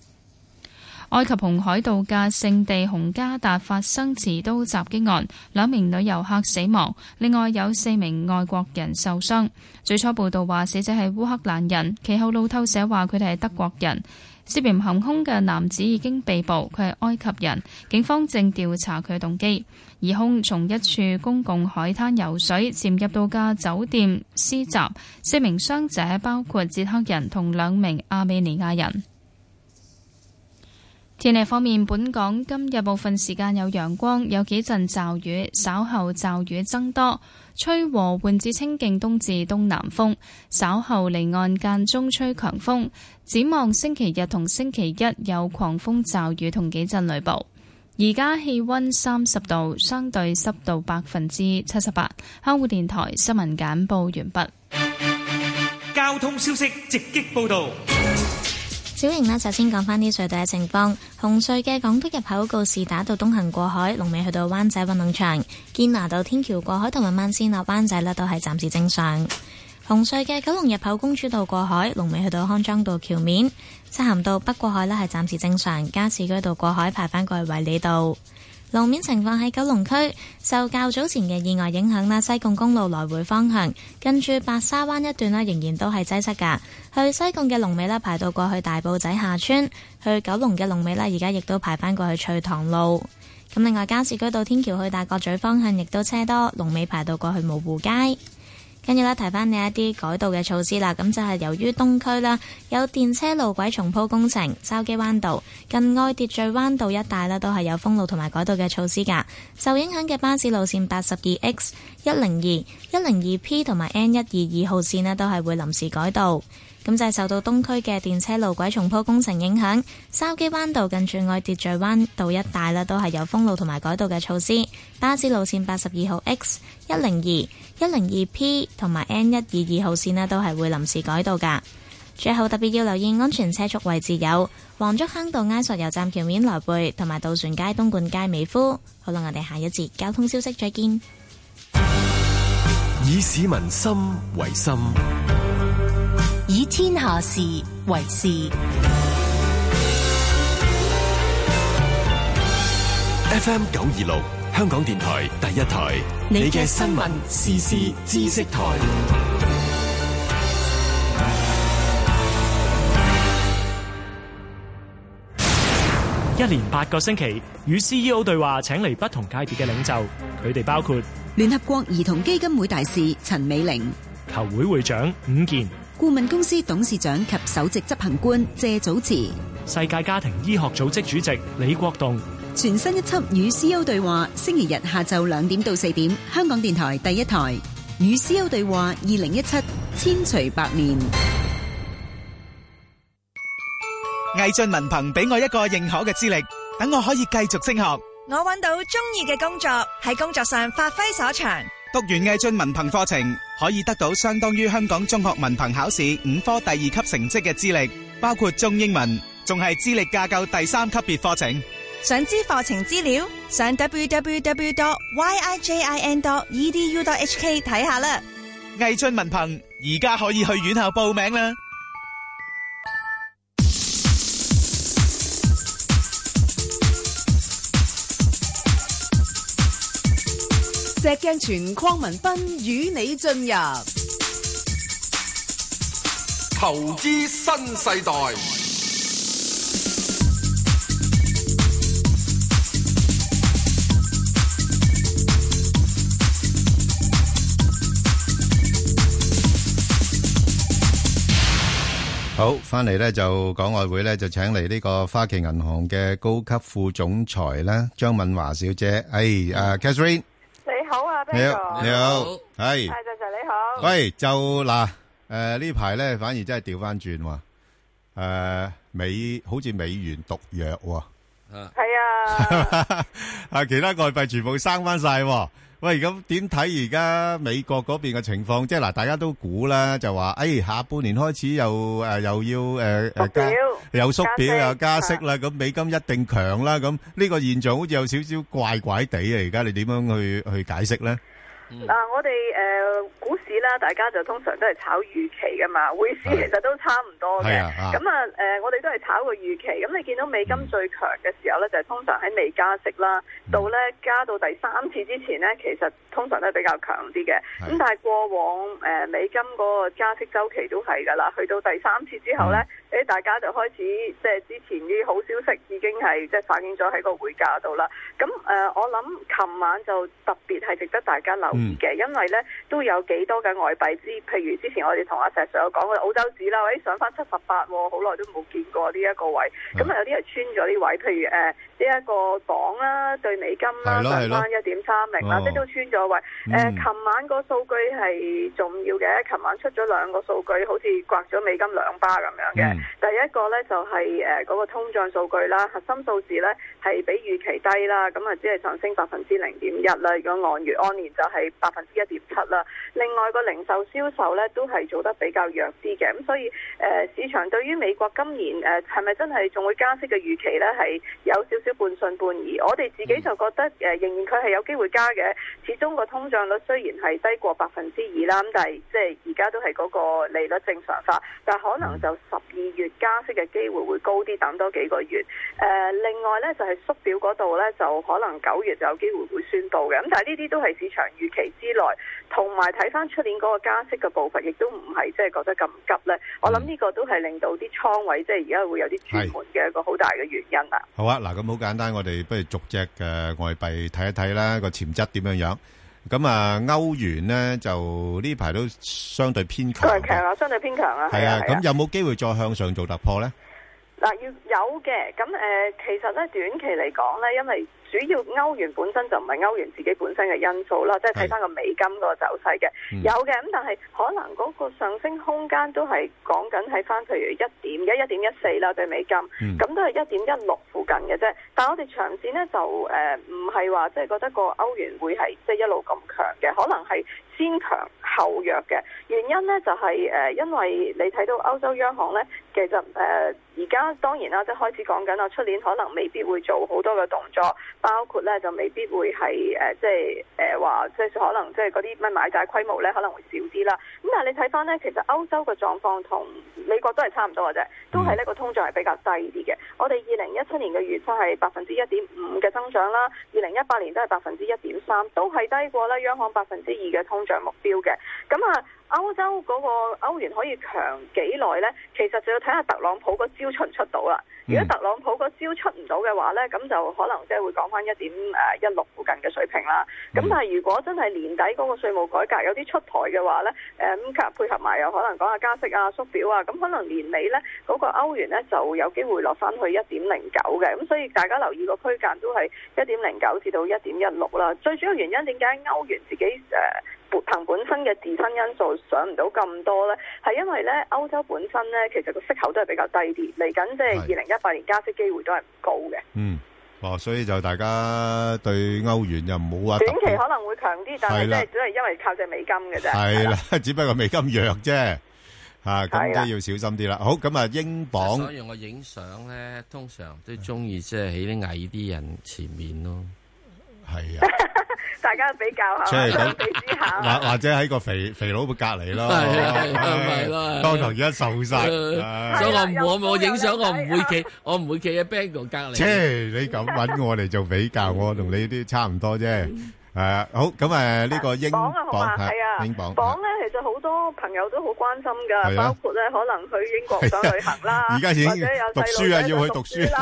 [SPEAKER 15] 埃及紅海度假勝地紅加達發生持刀襲擊案，兩名女遊客死亡，另外有四名外國人受傷。最初報道話死者係烏克蘭人，其後路透社話佢哋係德國人。涉嫌行兇嘅男子已經被捕，佢係埃及人，警方正調查佢嘅動機。疑兇從一處公共海灘游水潛入到嘅酒店施襲，四名傷者包括捷克人同兩名亞美尼亞人。天氣方面，本港今日部分時間有陽光，有幾陣驟雨，稍後驟雨增多，吹和緩至清勁東至東南風，稍後離岸間中吹強風。展望星期日同星期一有狂風驟雨同幾陣雷暴。而家氣溫三十度，相對濕度百分之七十八。香港電台新聞簡報完畢。
[SPEAKER 27] 交通消息直擊報道，
[SPEAKER 13] 小瑩呢，首先講返啲隧道嘅情況。紅隧嘅港島入口告士打道東行過海，龍尾去到灣仔運動場；堅拿道天橋過海同埋慢線落灣仔呢，都係暫時正常。紅隧嘅九龍入口公主道過海，龍尾去到康莊道橋面；漆咸道北過海呢，係暫時正常。加士居道過海排返過去衛理道。路面情況喺九龍區，受較早前嘅意外影響啦，西貢公路來回方向近住白沙灣一段啦，仍然都係擠塞㗎。去西貢嘅龍尾啦，排到過去大埔仔下村；去九龍嘅龍尾啦，而家亦都排返過去翠塘路。咁另外加士居道天橋去大角咀方向亦都車多，龍尾排到過去蕪湖街。跟住咧，提翻你一啲改道嘅措施啦。咁就係由於東區啦，有電車路軌重鋪工程，筲箕灣道近愛秩序灣道一帶呢，都係有封路同埋改道嘅措施㗎。受影響嘅巴士路線八十二 X、一零二、一零二 P 同埋 N 一二二號線呢，都係會臨時改道。咁就係受到東區嘅電車路軌重鋪工程影響，筲箕灣道近住愛秩序灣道一帶呢，都係有封路同埋改道嘅措施。巴士路線八十二號 X、一零二、一零二 P 同埋 N 一二二號線呢，都係會臨時改道㗎。最後特別要留意安全車速位置有黃竹坑道埃索油站橋面來回，同埋渡船街、東莞街、美孚。好啦，我哋下一節交通消息再見。
[SPEAKER 22] 以市民心為心，
[SPEAKER 23] 以天下事為事。
[SPEAKER 22] FM 九二六香港電台第一台，你嘅新聞時事知識台，
[SPEAKER 1] 一連八個星期與
[SPEAKER 16] E
[SPEAKER 1] CEO 對話，請嚟不同界別嘅領袖，佢哋包括
[SPEAKER 17] 聯合國兒童基金會大使陳美玲、
[SPEAKER 1] 球會會長伍健、
[SPEAKER 17] 顧問公司董事長及首席執行官謝祖慈。
[SPEAKER 1] 世界家庭醫學組織主席李國棟、
[SPEAKER 17] 全新一輯與 CEO 對話，星期日下晝兩點到四點，香港電台第一台與 CEO 對話二零一七千錘百煉。
[SPEAKER 18] 毅進文憑俾我一個認可嘅資歷，等我可以繼續升學。
[SPEAKER 19] 我揾到中意嘅工作，喺工作上發揮所長。
[SPEAKER 18] 讀完毅進文憑課程，可以得到相當於香港中學文憑考試五科第二級成績嘅資歷，包括中英文，仲係資歷架構第三級別課程。
[SPEAKER 19] 想知課程資料，上 E www.yijin.edu.hk 睇下啦。
[SPEAKER 18] 毅進文憑而家可以去院校報名啦。
[SPEAKER 8] 石鏡泉鄺民彬與你進入
[SPEAKER 9] 投資新世代，
[SPEAKER 10] 好，翻嚟咧就講外匯咧，就請嚟呢個花旗銀行嘅高級副總裁啦，張敏華小姐。誒，啊 Catherine，
[SPEAKER 20] 你好啊，
[SPEAKER 10] 你
[SPEAKER 20] Ben
[SPEAKER 10] 好，你好，係
[SPEAKER 20] 係，就就你好。
[SPEAKER 10] 喂，就嗱，誒呢排咧反而真係調翻轉喎，誒美好似美元毒藥喎，
[SPEAKER 20] 係啊，
[SPEAKER 10] 啊其他外幣全部生翻晒喎。喂，咁點睇而家美國嗰邊嘅情況？即係嗱，大家都估啦，就話誒下半年開始又誒又要誒誒加又縮表又加息啦，咁美金一定強啦，咁呢個現象好似有少少怪怪地啊！而家你點樣去去解釋咧？
[SPEAKER 20] 嗱、啊我哋誒、呃股市啦，大家就通常都係炒預期噶嘛，匯市其實都差唔多嘅。
[SPEAKER 10] 係啊啊
[SPEAKER 20] 咁啊誒，我哋都係炒個預期。咁你見到美金最強嘅時候咧，就係、通常喺未加息啦，到咧加到第三次之前咧，其實通常都係比較強啲嘅。咁但係過往誒、呃美金嗰個加息周期都係㗎啦，去到第三次之後咧，誒、大家就開始即係之前啲好消息已經係即係反映咗喺個匯價度啦。咁誒、呃我諗琴晚就特別係值得大家留意嘅，因為咧都有幾多嘅外幣之，譬如之前我哋同阿石 Sir 有講過澳洲紙啦，喂上翻七十八喎，好耐都冇見過呢一個位，咁啊有啲係穿咗呢位，譬如誒呢一個磅啦對美金啦
[SPEAKER 21] 係咯係
[SPEAKER 20] 上
[SPEAKER 21] 咯
[SPEAKER 20] 翻一點三零啦，
[SPEAKER 21] 哦
[SPEAKER 20] 即係都穿咗位。
[SPEAKER 21] 嗯
[SPEAKER 20] 誒，琴晚個數據係重要嘅，琴晚出咗兩個數據，好似刮咗美金兩巴咁樣嘅。第一個咧就係誒嗰個通脹數據啦，核心數字咧係比預期低啦，咁啊只係上升百分之零點一啦。如果按月按年就係百分之一點七啦。另外個零售銷售咧都係做得比較弱啲嘅，咁所以誒、呃市場對於美國今年誒係咪真係仲會加息嘅預期咧係有少少半信半疑。我哋自己就覺得誒、呃仍然佢係有機會加嘅，始終個通脹率雖然係低過百分之二啦，咁但係即係而家都係嗰個利率正常化，但可能就十二月加息嘅機會會高啲，等多幾個月。誒、另外咧就係、縮表嗰度咧，就可能九月就有機會會宣布嘅。咁但係呢啲都係市場預期之內，同埋睇翻出年嗰個加息嘅步伐，亦都唔係即係覺得咁急咧。我諗呢個都係令到啲倉位即係而家會有啲轉換嘅一個好大嘅原因啦。
[SPEAKER 10] 好啊，嗱，咁好簡單，我哋不如逐隻嘅外幣睇一睇啦，個潛質點樣樣。咁啊，歐元咧就呢排都相對偏強
[SPEAKER 20] 都係
[SPEAKER 10] 嘅，
[SPEAKER 20] 強啊，相對偏強啊。
[SPEAKER 10] 係啊。咁
[SPEAKER 20] 有
[SPEAKER 10] 有冇機會再向上做突破咧？
[SPEAKER 20] 嗱要有嘅，咁誒、呃其實咧短期嚟講咧，因為主要歐元本身就唔係歐元自己本身嘅因素啦，即係睇翻個美金個走勢嘅，
[SPEAKER 2] 嗯
[SPEAKER 20] 有嘅，咁但係可能嗰個上升空間都係講緊喺翻譬如一點一、一點一四啦對美金，咁、
[SPEAKER 2] 嗯
[SPEAKER 20] 都係一點一六附近嘅啫。但係我哋長線咧就誒呃唔係話即係覺得個歐元會係即係一路咁強嘅，可能係先強後弱嘅原因咧就係、呃因為你睇到歐洲央行咧，其實誒呃而家當然啦，即係開始講緊啦，出年可能未必會做好多嘅動作，包括咧就未必會係誒、呃即係誒話即係可能即係嗰啲咩買債規模咧可能會少啲啦。咁但係你睇翻咧，其實歐洲嘅狀況同美國都係差唔多嘅啫，都係呢個通脹係比較低啲嘅。我哋二零一七年嘅預測係百分之一點五嘅增長啦，二零一八年都係百分之一點三，都係低過咧央行百分之二嘅通脹目標嘅。咁啊，歐洲嗰個歐元可以強幾耐呢？其實就要睇下特朗普個招出唔出到啦。如果特朗普個招出唔到嘅話呢，咁就可能即係會講翻一點誒一六附近嘅水平啦。咁但係如果真係年底嗰個稅務改革有啲出台嘅話呢，誒咁夾配合埋又可能講下加息啊、縮表啊，咁可能年尾呢嗰個歐元呢就有機會落翻去一點零九嘅。咁所以大家留意個區間都係一點零九至到一點一六啦。最主要原因點解歐元自己誒？本憑本身嘅自身因素上唔到咁多呢，係因為呢歐洲本身呢，其實個息口都係比較低啲，嚟緊即係二零一八年加息機會都係唔高嘅。
[SPEAKER 10] 嗯，哦，所以就大家對歐元又唔好話特
[SPEAKER 20] 短
[SPEAKER 10] 別
[SPEAKER 20] 期可能會強啲，但係
[SPEAKER 10] 係
[SPEAKER 20] 即
[SPEAKER 10] 啦
[SPEAKER 20] 係都係因為靠隻美金嘅啫。
[SPEAKER 10] 係 啦，只不過美金弱啫。啊，咁
[SPEAKER 11] 係啦。
[SPEAKER 10] 都要小心啲啦。好，咁啊，英鎊，
[SPEAKER 11] 所以我影相咧，通常都中意即係喺啲矮啲人前面咯。
[SPEAKER 10] 係
[SPEAKER 20] 大家比較
[SPEAKER 10] 即
[SPEAKER 20] 下，
[SPEAKER 10] 係
[SPEAKER 20] 相
[SPEAKER 10] 咁
[SPEAKER 20] 比之下，
[SPEAKER 10] 或-或者喺個肥-肥佬嘅隔離咯。
[SPEAKER 11] 係，係，係，係啦。
[SPEAKER 10] 當堂而家瘦晒。唉。
[SPEAKER 11] 呃所以我唔我我影相我唔會企，我唔會企喺 Bangle 隔離。
[SPEAKER 10] 切，你咁搵我嚟做比較，我同你啲差唔多啫。À, 係啊，好，咁，誒，呢個英
[SPEAKER 20] 講啊，好嘛，
[SPEAKER 10] 鎊，係，
[SPEAKER 20] 係啊，
[SPEAKER 10] 英鎊，
[SPEAKER 20] 講咧，其實好多朋友都好關心㗎，
[SPEAKER 10] 係啊啊
[SPEAKER 20] 包括咧可能去英國想旅行啦，
[SPEAKER 10] 而家已經
[SPEAKER 20] 或者有
[SPEAKER 10] 讀
[SPEAKER 20] 細
[SPEAKER 10] 書啊
[SPEAKER 20] 路仔
[SPEAKER 10] 要去
[SPEAKER 20] 想
[SPEAKER 10] 讀
[SPEAKER 20] 讀
[SPEAKER 10] 書
[SPEAKER 20] 書啦，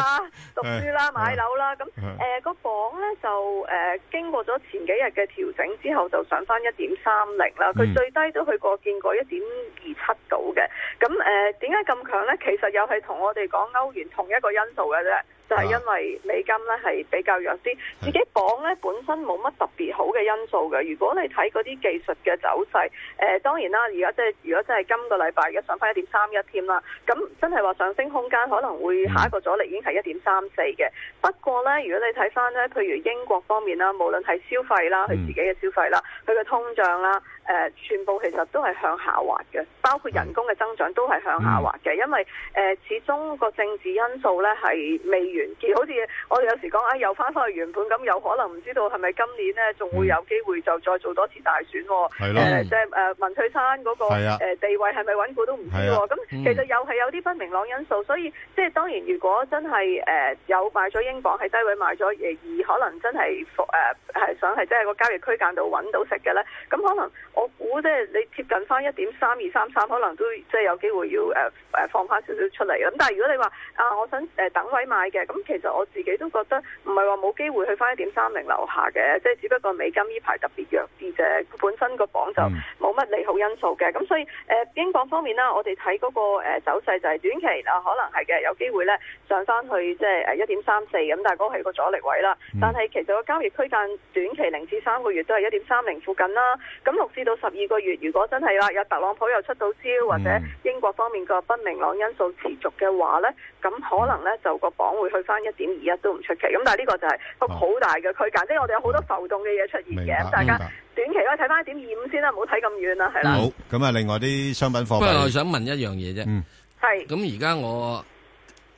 [SPEAKER 20] 讀書 啦，
[SPEAKER 10] 係
[SPEAKER 20] 買樓啦，咁
[SPEAKER 10] 係
[SPEAKER 20] 誒個鎊咧就誒經過咗前幾日嘅調整之後，就上翻一點三零啦，佢
[SPEAKER 2] 嗯
[SPEAKER 20] 最低都去過見過一點二七度嘅，咁誒點解咁強咧？其實又係同我哋講歐元同一個因素嘅啫。就係因為美金咧係比較弱啲，自己鎊咧本身冇乜特別好嘅因素嘅。如果你睇嗰啲技術嘅走勢，誒、呃當然啦，而家即係如果真係今個禮拜而家上翻一點三一添啦，咁真係話上升空間可能會下一個阻力已經係一點三四嘅。不過咧，如果你睇翻咧，譬如英國方面啦，無論係消費啦，佢自己嘅消費啦，佢嘅通脹啦，誒、呃全部其實都係向下滑嘅，包括人工嘅增長都係向下滑嘅，因為誒、始終個政治因素咧係未完結，好似我哋有時講啊，又翻返去原本咁，有可能唔知道係咪今年咧仲會有機會就再做多次大選喎、
[SPEAKER 10] 嗯係
[SPEAKER 20] 呃
[SPEAKER 10] 咯
[SPEAKER 20] 誒即係誒文翠珊嗰、個、
[SPEAKER 10] 係啊
[SPEAKER 20] 誒地位係咪穩固都唔知
[SPEAKER 10] 係
[SPEAKER 20] 喎、
[SPEAKER 10] 啊
[SPEAKER 20] 咁、
[SPEAKER 10] 嗯
[SPEAKER 20] 其實又係有啲不明朗因素，所以即係當然，如果真係誒、呃有買咗英鎊喺低位買咗，而而可能真係服誒係想係即係個交易區間度揾到食嘅咧，咁可能我估即係你貼近翻一點三二三三，可能都即係有機會要誒誒、呃放翻少少出嚟。咁但係如果你話啊，我想誒、呃等位買嘅，咁其實我自己都覺得唔係話冇機會去翻一點三零樓下嘅，即係只不過美金呢排特別弱啲啫，本身個鎊就
[SPEAKER 10] 嗯
[SPEAKER 20] 冇乜利好因素嘅。咁所以誒、呃英鎊方面啦，我哋睇嗰個、呃、走勢就係短期啊，可能係嘅，有機會咧上翻去即係誒呃一點三四咁，但係嗰個係個阻力位啦。但係其實個交易區間短期零至三個月都係一點三零附近啦。咁六至到十二個月，如果真係啦，有特朗普又出到招，或者英國方面個不明朗因素持續嘅話咧，咁可能咧就個鎊會去翻一點二一都唔出奇。咁但係呢個就係個好大嘅區間，即係我哋有好多浮動嘅嘢出現嘅。咁大家短期可以睇翻一點二五先啦，唔好睇咁遠啦，係啦。
[SPEAKER 11] 不
[SPEAKER 10] 好，咁啊，另外啲商品貨幣，
[SPEAKER 11] 過我想問一樣嘢
[SPEAKER 10] 嗯
[SPEAKER 11] 啫。
[SPEAKER 20] 係。
[SPEAKER 11] 咁而家我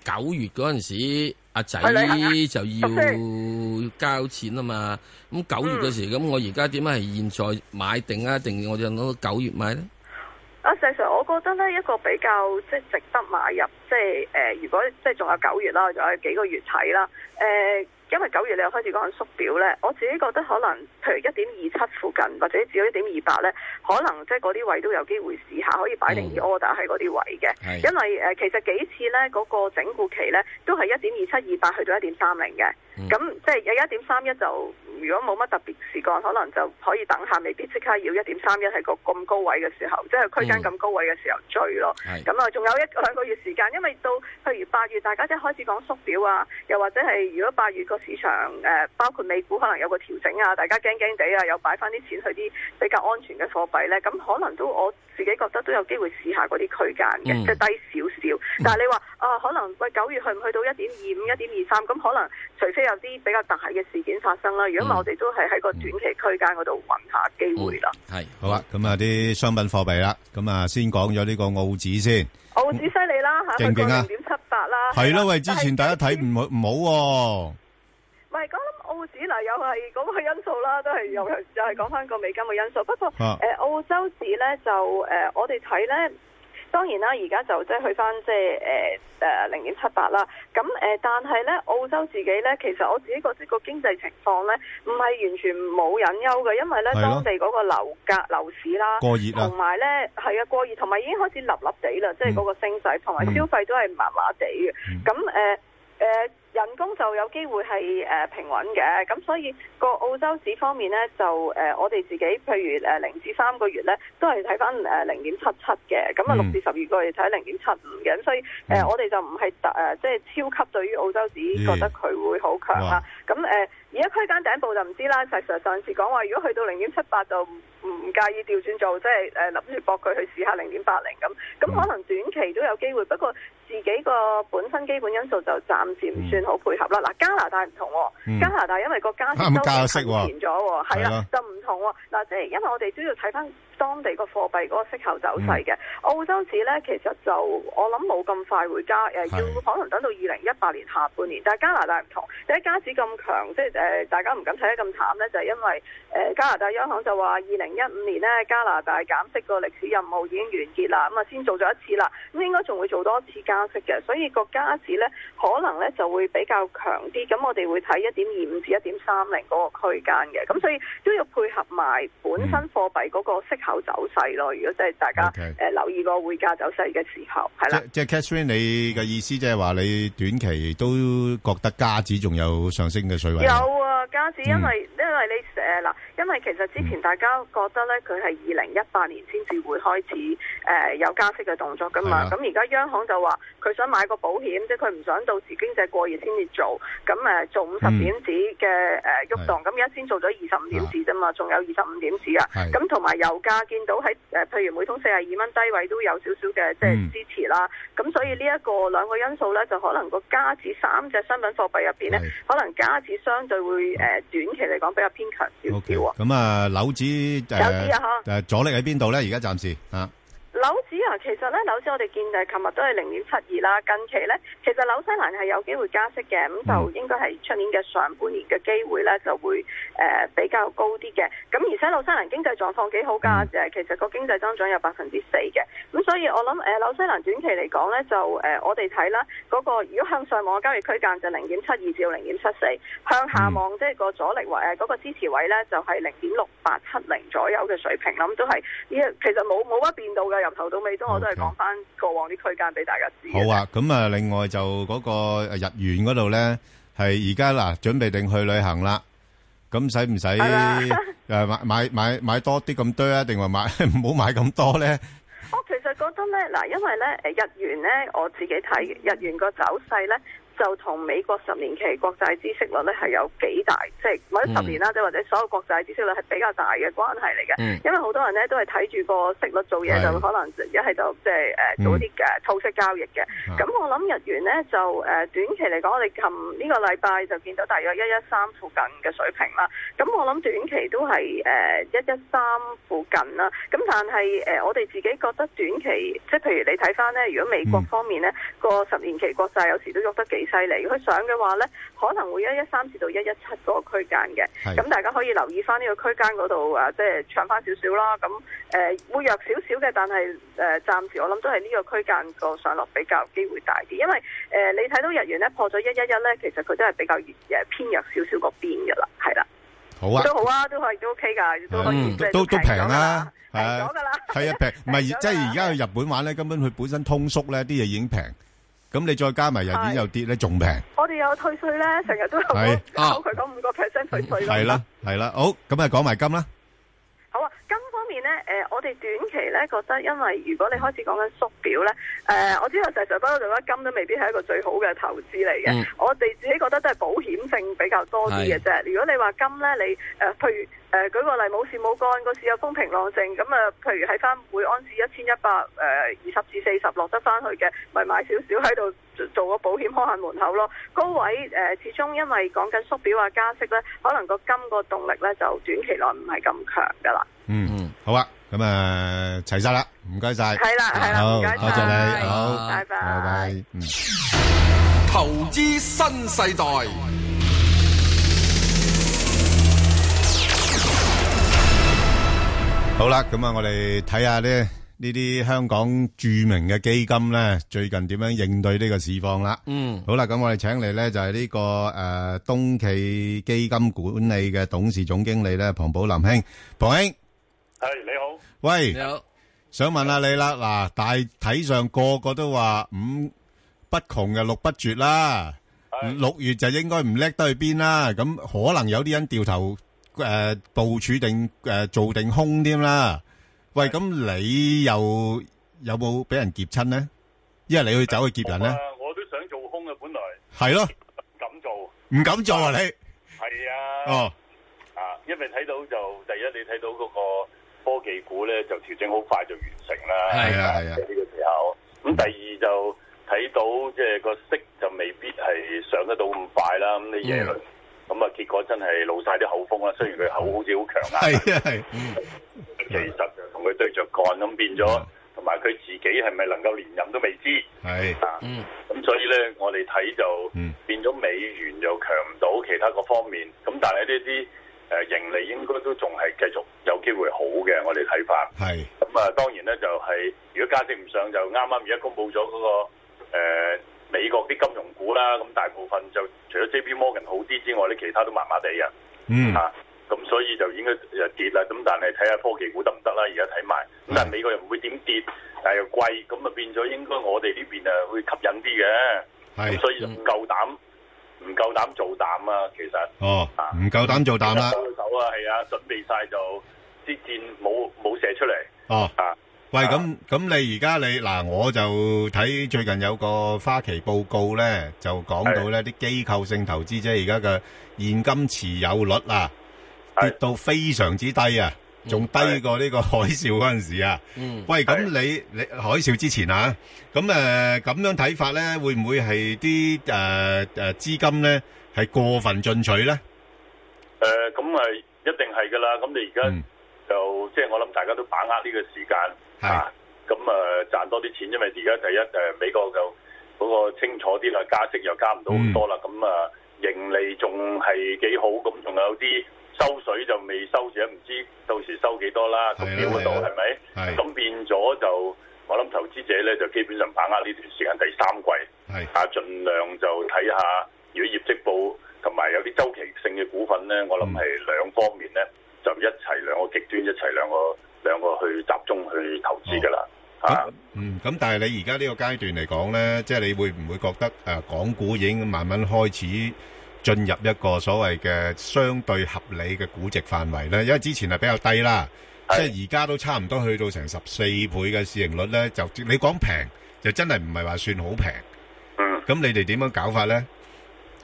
[SPEAKER 11] 九月嗰陣時，阿仔
[SPEAKER 20] 去旅行啊
[SPEAKER 11] 就要交錢啊嘛。咁九月嗰時，咁我而家點解啊係現在買定啊？定我就攞到九月買咧？
[SPEAKER 20] 啊，石 Sir，我覺得呢一個比較即係值得買入，即係誒、呃如果即係仲有九月啦，仲有幾個月睇啦，誒、因為九月你又開始講緊縮表咧，我自己覺得可能譬如一點二七附近或者至到一點二八咧，可能即係嗰啲位都有機會試下，可以擺定啲 order 喺嗰啲位嘅。
[SPEAKER 2] 係
[SPEAKER 20] 因為誒、呃其實幾次咧嗰、個整固期咧都係一點二七二八去到一點三零嘅，咁、即係有一點三一就如果冇乜特別事幹，可能就可以等下，未必即刻要一點三一係個咁高位嘅時候，即係區間咁高位嘅時候追咯。
[SPEAKER 2] 係
[SPEAKER 20] 咁啊，仲有一兩個月時間，因為到譬如八月，大家即係開始講縮表啊，又或者係如果八月個市場誒、呃包括美股可能有個調整啊，大家驚驚地啊，又擺翻啲錢去啲比較安全嘅貨幣咧，咁可能都我自己覺得都有機會試下嗰啲區間嘅，
[SPEAKER 2] 嗯
[SPEAKER 20] 即係低少少。但係你話啊，可能喂九月去唔去到一點二五、一點二三，咁可能除非有啲比較大嘅事件發生啦，如
[SPEAKER 10] 嗯
[SPEAKER 20] 果唔係我哋都係喺個短期區間嗰度揾下機會
[SPEAKER 10] 嗯
[SPEAKER 20] 啦。
[SPEAKER 11] 系
[SPEAKER 10] 好啦，咁啊啲商品貨幣啦，咁啊先講咗呢個澳紙先，
[SPEAKER 20] 澳紙犀利啦嚇，
[SPEAKER 10] 勁唔勁啊
[SPEAKER 20] 零點七八啦，
[SPEAKER 10] 係
[SPEAKER 20] 啦
[SPEAKER 10] 咯，喂，之前大家睇唔好唔
[SPEAKER 20] 唔係，咁澳紙嗱又係嗰個因素啦，都係又係又係講翻個美金嘅因素。不過誒、
[SPEAKER 10] 嗯啊
[SPEAKER 20] 呃澳洲紙咧就誒、呃我哋睇咧。當然啦，而家就即係去翻即係誒誒零點七八啦。咁誒、呃但係咧澳洲自己咧，其實我自己覺得個經濟情況咧，唔係完全冇隱憂嘅，因為咧
[SPEAKER 10] 係咯
[SPEAKER 20] 當地嗰個樓價、樓市啦，
[SPEAKER 10] 過熱啦
[SPEAKER 20] 同埋咧係啊過熱，同埋已經開始立立地啦，即係嗰
[SPEAKER 10] 嗯
[SPEAKER 20] 個升勢，同埋消費都係麻麻地嘅。咁誒誒。呃人工就有機會係誒、呃平穩嘅，咁所以個澳洲市方面呢，就誒、呃我哋自己譬如誒零至三個月呢，都係睇翻誒零點七七嘅，咁啊六
[SPEAKER 2] 嗯
[SPEAKER 20] 至十二個月睇零點七五嘅，咁所以誒、呃我哋就唔係特誒即係超級對於澳洲市
[SPEAKER 2] 咦
[SPEAKER 20] 覺得佢會好啊強啦
[SPEAKER 2] 嗯哇。
[SPEAKER 20] 咁誒而家區間頂部就唔知啦，實實上次講話如果去到零點七八就唔唔介意調轉做，即係誒諗住搏佢去試下零點八零咁，
[SPEAKER 10] 嗯
[SPEAKER 20] 咁可能短期都有機會，不過自己個本身基本因素就暫時唔算好配合啦。嗱、加拿大唔同喎、
[SPEAKER 10] 嗯
[SPEAKER 20] 加拿大因為個加息
[SPEAKER 10] 啱
[SPEAKER 20] 周
[SPEAKER 10] 加息
[SPEAKER 20] 期
[SPEAKER 10] 喎
[SPEAKER 20] 前咗喎，
[SPEAKER 10] 係
[SPEAKER 20] 係啊
[SPEAKER 10] 咯
[SPEAKER 20] 啦，就唔同喎。嗱，即係因為我哋都要睇翻當地個貨幣嗰個息口走勢嘅。澳洲指咧其實就我諗冇咁快會加，誒、要可能等到二零一八年下半年。但係加拿大唔同，第一加指咁強，即係誒、呃大家唔敢睇得咁淡咧，就係、因為誒、呃加拿大央行就話二零一五年咧加拿大減息個歷史任務已經完結啦，咁啊先做咗一次啦，咁應該仲會做多次加息嘅，所以個加指咧可能咧就會比較強啲，咁我哋會睇一點二五至一點三零嗰個區間嘅，咁所以都要配合埋本身貨幣嗰個息口走勢咯。如果即係大家誒
[SPEAKER 10] OK
[SPEAKER 20] 留意個匯價走勢嘅時候，係啦
[SPEAKER 10] 好，。即即 Catherine，你嘅意思即係話你短期都覺得加指仲有上升嘅水位？
[SPEAKER 20] 有啊，家子，因
[SPEAKER 10] 嗯
[SPEAKER 20] 為、因為你誒嗱，因為其實之前大家覺得咧，佢係二零一八年先至會開始誒、呃有加息嘅動作噶嘛
[SPEAKER 2] 係啊，
[SPEAKER 20] 咁而家央行就話佢想買個保險，即係佢唔想到時經濟過熱先至做，咁誒、呃做五十
[SPEAKER 2] 嗯
[SPEAKER 20] 點子嘅誒喐動，咁而家先做咗二十五點子啫嘛，仲有二十五點子啊，
[SPEAKER 2] 係
[SPEAKER 20] 咁同埋油價見到喺誒、呃譬如每桶四十二蚊低位都有少少嘅即
[SPEAKER 2] 嗯
[SPEAKER 20] 係支持啦，咁、所以呢一個兩個因素咧，就可能個加指三隻商品貨幣入邊咧。可能加指相對會誒、呃短期嚟講比較偏強少
[SPEAKER 10] O K，
[SPEAKER 20] 少喎。
[SPEAKER 10] 咁啊，樓指誒
[SPEAKER 20] 樓指啊嚇
[SPEAKER 10] 誒阻力喺邊度咧？而家暫時啊，
[SPEAKER 20] 樓指啊，其實咧樓指我哋見就係琴日都係零點七二啦。近期咧，其實紐西蘭係有機會加息嘅，咁就應該係出年嘅上半年嘅機會咧就會誒、呃比較高啲嘅。咁而且紐西蘭經濟狀況幾好㗎，誒、其實個經濟增長有百分之四嘅。咁所以我諗誒、呃、紐西蘭短期嚟講咧，就誒、呃我哋睇啦，嗰、個如果向上望嘅交易區間就零點七二至到零點七四，向
[SPEAKER 10] 嗯
[SPEAKER 20] 下望即係個阻力位誒啊嗰、個支持位咧就係零點六八七零左右嘅水平啦。咁都係呢，其實冇冇乜變到嘅，由頭到尾都我都係講翻過往啲區間俾大家知。
[SPEAKER 10] 好啊，咁啊，另外就嗰個日元嗰度咧，係而家嗱準備定去旅行啦，咁使唔使誒買買買買多啲咁多啊？定話買 唔好買咁多咧？
[SPEAKER 20] 我其實覺得咧，嗱，因為咧，誒日元咧，我自己睇日元個走勢咧，就同美國十年期國債孳息率咧係有幾大，即係或者十年啦，即係、或者所有國債孳息率係比較大嘅關係嚟嘅。
[SPEAKER 2] 嗯
[SPEAKER 20] 因為好多人咧都係睇住個息率做嘢，
[SPEAKER 2] 係嗯
[SPEAKER 20] 就可能一係就即係誒做啲誒套息交易嘅。咁、我諗日元咧就誒、呃短期嚟講，我哋琴呢個禮拜就見到大約一一三附近嘅水平啦。咁我諗短期都係誒一一三附近啦。咁但係誒、呃我哋自己覺
[SPEAKER 2] 嗯
[SPEAKER 20] 得短期，即係譬如你睇翻咧，如果美國方面咧個十年期國債有時都喐得幾犀利。佢上嘅話呢，可能會一一三至到一一七嗰個區間嘅。
[SPEAKER 2] 係
[SPEAKER 20] 咁大家可以留意翻呢個區間嗰度啊，即係唱翻少少啦。咁誒、呃、會弱少少嘅，但係誒、呃、暫時我諗都係呢個區間個上落比較機會大啲，因為誒、呃你睇到日元呢破咗一一一呢，其實佢都係比較誒偏弱少少嗰邊㗎啦，係啦。
[SPEAKER 10] 好啊
[SPEAKER 20] 都好啊，都可以都 OK 㗎，都可以
[SPEAKER 10] 嗯
[SPEAKER 20] 即係
[SPEAKER 10] 都都
[SPEAKER 20] 平
[SPEAKER 10] 平
[SPEAKER 20] 咗㗎
[SPEAKER 10] 啦，係
[SPEAKER 20] 平
[SPEAKER 10] 啊
[SPEAKER 20] 咗㗎啦，
[SPEAKER 10] 係啊 平，唔係即係而家去日本玩咧，根本佢本身通縮咧，啲嘢已經平，咁你再加埋日元
[SPEAKER 20] 係
[SPEAKER 10] 又跌咧，仲平，
[SPEAKER 20] 我哋有退税咧，成日都有
[SPEAKER 10] 係啊
[SPEAKER 20] 講佢嗰五個 percent 退税咯
[SPEAKER 10] 係啦係啦，好，咁啊講埋金啦，
[SPEAKER 20] 好啊，金方面咧，誒、我哋短期咧覺得，因為如果你開始講緊縮表咧，誒、我知道石 Sir 不嬲就覺得金都未必係一個最好嘅投資嚟嘅。
[SPEAKER 3] 嗯
[SPEAKER 20] 我哋自己覺得都係保險性比較多啲嘅啫。如果你話金咧，你誒、呃譬如誒、舉個例，冇事冇幹，個市有風平浪靜，咁啊，譬如喺翻每安士一千一百誒呃二十至四十落得翻去嘅，咪買少少喺度做做個保險開限門口咯。高位誒、呃始終因為講緊縮表啊加息咧，可能個金個動力咧就短期內唔係咁強㗎啦。
[SPEAKER 10] 嗯，好啊，咁啊齊晒啦，唔該晒，
[SPEAKER 20] 係啦係啦
[SPEAKER 10] 好
[SPEAKER 20] 唔該晒
[SPEAKER 10] 多謝你，好，
[SPEAKER 20] 拜拜
[SPEAKER 10] 拜拜，嗯。
[SPEAKER 9] 投資新世代，
[SPEAKER 10] 好啦，咁啊，我哋睇下咧呢啲香港著名嘅基金咧，最近點樣應對呢個市況啦。
[SPEAKER 11] 嗯
[SPEAKER 10] 好啦，咁我哋請嚟咧就係呢個誒東企基金管理嘅董事總經理咧龐寶林兄，龐兄，
[SPEAKER 4] 係你好，
[SPEAKER 10] 喂，
[SPEAKER 4] 你好，
[SPEAKER 10] 想問下你啦，嗱，大體上個個都話五不窮嘅六不絕啦，六月就應該唔叻得去邊啦，咁可能有啲人掉頭誒、呃部署定誒、呃做定空添啦。喂，咁你又有冇俾人劫親呢？因為你去走去劫人呢，
[SPEAKER 4] 啊我都想做空嘅，本來
[SPEAKER 10] 係咯，
[SPEAKER 4] 唔敢做，
[SPEAKER 10] 唔敢做啊你。
[SPEAKER 4] 係啊，
[SPEAKER 10] 哦，
[SPEAKER 4] 啊，因為睇到就第一，你睇到嗰個科技股咧就調整好快就完成啦，
[SPEAKER 10] 係啊係啊
[SPEAKER 4] 呢個時候。咁第二就睇到即係個息就未必係上得到咁快啦。咁你耶
[SPEAKER 10] 嗯
[SPEAKER 4] 倫咁啊，結果真係露晒啲口風啦。雖然佢口好似好強硬，
[SPEAKER 10] 係啊係，嗯
[SPEAKER 4] 其實就同佢對着幹咁變咗，同埋佢自己係咪能夠連任都未知。
[SPEAKER 10] 係，
[SPEAKER 4] 嗯，
[SPEAKER 10] 嗯
[SPEAKER 4] 咁所以咧，我哋睇就變咗美元又強唔到其他各方面，咁但係呢啲誒盈利應該都仲係繼續有機會好嘅，我哋睇法。
[SPEAKER 10] 係，
[SPEAKER 4] 咁啊，當然咧就係、如果加息唔上，就啱啱而家公布咗嗰、個、呃、美國啲金融股啦，咁大部分就除咗 J.P. Morgan 好啲之外咧，其他都麻麻地啊。
[SPEAKER 10] 嗯，
[SPEAKER 4] 咁所以就應該誒跌啦。咁但係睇下科技股得唔得啦？而家睇埋。咁
[SPEAKER 10] 嗯
[SPEAKER 4] 但係美國又唔會點跌，但係又貴，咁啊變咗應該我哋呢邊啊會吸引啲嘅。
[SPEAKER 10] 係
[SPEAKER 4] 咁所以就唔夠膽，唔夠膽做膽啊！其實
[SPEAKER 10] 哦，唔夠膽做膽啦。
[SPEAKER 4] 收手啊，係啊，準備晒就啲箭冇冇射出嚟。
[SPEAKER 10] 哦，喂，咁-咁你而家你-嗱，我就睇最近有個花旗報告呢，就講到呢，啲機構性投資者而家嘅現金持有率啊，跌到非常之低啊，仲低過呢個海嘯嗰陣時啊。
[SPEAKER 11] 嗯，
[SPEAKER 10] 喂，咁你-你-啊海嘯之前啊，咁，呃，咁樣睇法呢，會唔會係啲，呃，呃，資金呢，係過分進取呢？
[SPEAKER 4] 誒呃咁係一定係㗎啦。咁你而家
[SPEAKER 10] 嗯
[SPEAKER 4] 就即係我諗大家都把握呢個時間啊，咁啊賺多啲錢，因為而家第一誒美國就嗰個清楚啲啦，加息又加唔到咁多啦，咁啊盈利仲係幾好，咁仲有啲收水就未收住，唔知到時收幾多啦，咁表嗰度係咪？咁變咗就我諗投資者咧就基本上把握呢段時間第三季。啊，盡量就睇下，如果業績報同埋有啲周期性嘅股份咧，我諗係兩方面咧，就一齊兩個極端，一齊兩個兩個去集中去投資㗎啦。
[SPEAKER 10] 嗯，咁但係你而家呢個階段嚟講咧，即係你會唔會覺得誒、呃港股已經慢慢開始進入一個所謂嘅相對合理嘅估值範圍咧？因為之前係比較低啦，即係而家都差唔多去到成十四倍嘅市盈率咧，就你講平就真係唔係話算好平。
[SPEAKER 4] 嗯，
[SPEAKER 10] 咁你哋點樣搞法咧？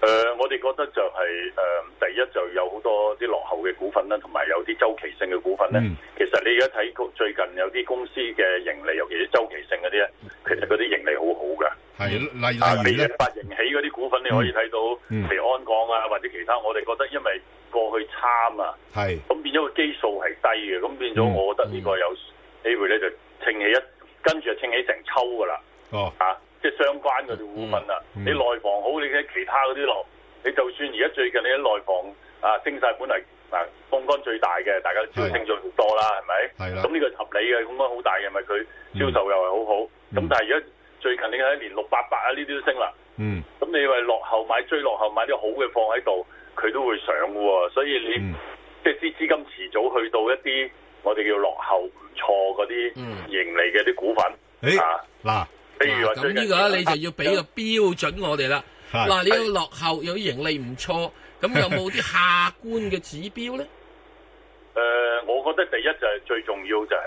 [SPEAKER 4] 誒、呃我哋覺得就係、誒、第一就有好多啲落後嘅股份啦，同埋有啲周期性嘅股份咧。
[SPEAKER 10] 嗯
[SPEAKER 4] 其實你而家睇個最近有啲公司嘅盈利，尤其是周期性嗰啲咧，其實嗰啲盈利好好㗎。
[SPEAKER 10] 係例
[SPEAKER 4] 啊
[SPEAKER 10] 例如咧
[SPEAKER 4] 譬如，發盈起嗰啲股份，你可以睇到，
[SPEAKER 10] 嗯
[SPEAKER 4] 譬如安鋼啊，或者其他，我哋覺得因為過去差啊，
[SPEAKER 10] 係嗯
[SPEAKER 4] 咁變咗個基數係低嘅，咁變咗我覺得呢個有機會咧就稱起一，跟住就稱起成抽噶啦，
[SPEAKER 10] 哦，
[SPEAKER 4] 啊，即係相關嗰啲股份啦。
[SPEAKER 2] 嗯嗯
[SPEAKER 4] 你內房好，你睇其他嗰啲落，你就算而家最近你喺內房啊升晒，本嚟嗱槓桿最大嘅，大家都知道升咗好多啦，係咪？
[SPEAKER 2] 係啦
[SPEAKER 4] 咁呢個合理嘅，槓桿好大嘅，咪佢
[SPEAKER 11] 嗯
[SPEAKER 4] 銷售又係好好。咁、但係而家最近你睇連六八八啊呢啲都升啦。
[SPEAKER 2] 嗯，
[SPEAKER 4] 咁你話落後買追落後買啲好嘅放喺度，佢都會上嘅喎。所以你、
[SPEAKER 11] 嗯
[SPEAKER 4] 即係啲資金遲早去到一啲我哋叫落後唔錯嗰啲
[SPEAKER 11] 嗯
[SPEAKER 4] 盈利嘅啲股份。啊
[SPEAKER 10] 誒嗱，
[SPEAKER 4] 譬如話
[SPEAKER 11] 咁
[SPEAKER 4] 最
[SPEAKER 11] 呢
[SPEAKER 4] 近
[SPEAKER 11] 個咧你就要俾個標準我哋啦。
[SPEAKER 10] 係
[SPEAKER 11] 嗱，你要落後，有盈利唔錯，咁有冇啲客觀嘅指標
[SPEAKER 4] 誒、
[SPEAKER 11] 咧？
[SPEAKER 4] 呃我覺得第一就係最重要就係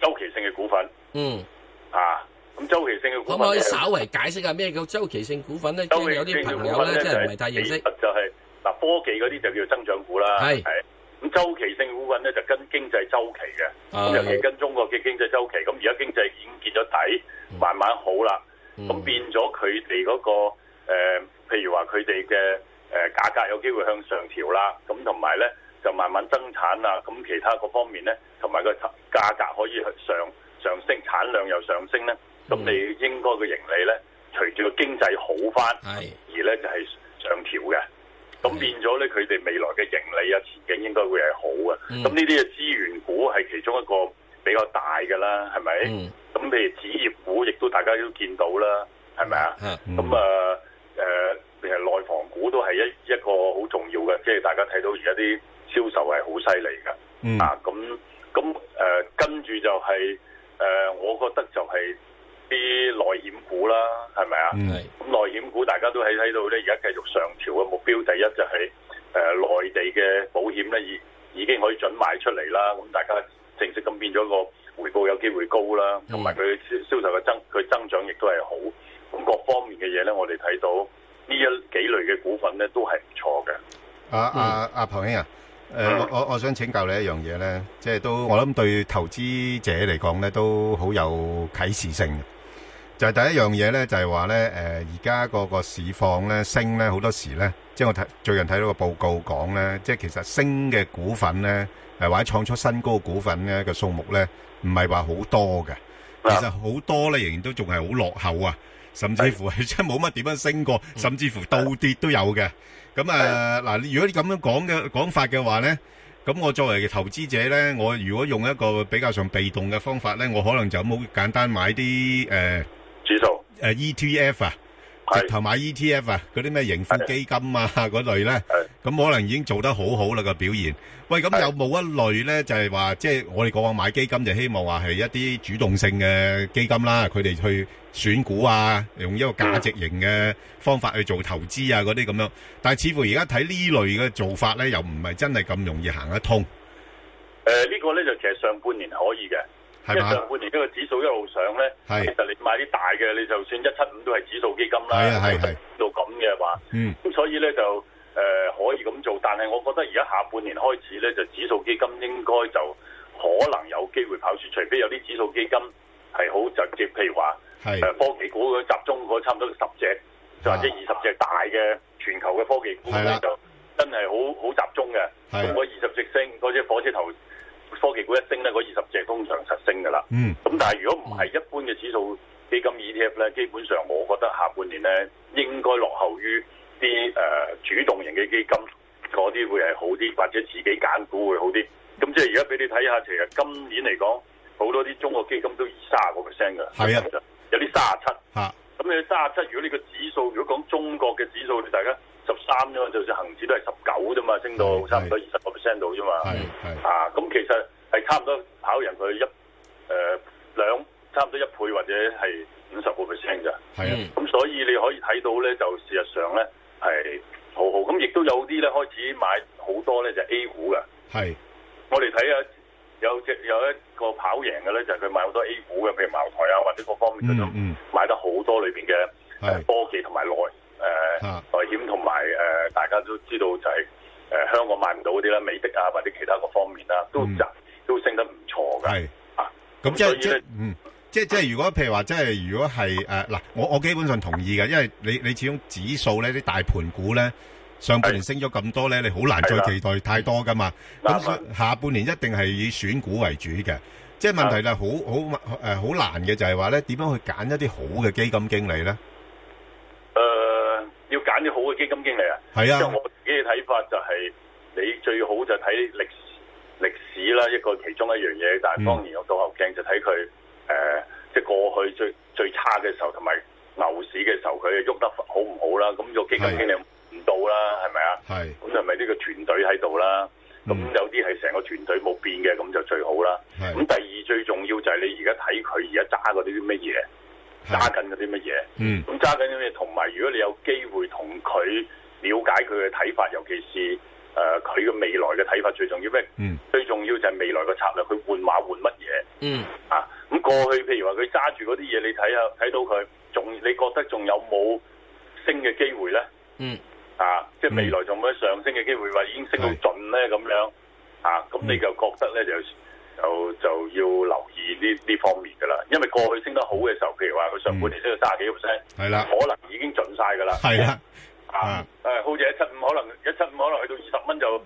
[SPEAKER 4] 周期性嘅股份
[SPEAKER 11] 嗯，
[SPEAKER 4] 啊。咁周期性嘅
[SPEAKER 11] 可
[SPEAKER 4] 股
[SPEAKER 11] 唔
[SPEAKER 4] 份
[SPEAKER 11] 可以
[SPEAKER 4] 就係
[SPEAKER 11] 稍微解釋下咩叫周期性股份咧？即
[SPEAKER 4] 周
[SPEAKER 11] 係
[SPEAKER 4] 期
[SPEAKER 11] 有啲
[SPEAKER 4] 性嘅
[SPEAKER 11] 朋
[SPEAKER 4] 股
[SPEAKER 11] 友
[SPEAKER 4] 份
[SPEAKER 11] 咧，
[SPEAKER 4] 咧，
[SPEAKER 11] 即係唔係太認識
[SPEAKER 4] 其。實就係、嗱科技嗰啲就叫做增長股啦，
[SPEAKER 11] 係
[SPEAKER 4] 係咁周期性股份咧就跟經濟周期嘅，
[SPEAKER 11] 啊
[SPEAKER 4] 咁尤其跟中國嘅經濟周期，咁而家經濟已經見咗底，
[SPEAKER 11] 嗯
[SPEAKER 4] 慢慢好啦，咁、變咗佢哋嗰個、呃、譬如話佢哋嘅誒價格有機會向上調啦，咁同埋咧就慢慢增產啦，咁其他各方面咧同埋個價格可以上上升，產量又上升咧，咁
[SPEAKER 2] 嗯
[SPEAKER 4] 你應該個盈利咧隨住個經濟好翻。
[SPEAKER 11] 係
[SPEAKER 4] 而咧就係上調嘅。咁變咗咧，佢哋未來嘅盈利啊前景應該會係好嘅。
[SPEAKER 2] 嗯
[SPEAKER 4] 咁呢啲嘅資源股係其中一個比較大嘅啦，係咪？咁譬如紙業股，亦都大家都見到啦，係咪啊？咁啊誒，其實內房股都係一一個好重要嘅，即係大家睇到而家啲銷售係好犀利嘅。
[SPEAKER 10] 嗯
[SPEAKER 4] 啊，咁咁誒，呃跟住就係、誒、我覺得就係啲內險股啦，係咪啊？
[SPEAKER 2] 嗯
[SPEAKER 4] 咁內險股大家都喺睇到咧，而家繼續上調嘅目標，第一就係、誒、內地嘅保險咧已已經可以準賣出嚟啦，咁大家正式咁變咗個回報有機會高啦，同埋佢銷售嘅增佢增長亦都係好，咁各方面嘅嘢咧，我哋睇到呢一幾類嘅股份咧都係唔錯嘅。
[SPEAKER 10] 啊啊啊，彭兄啊，誒、我我我想請教你一樣嘢咧，即係都我諗對投資者嚟講咧都好有啟示性嘅。就係第一樣嘢咧，就係話咧，誒而家個個市況咧升咧，好多時咧，即係我睇最近睇到個報告講咧，即係其實升嘅股份咧，誒或者創出新高嘅股份咧嘅數目咧，唔係話好多嘅，其實好多咧仍然都仲係好落後啊，甚至乎 係真係冇乜點樣升過，甚至乎倒跌都有嘅。咁啊嗱，如果你咁樣講嘅講法嘅話咧。咁我作為投資者咧，我如果用一個比較上被動嘅方法咧，我可能就咁好簡單買啲誒、呃、
[SPEAKER 4] 指數
[SPEAKER 10] 誒 ETF 啊，直頭買 ETF 啊，嗰啲咩盈富基金啊嗰類咧，咁可能已經做得好好啦個表現。喂，咁有冇一類咧就係話，即係我哋過往買基金就希望話係一啲主動性嘅基金啦，佢哋去選股啊，用一個價值型嘅方法去做投資啊嗰啲咁樣。但係似乎而家睇呢類嘅做法咧，又唔係真係咁容易行得通。
[SPEAKER 4] 誒、呃呢個咧就其實上半年可以嘅，因
[SPEAKER 10] 係嘛
[SPEAKER 4] 為上半年呢個指數一路上咧，
[SPEAKER 10] 係
[SPEAKER 4] 其實你買啲大嘅，你就算一七五都係指數基金啦，
[SPEAKER 10] 係啊係係
[SPEAKER 4] 到咁嘅話，
[SPEAKER 10] 嗯
[SPEAKER 4] 咁所以咧就誒、可以咁做，但係我覺得而家下半年開始咧，就指數基金應該就可能有機會跑輸，除非有啲指數基金係好直接，譬如話
[SPEAKER 10] 係
[SPEAKER 4] 誒科技股佢集中嗰差唔多十隻，就或者二十隻大嘅全球嘅科技股
[SPEAKER 2] 係啦
[SPEAKER 4] 咧就真係好好集中嘅。
[SPEAKER 2] 係
[SPEAKER 4] 咁嗰二十隻升，嗰隻火車頭科技股一升咧，嗰二十隻通常實升㗎啦。
[SPEAKER 10] 嗯
[SPEAKER 4] 咁但係如果唔係一般嘅指數基金 E ETF 咧，基本上我覺得下半年咧應該落後於啲誒、呃主動型嘅基金嗰啲會係好啲，或者自己揀股會好啲。咁即係而家俾你睇下，其實今年嚟講，好多啲中國基金都二卅個 percent 㗎，
[SPEAKER 10] 係啊，
[SPEAKER 4] 有啲卅七。
[SPEAKER 10] 嚇
[SPEAKER 4] 咁你三十七，如果呢個指數，如果講中國嘅指數，你大家十三啫嘛，就算恒指都係十九啫嘛，升到差唔多二十個 percent 度啫嘛。
[SPEAKER 10] 係係
[SPEAKER 4] 啊，咁其實係差唔多跑贏佢一誒呃兩，差唔多一倍或者係五十個 percent 㗎。
[SPEAKER 10] 係啊。
[SPEAKER 4] 咁所以你可以睇到咧，就事實上咧係好好。咁亦都有啲咧開始買好多咧就 A 股㗎。
[SPEAKER 10] 係
[SPEAKER 4] 我哋睇下有隻有一個跑贏嘅咧，就係佢買好多 A 股嘅，譬如茅台啊，或者各方面
[SPEAKER 10] 嗯
[SPEAKER 4] 佢都買得好多裏邊嘅誒科技同埋內誒內險同埋誒，大家都知道就係、誒、香港買唔到嗰啲啦，美的啊或者其他各方面啦，都賺、都升得唔錯㗎。
[SPEAKER 10] 嗯係咁即係即係嗯，即係即係如果譬如話，即係如果係誒嗱，我我基本上同意嘅，因為你你始終指數咧啲大盤股咧。上半年升咗咁多咧，你好難再期待太多噶嘛。咁所以下半年一定係以選股為主嘅，呃
[SPEAKER 2] 即係問題就好好誒好難嘅，就係話咧點樣去揀一啲好嘅基金經理咧？
[SPEAKER 4] 誒呃要揀啲好嘅基金經理啊。
[SPEAKER 2] 係啊
[SPEAKER 4] 即係我自己嘅睇法就係，你最好就睇歷史歷史啦，一個其中一樣嘢。但
[SPEAKER 2] 嗯
[SPEAKER 4] 係當然有倒後鏡就睇佢誒，即係過去最最差嘅時候同埋牛市嘅時候，佢喐得好唔好啦？咁個基金經理唔到啦，係咪啊？
[SPEAKER 2] 係。嗯
[SPEAKER 4] 咁係咪呢個團隊喺度啦？咁有啲係成個團隊冇變嘅，咁就最好啦。
[SPEAKER 2] 係
[SPEAKER 4] 咁第二最重要就係你而家睇佢而家揸嗰啲乜嘢，揸緊嗰啲乜嘢。
[SPEAKER 2] 嗯
[SPEAKER 4] 咁揸緊啲咩？同埋如果你有機會同佢了解佢嘅睇法，尤其是誒佢嘅未來嘅睇法最重要咩？
[SPEAKER 2] 嗯
[SPEAKER 4] 最重要就係未來嘅策略，佢換馬換乜嘢
[SPEAKER 11] 嗯
[SPEAKER 4] 啊？咁過去譬如話佢揸住嗰啲嘢，你睇下睇到佢仲，你覺得仲有冇升嘅機會咧？
[SPEAKER 11] 嗯
[SPEAKER 4] 啊，即係未來仲有冇得上升嘅機會，話已經升到盡咧咁樣啊？
[SPEAKER 2] 嗯
[SPEAKER 4] 咁你就覺得咧就就就要留意呢呢方面噶啦，因為過去升得好嘅時候，譬如話佢上半年升到卅幾個 percent，
[SPEAKER 2] 係啦
[SPEAKER 4] 可能已經盡晒噶啦，
[SPEAKER 2] 係啦，
[SPEAKER 4] 啊，誒，好似一七五可能一七五可能去到二十蚊就誒，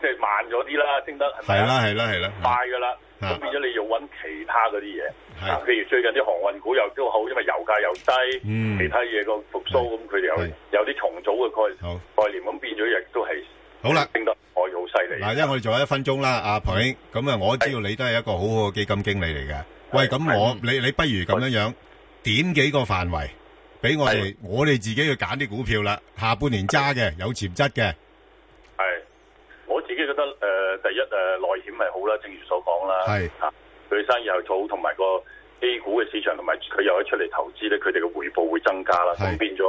[SPEAKER 4] 即係慢咗啲啦，升得係咪
[SPEAKER 2] 係
[SPEAKER 4] 啊
[SPEAKER 2] 啦，係啦，係啦，
[SPEAKER 4] 快噶啦，
[SPEAKER 2] 啊
[SPEAKER 4] 咁變咗你要揾其他嗰啲嘢，啊，譬如最近啲航運股又都好，因為油價又低，
[SPEAKER 2] 嗯
[SPEAKER 4] 其他嘢個復甦，咁佢哋有有啲重組嘅概概念，咁變咗亦都係
[SPEAKER 2] 好啦，
[SPEAKER 4] 升得可以好犀利。
[SPEAKER 2] 嗱，因為我哋仲有一分鐘啦，阿彭英，咁啊，我知道你都係一個好好嘅基金經理嚟嘅。喂，咁我你你不如咁樣樣點幾個範圍俾我哋，我哋自己去揀啲股票啦。下半年揸嘅，有潛質嘅，
[SPEAKER 4] 係，我自己覺得誒、呃第一誒、呃、內險係好啦，正如所講啦，
[SPEAKER 2] 係
[SPEAKER 4] 啊，佢生意又好，同埋個 A 股嘅市場，同埋佢又可以出嚟投資咧，佢哋嘅回報會增加啦，咁變咗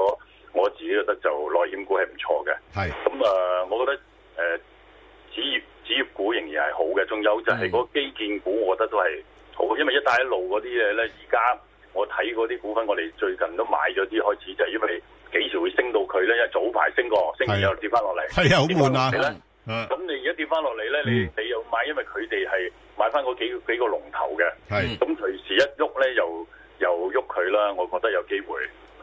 [SPEAKER 4] 我自己覺得就內險股係唔錯嘅。
[SPEAKER 2] 係
[SPEAKER 4] 咁誒、呃我覺得誒、呃、紙業紙業股仍然係好嘅，仲有就
[SPEAKER 2] 嗯
[SPEAKER 4] 係嗰基建股，我覺得都係好，因為一帶一路嗰啲嘢咧，而家我睇嗰啲股份，我哋最近都買咗啲開始，就係因為幾時會升到佢咧？因為早排升過，升完
[SPEAKER 2] 係
[SPEAKER 4] 又跌翻落嚟，
[SPEAKER 2] 係啊，好悶啊
[SPEAKER 4] 跌返落嚟呢。
[SPEAKER 2] 啊
[SPEAKER 4] 咁你而家跌翻落嚟咧，你
[SPEAKER 2] 嗯
[SPEAKER 4] 你又買，因為佢哋係買翻嗰幾幾個龍頭嘅，
[SPEAKER 2] 係
[SPEAKER 4] 咁隨時一喐咧，又又喐佢啦，我覺得有機會，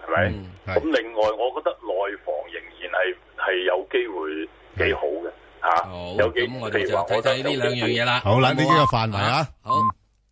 [SPEAKER 4] 係咪？
[SPEAKER 2] 嗯
[SPEAKER 4] 咁另外，我覺得內房仍然係係有機會幾好嘅嚇，有機
[SPEAKER 11] 咁我哋
[SPEAKER 4] 譬
[SPEAKER 11] 就
[SPEAKER 4] 如話
[SPEAKER 11] 睇睇呢兩樣嘢啦。
[SPEAKER 2] 好啦，
[SPEAKER 11] 好
[SPEAKER 2] 呢幾
[SPEAKER 11] 唔好
[SPEAKER 2] 個
[SPEAKER 11] 啊
[SPEAKER 2] 範圍啊。
[SPEAKER 11] 好。